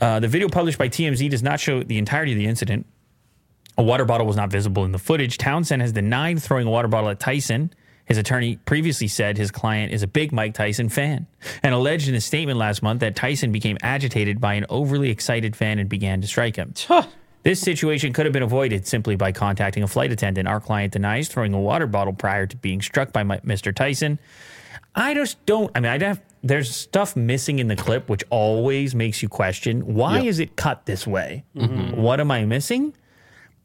uh, the video published by tmz does not show the entirety of the incident a water bottle was not visible in the footage townsend has denied throwing a water bottle at tyson his attorney previously said his client is a big mike tyson fan and alleged in a statement last month that tyson became agitated by an overly excited fan and began to strike him this situation could have been avoided simply by contacting a flight attendant our client denies throwing a water bottle prior to being struck by Mi- mr tyson I just don't. I mean, I have. There's stuff missing in the clip, which always makes you question why is it cut this way? What am I missing?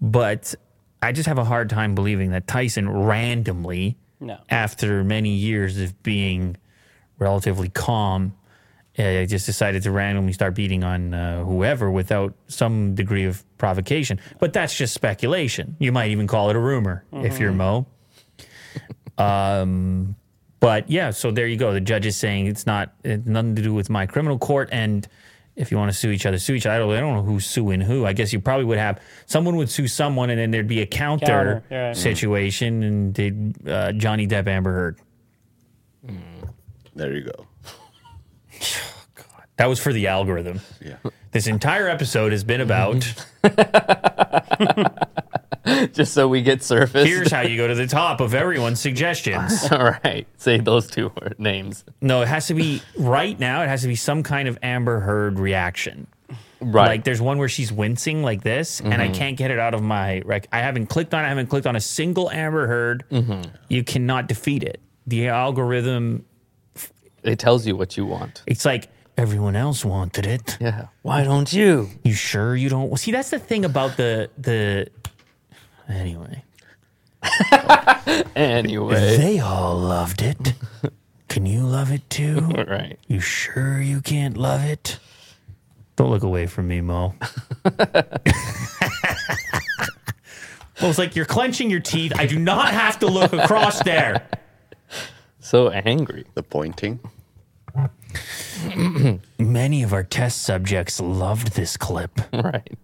But I just have a hard time believing that Tyson randomly,
No.
after many years of being relatively calm, uh, just decided to randomly start beating on uh, whoever without some degree of provocation. But that's just speculation. You might even call it a rumor if
Mm-hmm.
you're Mo. Um, But yeah, so there you go. The judge is saying it's not it, nothing to do with my criminal court. And if you want to sue each other, sue each other. I don't, I don't know who's suing who. I guess you probably would have someone would sue someone, and then there'd be a counter,
Counter, yeah.
situation. And did uh, Johnny Depp Amber Heard?
There you go.
That was for the algorithm.
Yeah.
This entire episode has been about
Just so we get
Uh,
surfaced.
here's how you go to the top of everyone's suggestions.
All right, say those two word- names.
No, it has to be right now. It has to be some kind of Amber Heard reaction.
Right. Mm-hmm.
Like there's one where she's wincing like this, and I can't get it out of my rec. I haven't clicked on. it. I haven't clicked on a single Amber Heard.
Mm-hmm.
You cannot defeat it. The algorithm.
it tells you what you want.
It's like everyone else wanted it.
Yeah. Why don't you?
You sure you don't? See, that's the thing about the the. Anyway,
Anyway.
they all loved it. Can you love it too?
All right.
You sure you can't love it? Don't look away from me, Mo. well, it's like you're clenching your teeth. I do not have to look across there.
So angry.
The pointing.
Many of our test subjects loved this clip.
Right.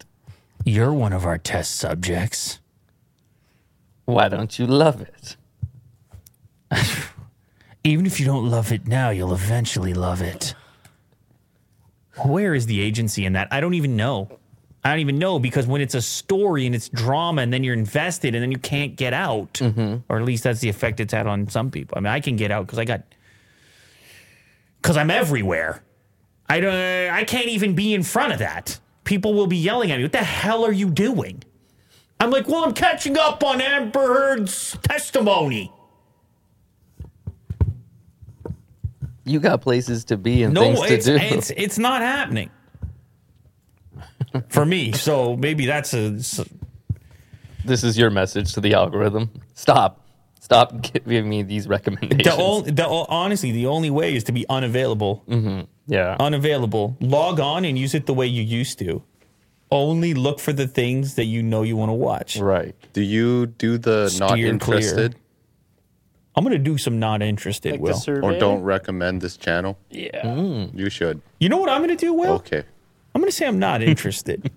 You're one of our test subjects.
Why don't you love it?
Even if you don't love it now, you'll eventually love it. Where is the agency in that? I don't even know. I don't even know because when it's a story and it's drama and then you're invested and then you can't get out, or at least that's the effect it's had on some people. I mean, I can get out because I got, because I'm everywhere. I don't, I can't even be in front of that. People will be yelling at me, what the hell are you doing? I'm like, well, I'm catching up on Amber Heard's testimony.
You got places to be and
No,
things
it's,
to do.
it's it's not happening for me. So maybe that's a s-
this is your message to the algorithm. Stop. Stop giving me these recommendations.
the only the o- honestly the only way is to be unavailable,
Mm-hmm. yeah.
unavailable. Log on and use it the way you used to. Only look for the things that you know you want to watch.
right.
Do you do the not
Steer clear.
interested
I'm gonna do some not interested.
Like the
Will
or
survey?
don't recommend this channel?
Yeah.
Mm.
You should.
you know what I'm gonna do? Will
Okay.
I'm gonna say I'm not interested.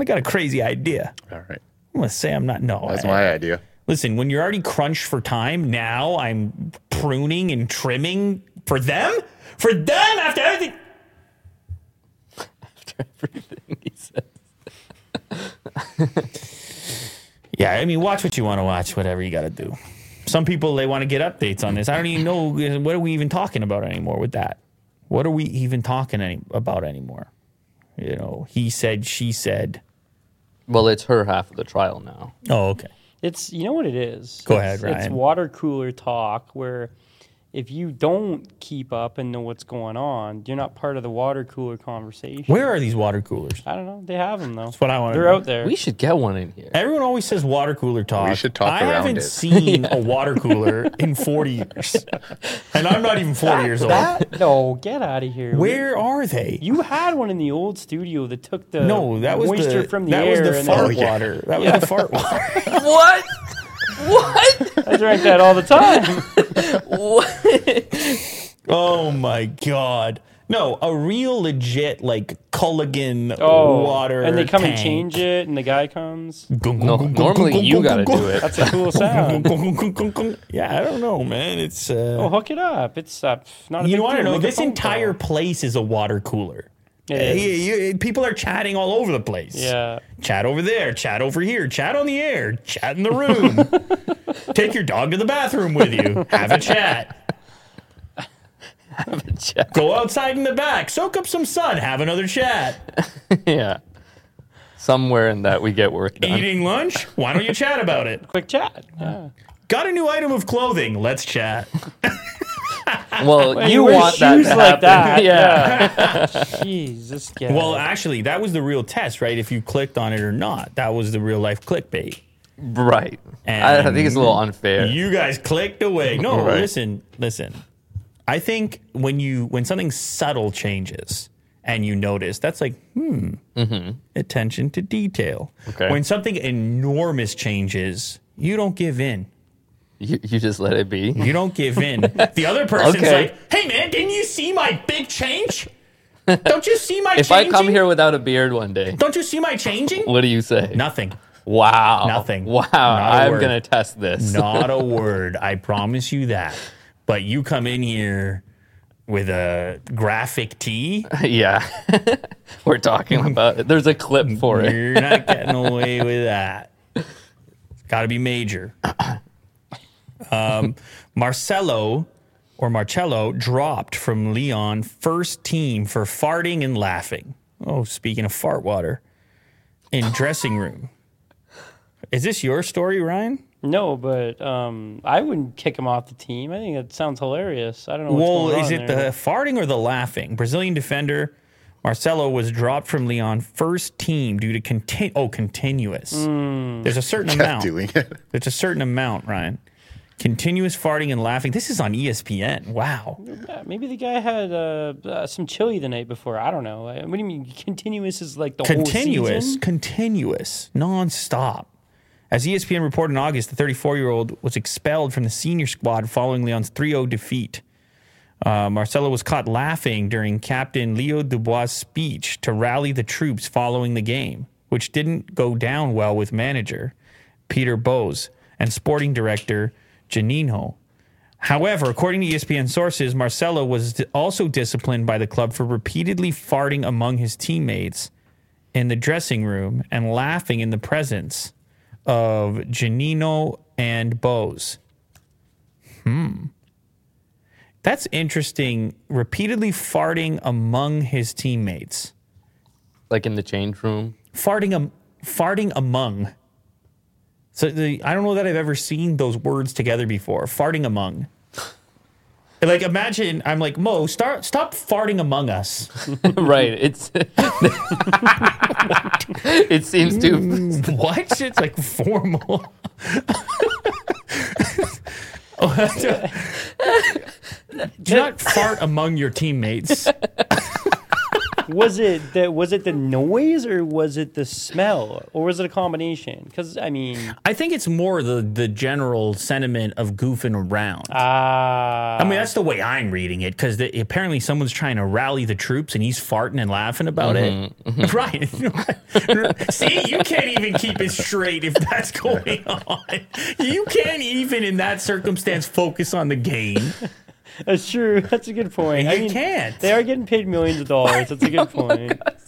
I got a crazy idea.
All right.
I'm gonna say I'm not. No,
That's
I-
my idea.
Listen, when you're already crunched for time, now I'm pruning and trimming for them? For them after everything?
Everything he said.
Yeah, I mean, watch what you want to watch, whatever you got to do. Some people, they want to get updates on this. I don't even know uh, what are we even talking about anymore with that? What are we even talking any- about anymore? You know, he said, she said.
Well, it's her half of the trial now.
Oh, okay.
It's you know what it is.
Go
It's-
ahead,
It's
Ryan.
water cooler talk where if you don't keep up and know what's going on, you're not part of the water cooler conversation.
Where are these water coolers?
I don't know. They have them though. That's
what I wanna
They're
know.
out there.
We should get one in here.
Everyone always says water cooler talk.
We should talk
I
around
haven't
it.
seen a water cooler in 40 years. And I'm not even 40 years old.
that no, get out of here.
Where are they?
you had one in the old studio that took the
no, that was
moisture
the,
from the
that
air.
was the
and
fart
then-
water. That was the fart water.
what? What?
I drank that all the time.
what?
Oh my god. No, a real legit like Culligan
Oh,
water.
and they come and
tank.
change it, and the guy comes.
No, normally you gotta do it.
That's a cool sound.
yeah, I don't know, man. It's uh,
Well, hook it up. It's uh, pff, not. A
you
big
want to
deal.
know
Make a
this
phone
entire
call.
place is a water cooler.
It
Uh,
is.
you- you- people are chatting all over the place.
Yeah.
Chat over there, chat over here, chat on the air, chat in the room. Take your dog to the bathroom with you. Have a chat. Go outside in the back, soak up some sun, have another chat.
yeah. Somewhere in that we get work done.
Eating lunch? Why don't you chat about it?
Quick chat. Yeah.
Got a new item of clothing. Let's chat.
Well, you
wear
want that to
shoes
happen.
like that.
yeah.
Jeez, this guy.
Well, actually, that was the real test, right? If you clicked on it or not. That was the real life clickbait.
Right. I, I think it's a little unfair.
You guys clicked away. No,
Right.
listen, listen. I think when you when something subtle changes and you notice, that's like, hmm, attention to detail.
Mm-hmm. Okay.
When something enormous changes, you don't give in.
you, you just let it be.
You don't give in. the other person's
Okay.
like, "Hey man, didn't you see my big change? Don't you see my
If
changing?
I come here without a beard one day,
Don't you see my changing?
what do you say?
Nothing.
Wow.
Nothing.
Wow.
Not a
I'm
word.
going to test this.
Not a word. I promise you that. But you come in here with a graphic tee,
yeah. We're talking about it. There's a clip for it.
you're not getting away with that. It's got to be major. Um, Marcelo or Marcello dropped from Leon first team for farting and laughing. Oh, speaking of fart water in dressing room. Is this your story, Ryan?
no, but um, I wouldn't kick him off the team. I think that sounds hilarious. I don't know. What's
Well,
going
is
on
it
there.
the farting or the laughing? Brazilian defender Marcelo was dropped from Leon first team due to conti- oh continuous.
Hmm.
There's a certain amount.
doing it.
There's a certain amount, Ryan. Continuous farting and laughing. This is on E ESPN. Wow.
Yeah, maybe the guy had uh, uh, some chili the night before. I don't know. Uh, What do you mean? Continuous is like the whole
Continuous,
season?
continuous, nonstop. As E ESPN reported in August, the 34 year old was expelled from the senior squad following Leon's 3 0 defeat. Uh, Marcelo was caught laughing during Captain Leo Dubois' speech to rally the troops following the game, which didn't go down well with manager Peter Bowes and sporting director Janino. However, according to E ESPN sources, Marcelo was di- also disciplined by the club for repeatedly farting among his teammates in the dressing room and laughing in the presence of Janino and Bose. Hmm. That's interesting. Repeatedly farting among his teammates.
Like in the change room.
Farting am- farting among. So the, I don't know that I've ever seen those words together before. Farting among. Like imagine I'm like Mo, start stop farting among us.
right. It's. it seems
Mm,
too.
what? It's like formal. Oh, that's a- Do not fart among your teammates.
was it the was it the noise or was it the smell or was it a combination? Because I mean,
I think it's more the the general sentiment of goofing around.
ah,
I mean, that's the way I'm reading it because apparently someone's trying to rally the troops and he's farting and laughing about it. Right. See, you can't even keep it straight if that's going on. You can't even, in that circumstance, focus on the game.
that's true. That's a good point. I
You
mean,
can't. Oh
They are getting paid millions of dollars. That's a good point. But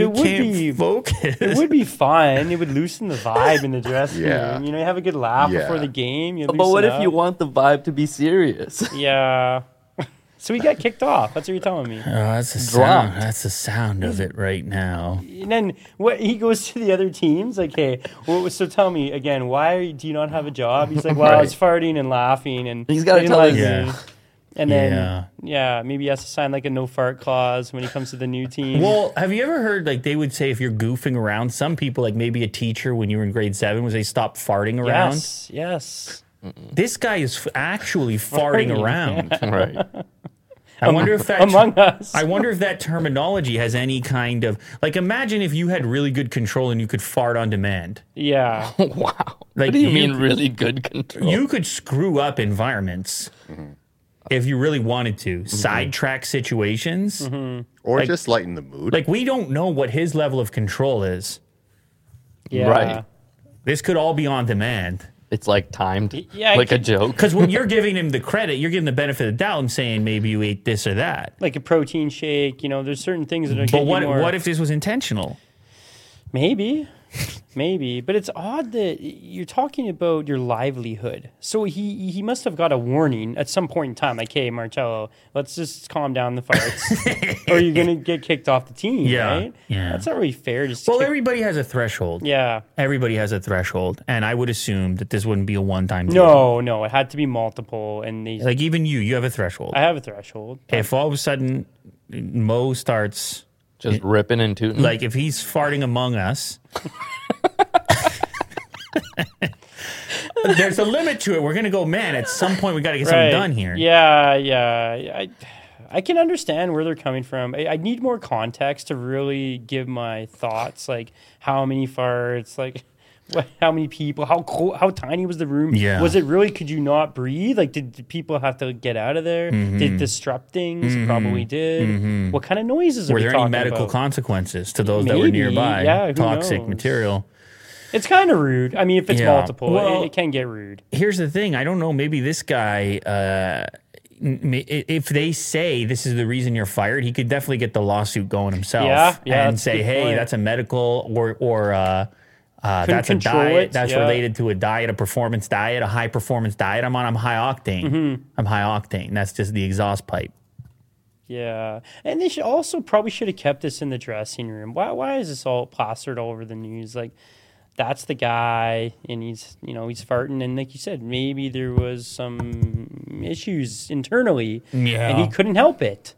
You
it would
can't
be
focus.
It would be fun. It would loosen the vibe in the dressing
Yeah.
room. You know, you have a good laugh
Yeah.
before the game. You
But what
loosen
if you
up.
want the vibe to be serious?
Yeah. So we got kicked off. That's what you're telling me.
Oh, that's the
Dropped.
sound. That's the sound of it right now.
And then what he goes to the other teams, like, hey, well, so tell me again, why are you, do you not have a job? He's like, well, I was farting and laughing, and
He's gotta
I didn't
tell
like
us.
you."
Yeah.
And then
Yeah.
yeah. maybe he has to sign like a no fart clause when he comes to the new team.
Well, have you ever heard like they would say if you're goofing around, some people like maybe a teacher when you were in grade seven was they stop farting around.
yes, yes.
This guy is f- actually farting
Farting,
around.
Right.
I wonder if that
Among us.
I wonder if that terminology has any kind of like. Imagine if you had really good control and you could fart on demand.
yeah.
wow.
Like,
what do you,
you-
mean really good control?
You could screw up environments
Mm-hmm.
if you really wanted to. Sidetrack situations.
or just lighten the mood.
Like we don't know what his level of control is.
Yeah.
Right.
This could all be on demand.
It's like timed.
yeah, I
like a
could-
joke.
Because when you're giving him the credit, you're giving the benefit of the doubt and saying maybe you ate this or that.
Like a protein shake, you know, there's certain things that are
But what
more,
what if this was intentional?
Maybe. Maybe, but it's odd that you're talking about your livelihood. So he he must have got a warning at some point in time, like, "Hey, Marcello, let's just calm down the farts, or you're gonna get kicked off the team."
Yeah,
right?
yeah.
That's not really fair. Just
Well,
kick-
everybody has a threshold.
yeah,
Everybody has a threshold, and I would assume that this wouldn't be a one time.
no, no, it had to be multiple, and they.
like even you, you have a threshold.
I have a threshold.
if all of a sudden Mo starts,
Just ripping and tooting.
like if he's farting among us, there's a limit to it. We're gonna go, man. At some point, we got to get something
Right.
done here.
Yeah, yeah. I, I can understand where they're coming from. I, I need more context to really give my thoughts, like how many farts, like what, how many people, how cold, how tiny was the room?
Yeah.
Was it really? Could you not breathe? Like, did, did people have to get out of there?
Mm-hmm.
Did it disrupt things? It Probably did. What kind of noises are
Were
we
there any
talking
medical
about?
consequences to those that were
Maybe,
nearby?
yeah, who
toxic
knows?
material.
it's kind of rude. I mean, if it's
Yeah.
multiple, it-
Well-
it, can get rude.
Here's the thing. I don't know. Maybe this guy, uh, m- i- if they say this is the reason you're fired, he could definitely get the lawsuit going himself.
Yeah, yeah,
and
that's a
say,
good
hey,
point.
that's a medical or or uh, uh, that's a
control
diet.
it,
That's
yeah.
related to a diet, a performance diet, a high performance diet. I'm on. I'm high octane.
Mm-hmm.
I'm high octane. That's just the exhaust pipe.
Yeah, and they should also probably should have kept this in the dressing room. Why? Why is this all plastered all over the news? Like, that's the guy, and he's you know he's farting, and like you said, maybe there was some issues internally, and
Yeah.
he couldn't help it.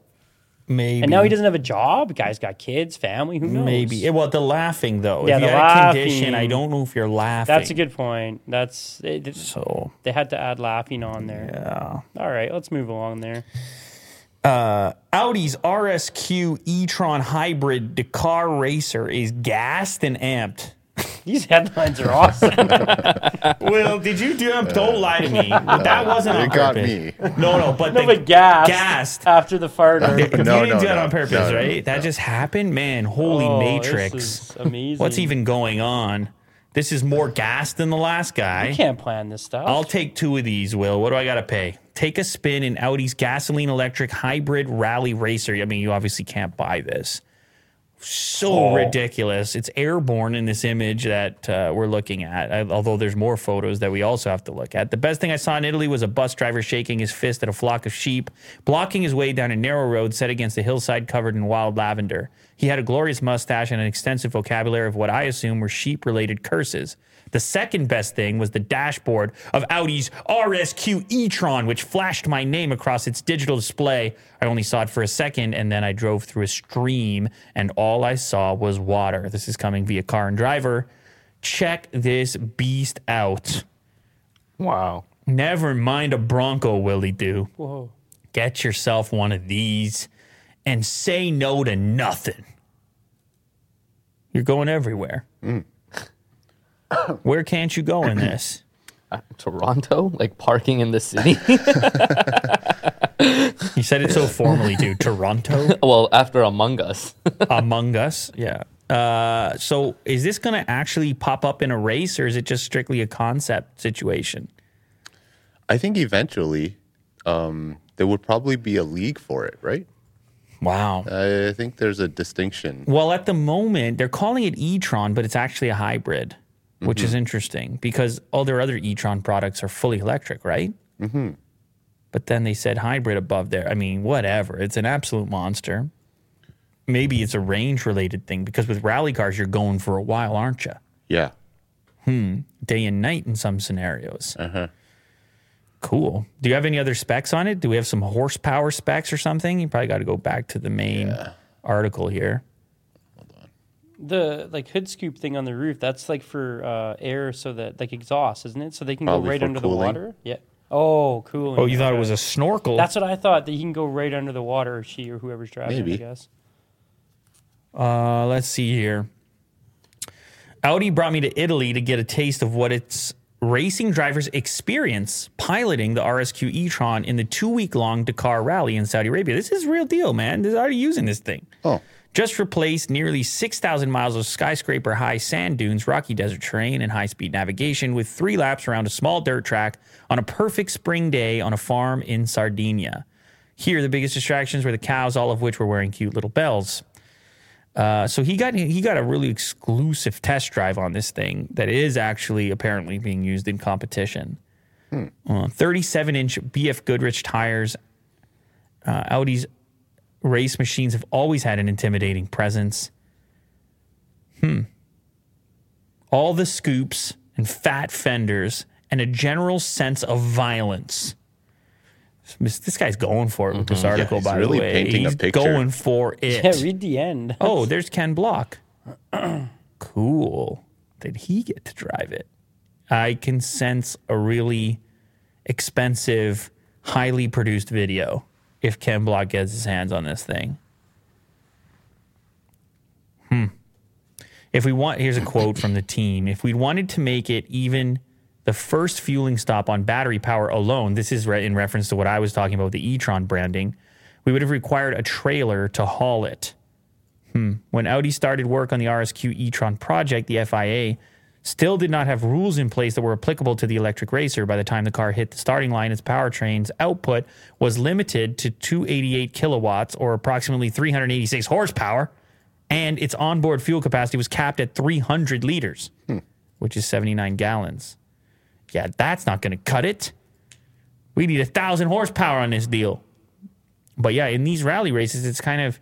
Maybe.
And now he doesn't have a job. Guy's got kids, family. Who knows?
Maybe. Yeah, Well, the laughing though.
Yeah,
if
the
you had a condition,
laughing.
I don't know if you're laughing.
that's a good point. That's they, they-
So
they had to add laughing on there. Yeah. All right, let's move along there.
Audi's RSQ e-tron hybrid Dakar racer is gassed and amped.
These headlines are awesome.
Well, did you do? Don't lie to me. That wasn't on
it got
purpose.
me.
No, no, but
no,
the
but gassed,
Gassed.
after the farter.
you
No,
didn't
no,
do that
no.
on purpose,
No, no,
right? that just happened, man. Holy
Oh, this
matrix!
is amazing.
What's even going on? This is more gassed than the last guy.
You can't plan this stuff.
I'll take two of these, Will. What do I got to pay? Take a spin in Audi's gasoline electric hybrid rally racer. I mean, you obviously can't buy this. So ridiculous. It's airborne in this image that uh, we're looking at, I, although there's more photos that we also have to look at. The best thing I saw in Italy was a bus driver shaking his fist at a flock of sheep, blocking his way down a narrow road set against a hillside covered in wild lavender. He had a glorious mustache and an extensive vocabulary of what I assume were sheep related curses. The second best thing was the dashboard of Audi's RSQ e Tron, which flashed my name across its digital display. I only saw it for a second, and then I drove through a stream, and all I saw was water. This is coming via car and driver. Check this beast out.
wow.
Never mind a Bronco, Willie Do.
Whoa.
Get yourself one of these and say no to nothing. You're going everywhere. Where can't you go in this?
Toronto? Like parking in the city?
You said it so formally, dude. Toronto,
well, after Among Us.
Among Us. Yeah. Uh, so is this going to actually pop up in a race or is it just strictly a concept situation?
I think eventually um, there would probably be a league for it, right?
Wow.
I think there's a distinction.
Well, at the moment, they're calling it e-tron, but it's actually a hybrid, which is interesting because all their other e-tron products are fully electric, right? Mm-hmm. But then they said hybrid above there. I mean, whatever. It's an absolute monster. Maybe it's a range related thing because with rally cars, you're going for a while, aren't you?
Yeah.
Day and night in some scenarios. Uh huh. Cool. Do you have any other specs on it? Do we have some horsepower specs or something? You probably got to go back to the main article here.
The like hood scoop thing on the roof, that's like for uh, air so that like exhaust, isn't it? So they can
Probably
go right
for
under the
cooling.
water. Yeah. Oh, cooling.
Oh, you thought it
okay.
was a snorkel?
That's what I thought that he can go right under the water, or she or whoever's driving. Maybe. I
Maybe.
guess.
Uh, let's see here. Audi brought me to Italy to get a taste of what its racing drivers experience piloting the RSQ e-tron in the two-week-long Dakar rally in Saudi Arabia. This is real deal, man. They're already using this thing.
Oh,
Just replaced nearly 6,000 miles of skyscraper high sand dunes, rocky desert terrain, and high speed navigation with three laps around a small dirt track on a perfect spring day on a farm in Sardinia. Here, the biggest distractions were the cows, all of which were wearing cute little bells. Uh, so he got he got a really exclusive test drive on this thing that is actually apparently being used in competition.
Hmm.
37 inch BF Goodrich tires. Uh, Audi's race machines have always had an intimidating presence. Hmm. All the scoops and fat fenders and a general sense of violence. This, this guy's going for it with this article,
Mm-hmm. he's
by
really
the way.
painting a
he's
picture.
going for it.
Yeah, read the end.
Oh, there's Ken Block. cool. Did he get to drive it? I can sense a really expensive, highly produced video if Ken Block gets his hands on this thing. Hmm. If we want, here's a quote from the team. If we wanted to make it even the first fueling stop on battery power alone, this is re- in reference to what I was talking about, the e tron branding, we would have required a trailer to haul it. When Audi started work on the RSQ e-tron project, the FIA still did not have rules in place that were applicable to the electric racer. By the time the car hit the starting line, its powertrain's output was limited to 288 kilowatts or approximately 386 horsepower, and its onboard fuel capacity was capped at 300 liters, which is 79 gallons. Yeah, that's not going to cut it. We need a thousand horsepower on this deal. But yeah, in these rally races, it's kind of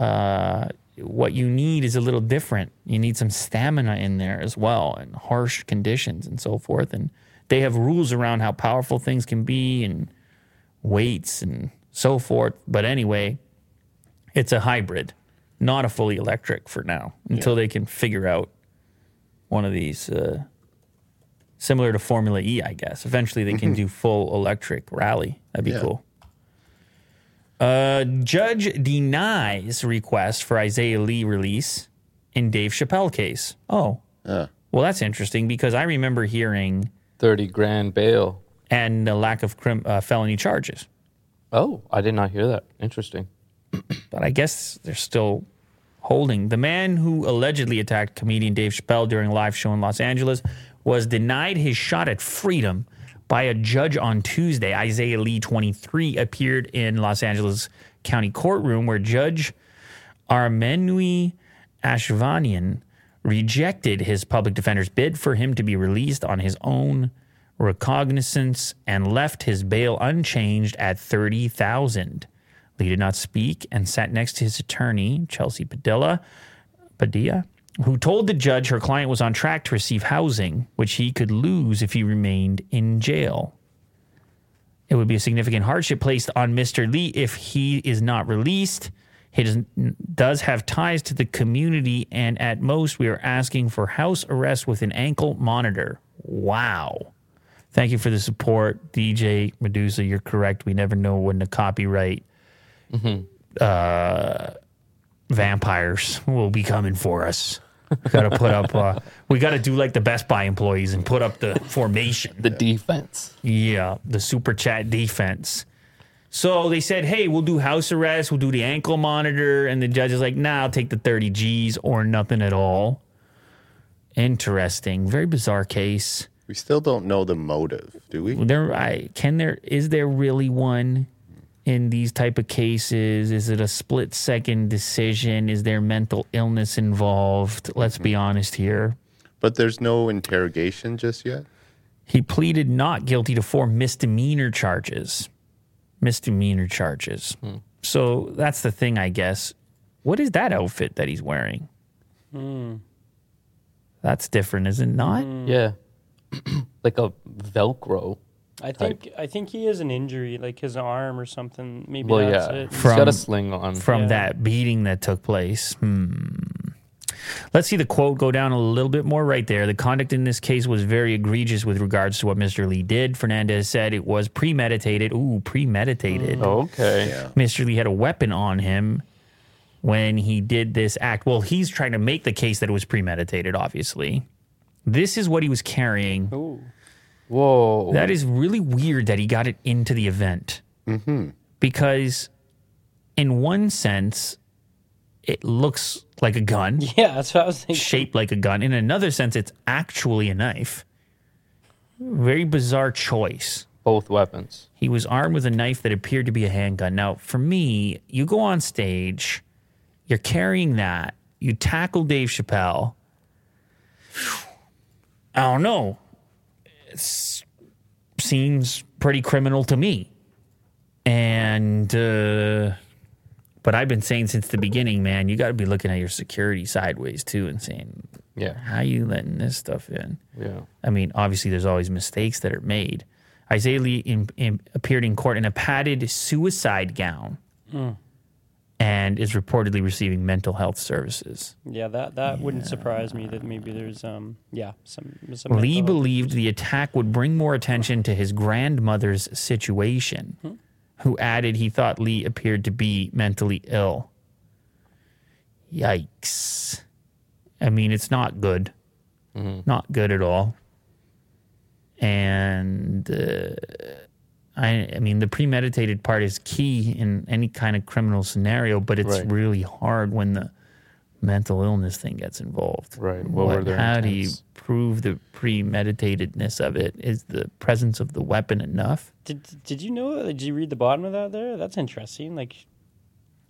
uh, what you need is a little different. You need some stamina in there as well, and harsh conditions and so forth. And they have rules around how powerful things can be and weights and so forth. But anyway, it's a hybrid, not a fully electric for now until they can figure out one of these. Uh, Similar to Formula E, I guess. Eventually, they can do full electric rally. That'd be
Yeah.
cool. Uh, judge denies request for Isaiah Lee release in Dave Chappelle case. Oh, well, that's interesting because I remember hearing
Thirty grand bail.
and the lack of crim- uh, felony charges,
Oh, I did not hear that. Interesting.
but I guess they're still holding. The man who allegedly attacked comedian Dave Chappelle during a live show in Los Angeles was denied his shot at freedom by a judge on Tuesday. Isaiah Lee, 23, appeared in Los Angeles County courtroom where Judge Armenui Ashvanian rejected his public defender's bid for him to be released on his own recognizance and left his bail unchanged at 30,000. Lee did not speak and sat next to his attorney, Chelsea Padilla, Padilla, who told the judge her client was on track to receive housing, which he could lose if he remained in jail. It would be a significant hardship placed on Mr. Lee if he is not released. He does, does have ties to the community, and at most, we are asking for house arrest with an ankle monitor. Wow. Thank you for the support, DJ Medusa. You're correct. We never know when to copyright uh, vampires will be coming for us. We gotta put up. Uh, we gotta do like the Best Buy employees and put up the formation.
The defense.
Yeah, the super chat defense. So they said, hey, we'll do house arrest, we'll do the ankle monitor. And the judge is like, nah, I'll take the 30 G's or nothing at all. Interesting. Very bizarre case.
we still don't know the motive, do we?
There, I, can there, is there really one in these type of cases? Is it a split second decision? Is there mental illness involved? Let's be honest here.
But there's no interrogation just yet.
He pleaded not guilty to four misdemeanor charges. misdemeanor charges. So that's the thing, I guess. What is that outfit that he's wearing? That's different, is it not?
Yeah. like a Velcro.
I think I think he has an injury, like his arm or something. Maybe
Well,
that's
yeah.
it.
He's got
From-
a sling on.
from
Yeah.
that beating that took place. Hmm. Let's see the quote go down a little bit more right there. The conduct in this case was very egregious with regards to what Mr. Lee did. Fernandez said it was premeditated. Ooh, premeditated.
Oh. okay.
Mr. Lee had a weapon on him when he did this act. Well, he's trying to make the case that it was premeditated, obviously. This is what he was carrying.
Ooh.
Whoa.
That is really weird that he got it into the event. Mm-hmm. Because, in one sense, it looks like a gun,
Yeah, that's what I was thinking.
shaped like a gun. In another sense, it's actually a knife. Very bizarre choice.
Both weapons.
He was armed with a knife that appeared to be a handgun. Now, for me, you go on stage, you're carrying that, you tackle Dave Chappelle. I don't know. It seems pretty criminal to me. And, uh, but I've been saying since the beginning, man, you got to be looking at your security sideways too and saying,
Yeah.
how you letting this stuff in?
Yeah.
I mean, obviously, there's always mistakes that are made. Isaiah Lee in, in, appeared in court in a padded suicide gown and is reportedly receiving mental health services.
Yeah, that that wouldn't surprise me that maybe there's um yeah some some
Lee
mental-
believed the attack would bring more attention to his grandmother's situation, who added he thought Lee appeared to be mentally ill. Yikes. I mean, it's not good. Not good at all. And uh, I, I mean, the premeditated part is key in any kind of criminal scenario, but it's
Right.
really hard when the mental illness thing gets involved.
Right. What were their
How do you
intents?
prove the premeditatedness of it? Is the presence of the weapon enough?
Did did you know? Did you read the bottom of that there? That's interesting. Like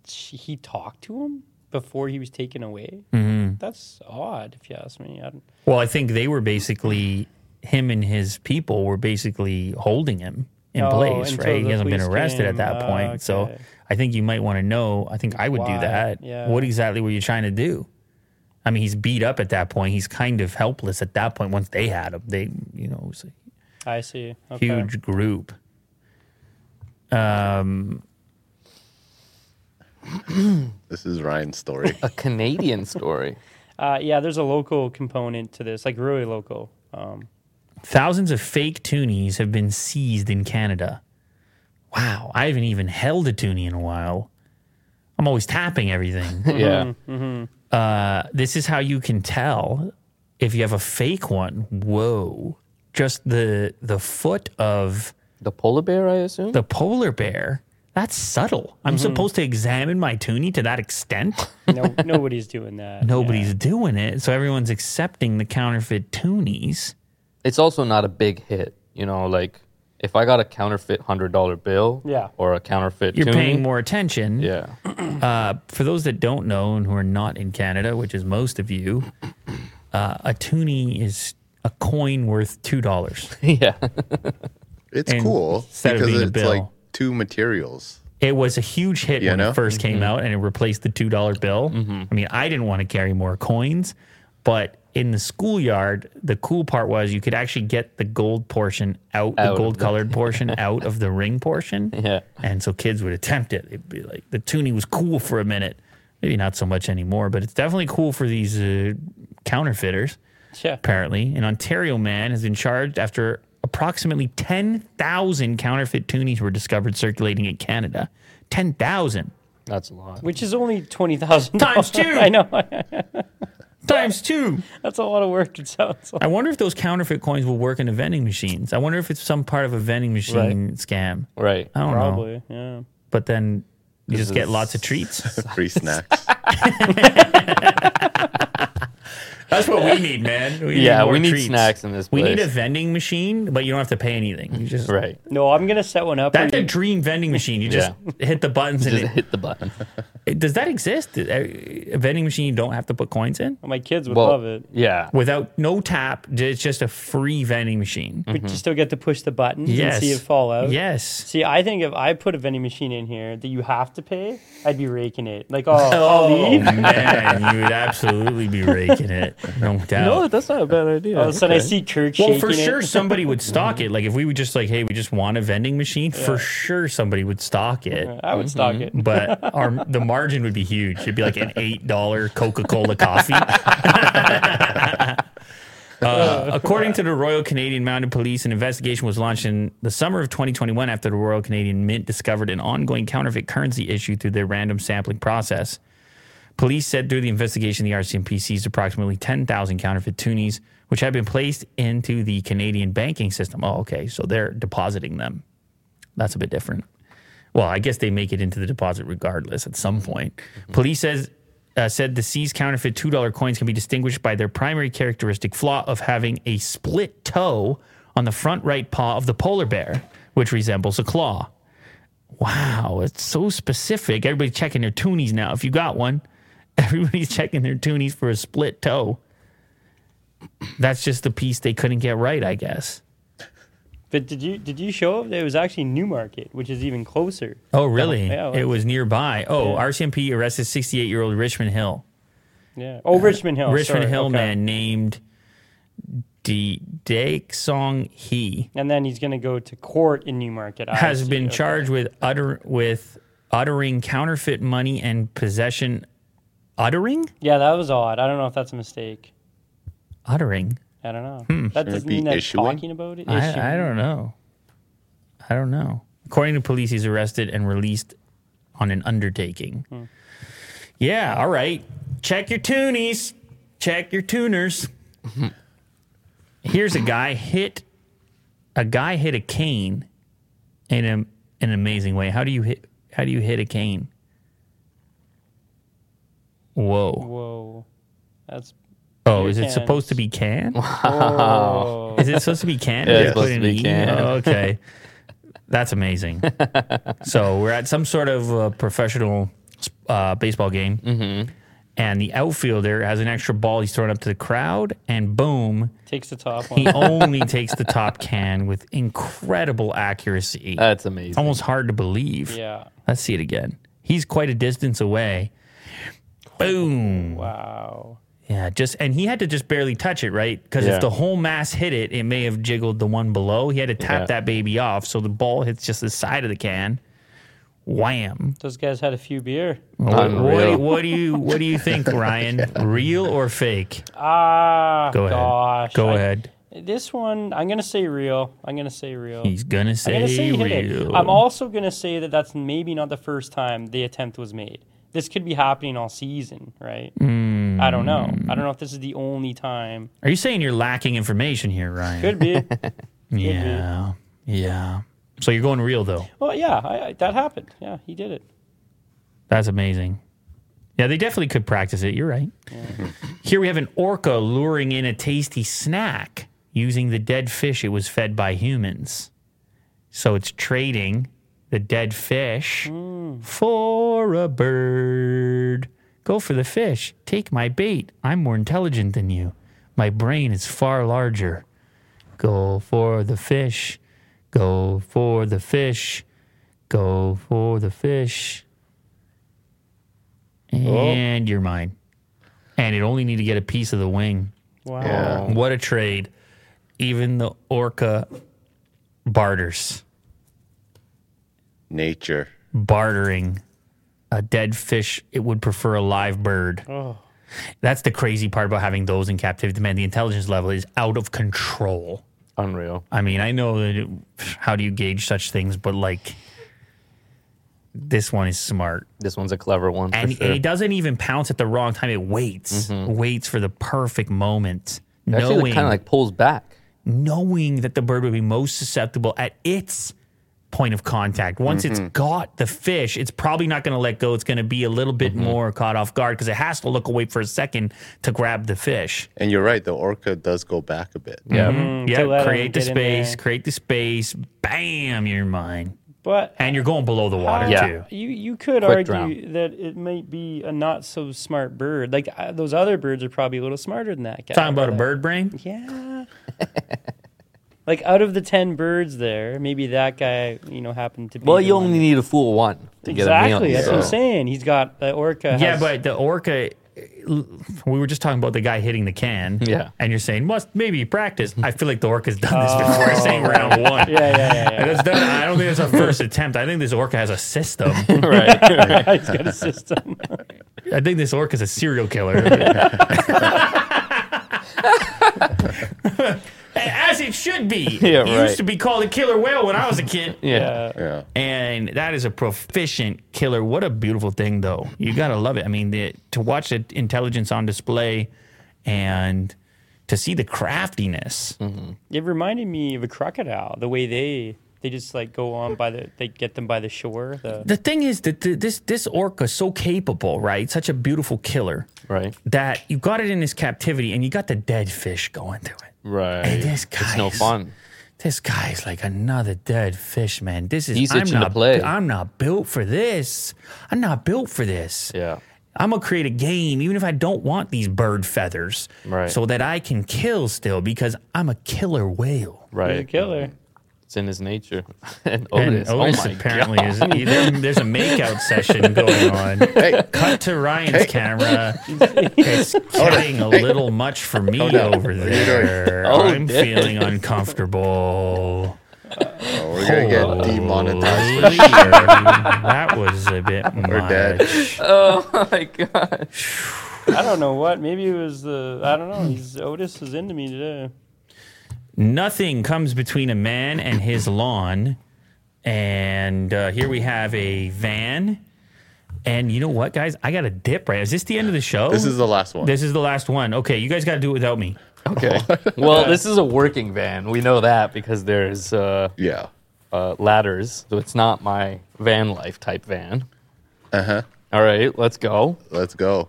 she, he talked to him before he was taken away.
Mm-hmm.
That's odd, if you ask me. I don't,
Well, I think they were basically him and his people were basically holding him in
Oh,
place,
until
right? He
the
hasn't been
police
arrested at
came.
that
Ah,
point, so
okay.
I think you might want to know. I think I would do
Why?
that.
Yeah.
What exactly were you trying to do? I mean, he's beat up at that point. He's kind of helpless at that point. Once they had him, they you know it was a
I see. Okay.
huge group.
This is Ryan's story.
A Canadian story.
Uh, yeah, there's a local component to this, like really local. Um,
Thousands of fake toonies have been seized in Canada. Wow, I haven't even held a toonie in a while. I'm always tapping everything.
yeah.
uh, this is how you can tell if you have a fake one. Whoa. Just the the foot of
The polar bear, I assume?
the polar bear. That's subtle. I'm
Mm-hmm.
supposed to examine my toonie to that extent.
no, nobody's doing that.
Nobody's doing it. So everyone's accepting the counterfeit toonies.
it's also not a big hit. You know, like if I got a counterfeit hundred dollar bill,
Yeah.
or a counterfeit,
You're
toonie,
paying more attention.
Yeah,
Uh, for those that don't know and who are not in Canada, which is most of you, uh, a toonie is a coin worth two dollars.
yeah,
It's
And
cool
instead of
because
being a
it's
bill-
like two materials.
It was a huge hit
You
when
know?
it first
Mm-hmm.
came out, and it replaced the two dollar bill. I mean, I didn't want to carry more coins, but in the schoolyard, the cool part was you could actually get the gold portion out,
Out
the
of
gold
the-
colored portion out of the ring portion.
Yeah.
and so kids would attempt it. It'd be like the toonie was cool for a minute. Maybe not so much anymore, but it's definitely cool for these uh, counterfeiters
Yeah.
apparently. An Ontario man has been charged after approximately 10,000 counterfeit toonies were discovered circulating in Canada. 10,000
that's a lot.
Which is only twenty thousand
Times two.
I know.
times two.
That's a lot of work. It sounds like.
I wonder if those counterfeit coins will work in the vending machines. I wonder if it's some part of a vending machine scam.
Right,
I don't know.
Probably. Yeah.
But then you
This
just get
is-
lots of treats.
Free snacks.
That's what we need, man. We
yeah,
more
we need
treats.
snacks in this
We
place.
need a vending machine, but you don't have to pay anything. You just
right.
No, I'm gonna set one up. where
That's
you-
a dream vending machine. You just hit the buttons and
Just
it
hit the button.
Does that exist? A a vending machine you don't have to put coins in?
My kids would
Well,
love it.
Yeah.
Without no tap, it's just a free vending machine.
But you still get to push the buttons
mm-hmm. Yes.
and see it fall out.
Yes.
See, I think if I put a vending machine in here that you have to pay, I'd be raking it. Like, oh, I'll leave.
man, you would absolutely be raking it. No doubt.
No, that's not a bad idea.
All of a sudden, I
Okay.
see Kirk
well,
shaking
for sure,
it.
somebody would stock it. Like if we would just like, hey, we just want a vending machine. For sure, somebody would stock it.
I would stock it.
But our the margin would be huge. It'd be like an eight dollar Coca Cola coffee. Uh, according to the Royal Canadian Mounted Police, an investigation was launched in the summer of 2021 after the Royal Canadian Mint discovered an ongoing counterfeit currency issue through their random sampling process. Police said through the investigation, the RCMP seized approximately 10,000 counterfeit toonies, which had been placed into the Canadian banking system. Oh, okay. So they're depositing them. That's a bit different. Well, I guess they make it into the deposit regardless at some point. Police says uh, said the seized counterfeit two dollar coins can be distinguished by their primary characteristic flaw of having a split toe on the front right paw of the polar bear, which resembles a claw. Wow, it's so specific. Everybody's checking their toonies now. If you got one, everybody's checking their toonies for a split toe. That's just the piece they couldn't get right, I guess.
But did you did you show up? It was actually Newmarket, which is even closer.
Oh, really?
Yeah,
it
like-
was nearby. Oh,
Yeah.
RCMP arrested 68 year old Richmond Hill.
Yeah. Oh, Richmond Hill.
Richmond
sorry,
Hill
okay.
man named D- Daek Song Hee
And then he's going to go to court in Newmarket. I
has
see,
been
okay.
charged with utter with uttering counterfeit money and possession. Uttering?
Yeah, that was odd. I don't know if that's a mistake.
Uttering.
I don't know. That
it
doesn't
be
mean that
issuing?
talking about it. Issuing.
Hmm. I, I don't know. I don't know. According to police, he's arrested and released on an undertaking. Yeah, all right. Check your toonies. Check your tuners. Here's a guy hit a guy hit a cane in a, an amazing way. How do you hit how do you hit a cane? Whoa.
Whoa. That's.
Oh, is it
Cans.
supposed to be can?
Oh.
Is it supposed to be canned?
Yeah,
Did
it's
I put
supposed to
an
be
E?
canned.
Oh, okay. That's amazing. so we're at some sort of uh, professional uh, baseball game,
Mm-hmm.
and the outfielder has an extra ball he's throwing up to the crowd, and boom,
Takes the top
he
one.
only takes the top can with incredible accuracy.
That's
it's
amazing.
almost hard to believe.
Yeah.
Let's see it again. He's quite a distance away. Boom.
Wow.
Yeah, just and he had to just barely touch it, right? Because
Yeah.
if the whole mass hit it, it may have jiggled the one below. He had to tap
Yeah.
that baby off, so the ball hits just the side of the can. Wham!
Those guys had a few beer.
What,
Unreal.
what, what do you what do you think, Ryan? Real or fake?
Ah,
Go ahead.
gosh.
Go
I-
ahead.
This one, I'm gonna say real. I'm gonna say real.
He's gonna
I'm
say,
gonna say hit it.
real.
I'm also gonna say that that's maybe not the first time the attempt was made. This could be happening all season, right? I don't know.
Hmm.
I don't know if this is the only time.
Are you saying you're lacking information here, Ryan?
Could be.
yeah, yeah. So you're going real though.
well, yeah, I, I, that happened. Yeah, he did it.
That's amazing. Yeah, they definitely could practice it. You're right. Here we have an orca luring in a tasty snack using the dead fish it was fed by humans. So it's trading the dead fish for a bird. Go for the fish. Take my bait. I'm more intelligent than you. My brain is far larger. Go for the fish. Go for the fish. Go for the fish. And you're mine. And it only need to get a piece of the wing.
Wow.
Yeah.
What a trade. Even the orca barters,
Nature.
bartering a dead fish. It would prefer a live bird.
Oh.
That's the crazy part about having those in captivity. Man, the intelligence level is out of control.
Unreal.
I mean, I know that it, how do you gauge such things, but like this one is smart.
This one's a clever one.
and
for
it
sure. Mm-hmm.
doesn't even pounce at the wrong time. It waits, waits for the perfect moment,
actually
knowing
kind of like pulls back.
knowing that the bird would be most susceptible at its point of contact. Once
Mm-hmm.
it's got the fish, it's probably not going to let go. It's going to be a little bit
Mm-hmm.
more caught off guard because it has to look away for a second to grab the fish. Mm-hmm.
And you're right, the orca does go back a bit.
Yeah. Mm-hmm.
Yeah,
let 'em
create the
get in there.
space, create the space. Bam, you're mine.
But
and you're going below the water
Ah.
Yeah.
too.
You you could
Quick
argue
drown.
that it might be a not so smart bird. Like uh, those other birds are probably a little smarter than that guy.
Talking about a bird brain.
Yeah. like out of the ten birds there, maybe that guy you know happened to be.
Well,
the
you
one.
only need a fool one to get a meal.
exactly. That's what I'm
so-
saying. He's got the orca. Has,
Yeah, but the orca. We were just talking about the guy hitting the can.
Yeah.
and you're saying must maybe practice. I feel like the orca's done this before saying round one.
Oh. yeah, yeah, yeah. yeah.
And that's not- I don't think that's a first attempt. I think this orca has a system.
right.
He's got a system.
I think this orca's a serial killer. As it should be. it
Yeah, right.
used to be called a killer whale when I was a kid.
Yeah.
Yeah.
And that is a proficient killer. What a beautiful thing, though. You got to love it. I mean, the, to watch the intelligence on display and to see the craftiness.
Mm.
It reminded me of a crocodile. The way they they just like go on by the they get them by the shore. The
The thing is that th- this, this orca is so capable, right? Such a beautiful killer.
Right.
that you got it in his captivity and you got the dead fish going to it.
Right.
And this
it's no
guy's-
fun.
This guy's like another dead fish, man. This is
He's
I'm
itching to
not,
play.
I'm not built for this. I'm not built for this.
Yeah.
I'm gonna create a game, even if I don't want these bird feathers,
Right.
so that I can kill still because I'm a killer whale.
he's a
Right.
killer.
It's in his nature. and Otis.
and Otis
oh my
apparently
God.
is there, there's a makeout session going on.
Hey,
Cut to Ryan's camera. It's getting a little much for me over there.
Oh,
I'm
damn.
feeling uncomfortable.
oh, we're gonna get demonetized.
Holy, that was a bit
We're
much.
dead.
Oh my God.
I don't know what. Maybe it was the. I don't know. He's Otis is into me today.
Nothing comes between a man and his lawn. And uh, here we have a van. And you know what, guys? I got a dip right. Is this the end of the show?
This is the last one.
This is the last one. Okay, you guys got to do it without me.
Okay. well, this is a working van. We know that because there's uh,
yeah.
uh, ladders. So it's not my van life type van.
Uh-huh.
Uh huh. All right. Let's go.
Let's go.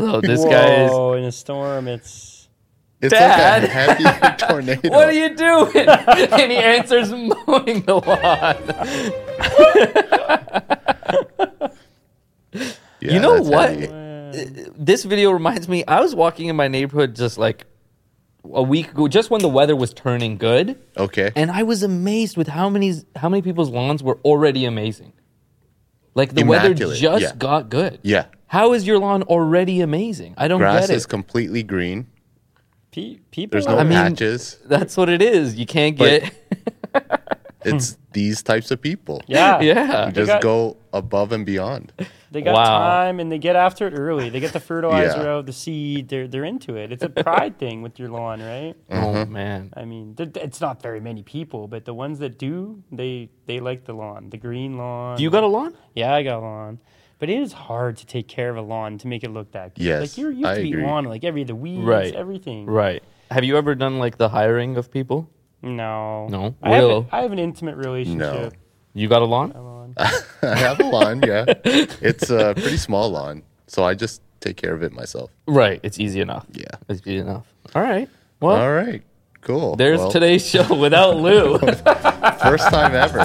So this guy is.
Whoa! In a storm, it's
It's
Dad.
like a heavy tornado.
What are you doing? and he answers mowing the lawn.
Yeah,
You know
that's
what?
heavy.
This video reminds me. I was walking in my neighborhood just like a week ago, just when the weather was turning good,
Okay.
and I was amazed with how many how many people's lawns were already amazing. Like the weather
Immaculate,
just
yeah.
got good.
yeah.
How is your lawn already amazing? I don't
Grass
get it.
is completely green.
pe- people.
There's no
are-
mean-
patches.
That's what it is. You can't
But-
get.
It's these types of people.
yeah,
hmm. yeah.
Just
got-
go above and beyond.
They got
Wow.
time and they get after it early. They get the fertilizer
Yeah.
out, the seed. They're they're into it. It's a pride thing with your lawn, right?
Oh
Mm-hmm.
man.
I mean, there- it's not very many people, but the ones that do, they they like the lawn, the green lawn.
Do you got a lawn?
Yeah, I got a lawn. But it is hard to take care of a lawn to make it look that good.
Yes,
like you're, you have
I
to be
agree.
on like every the weeds,
Right.
everything.
Right. Have you ever done like the hiring of people?
No,
No.
I have,
Will.
a, I have an intimate relationship.
You got a lawn?
I have a lawn, yeah. It's a pretty small lawn, so I just take care of it myself.
Right. It's easy enough.
Yeah.
It's easy enough. All right. Well,
All right. Cool.
there's
Well,
today's show without Lou.
First time ever.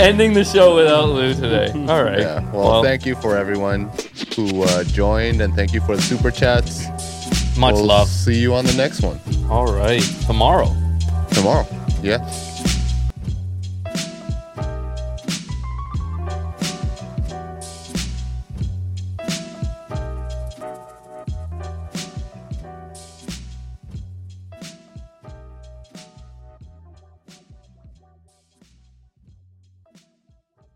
Ending the show without Lou today. All right.
Yeah. Well, thank you for everyone who uh, joined, and thank you for the super chats.
much
we'll
love.
See you on the next one
All right. Tomorrow.
tomorrow. Yeah.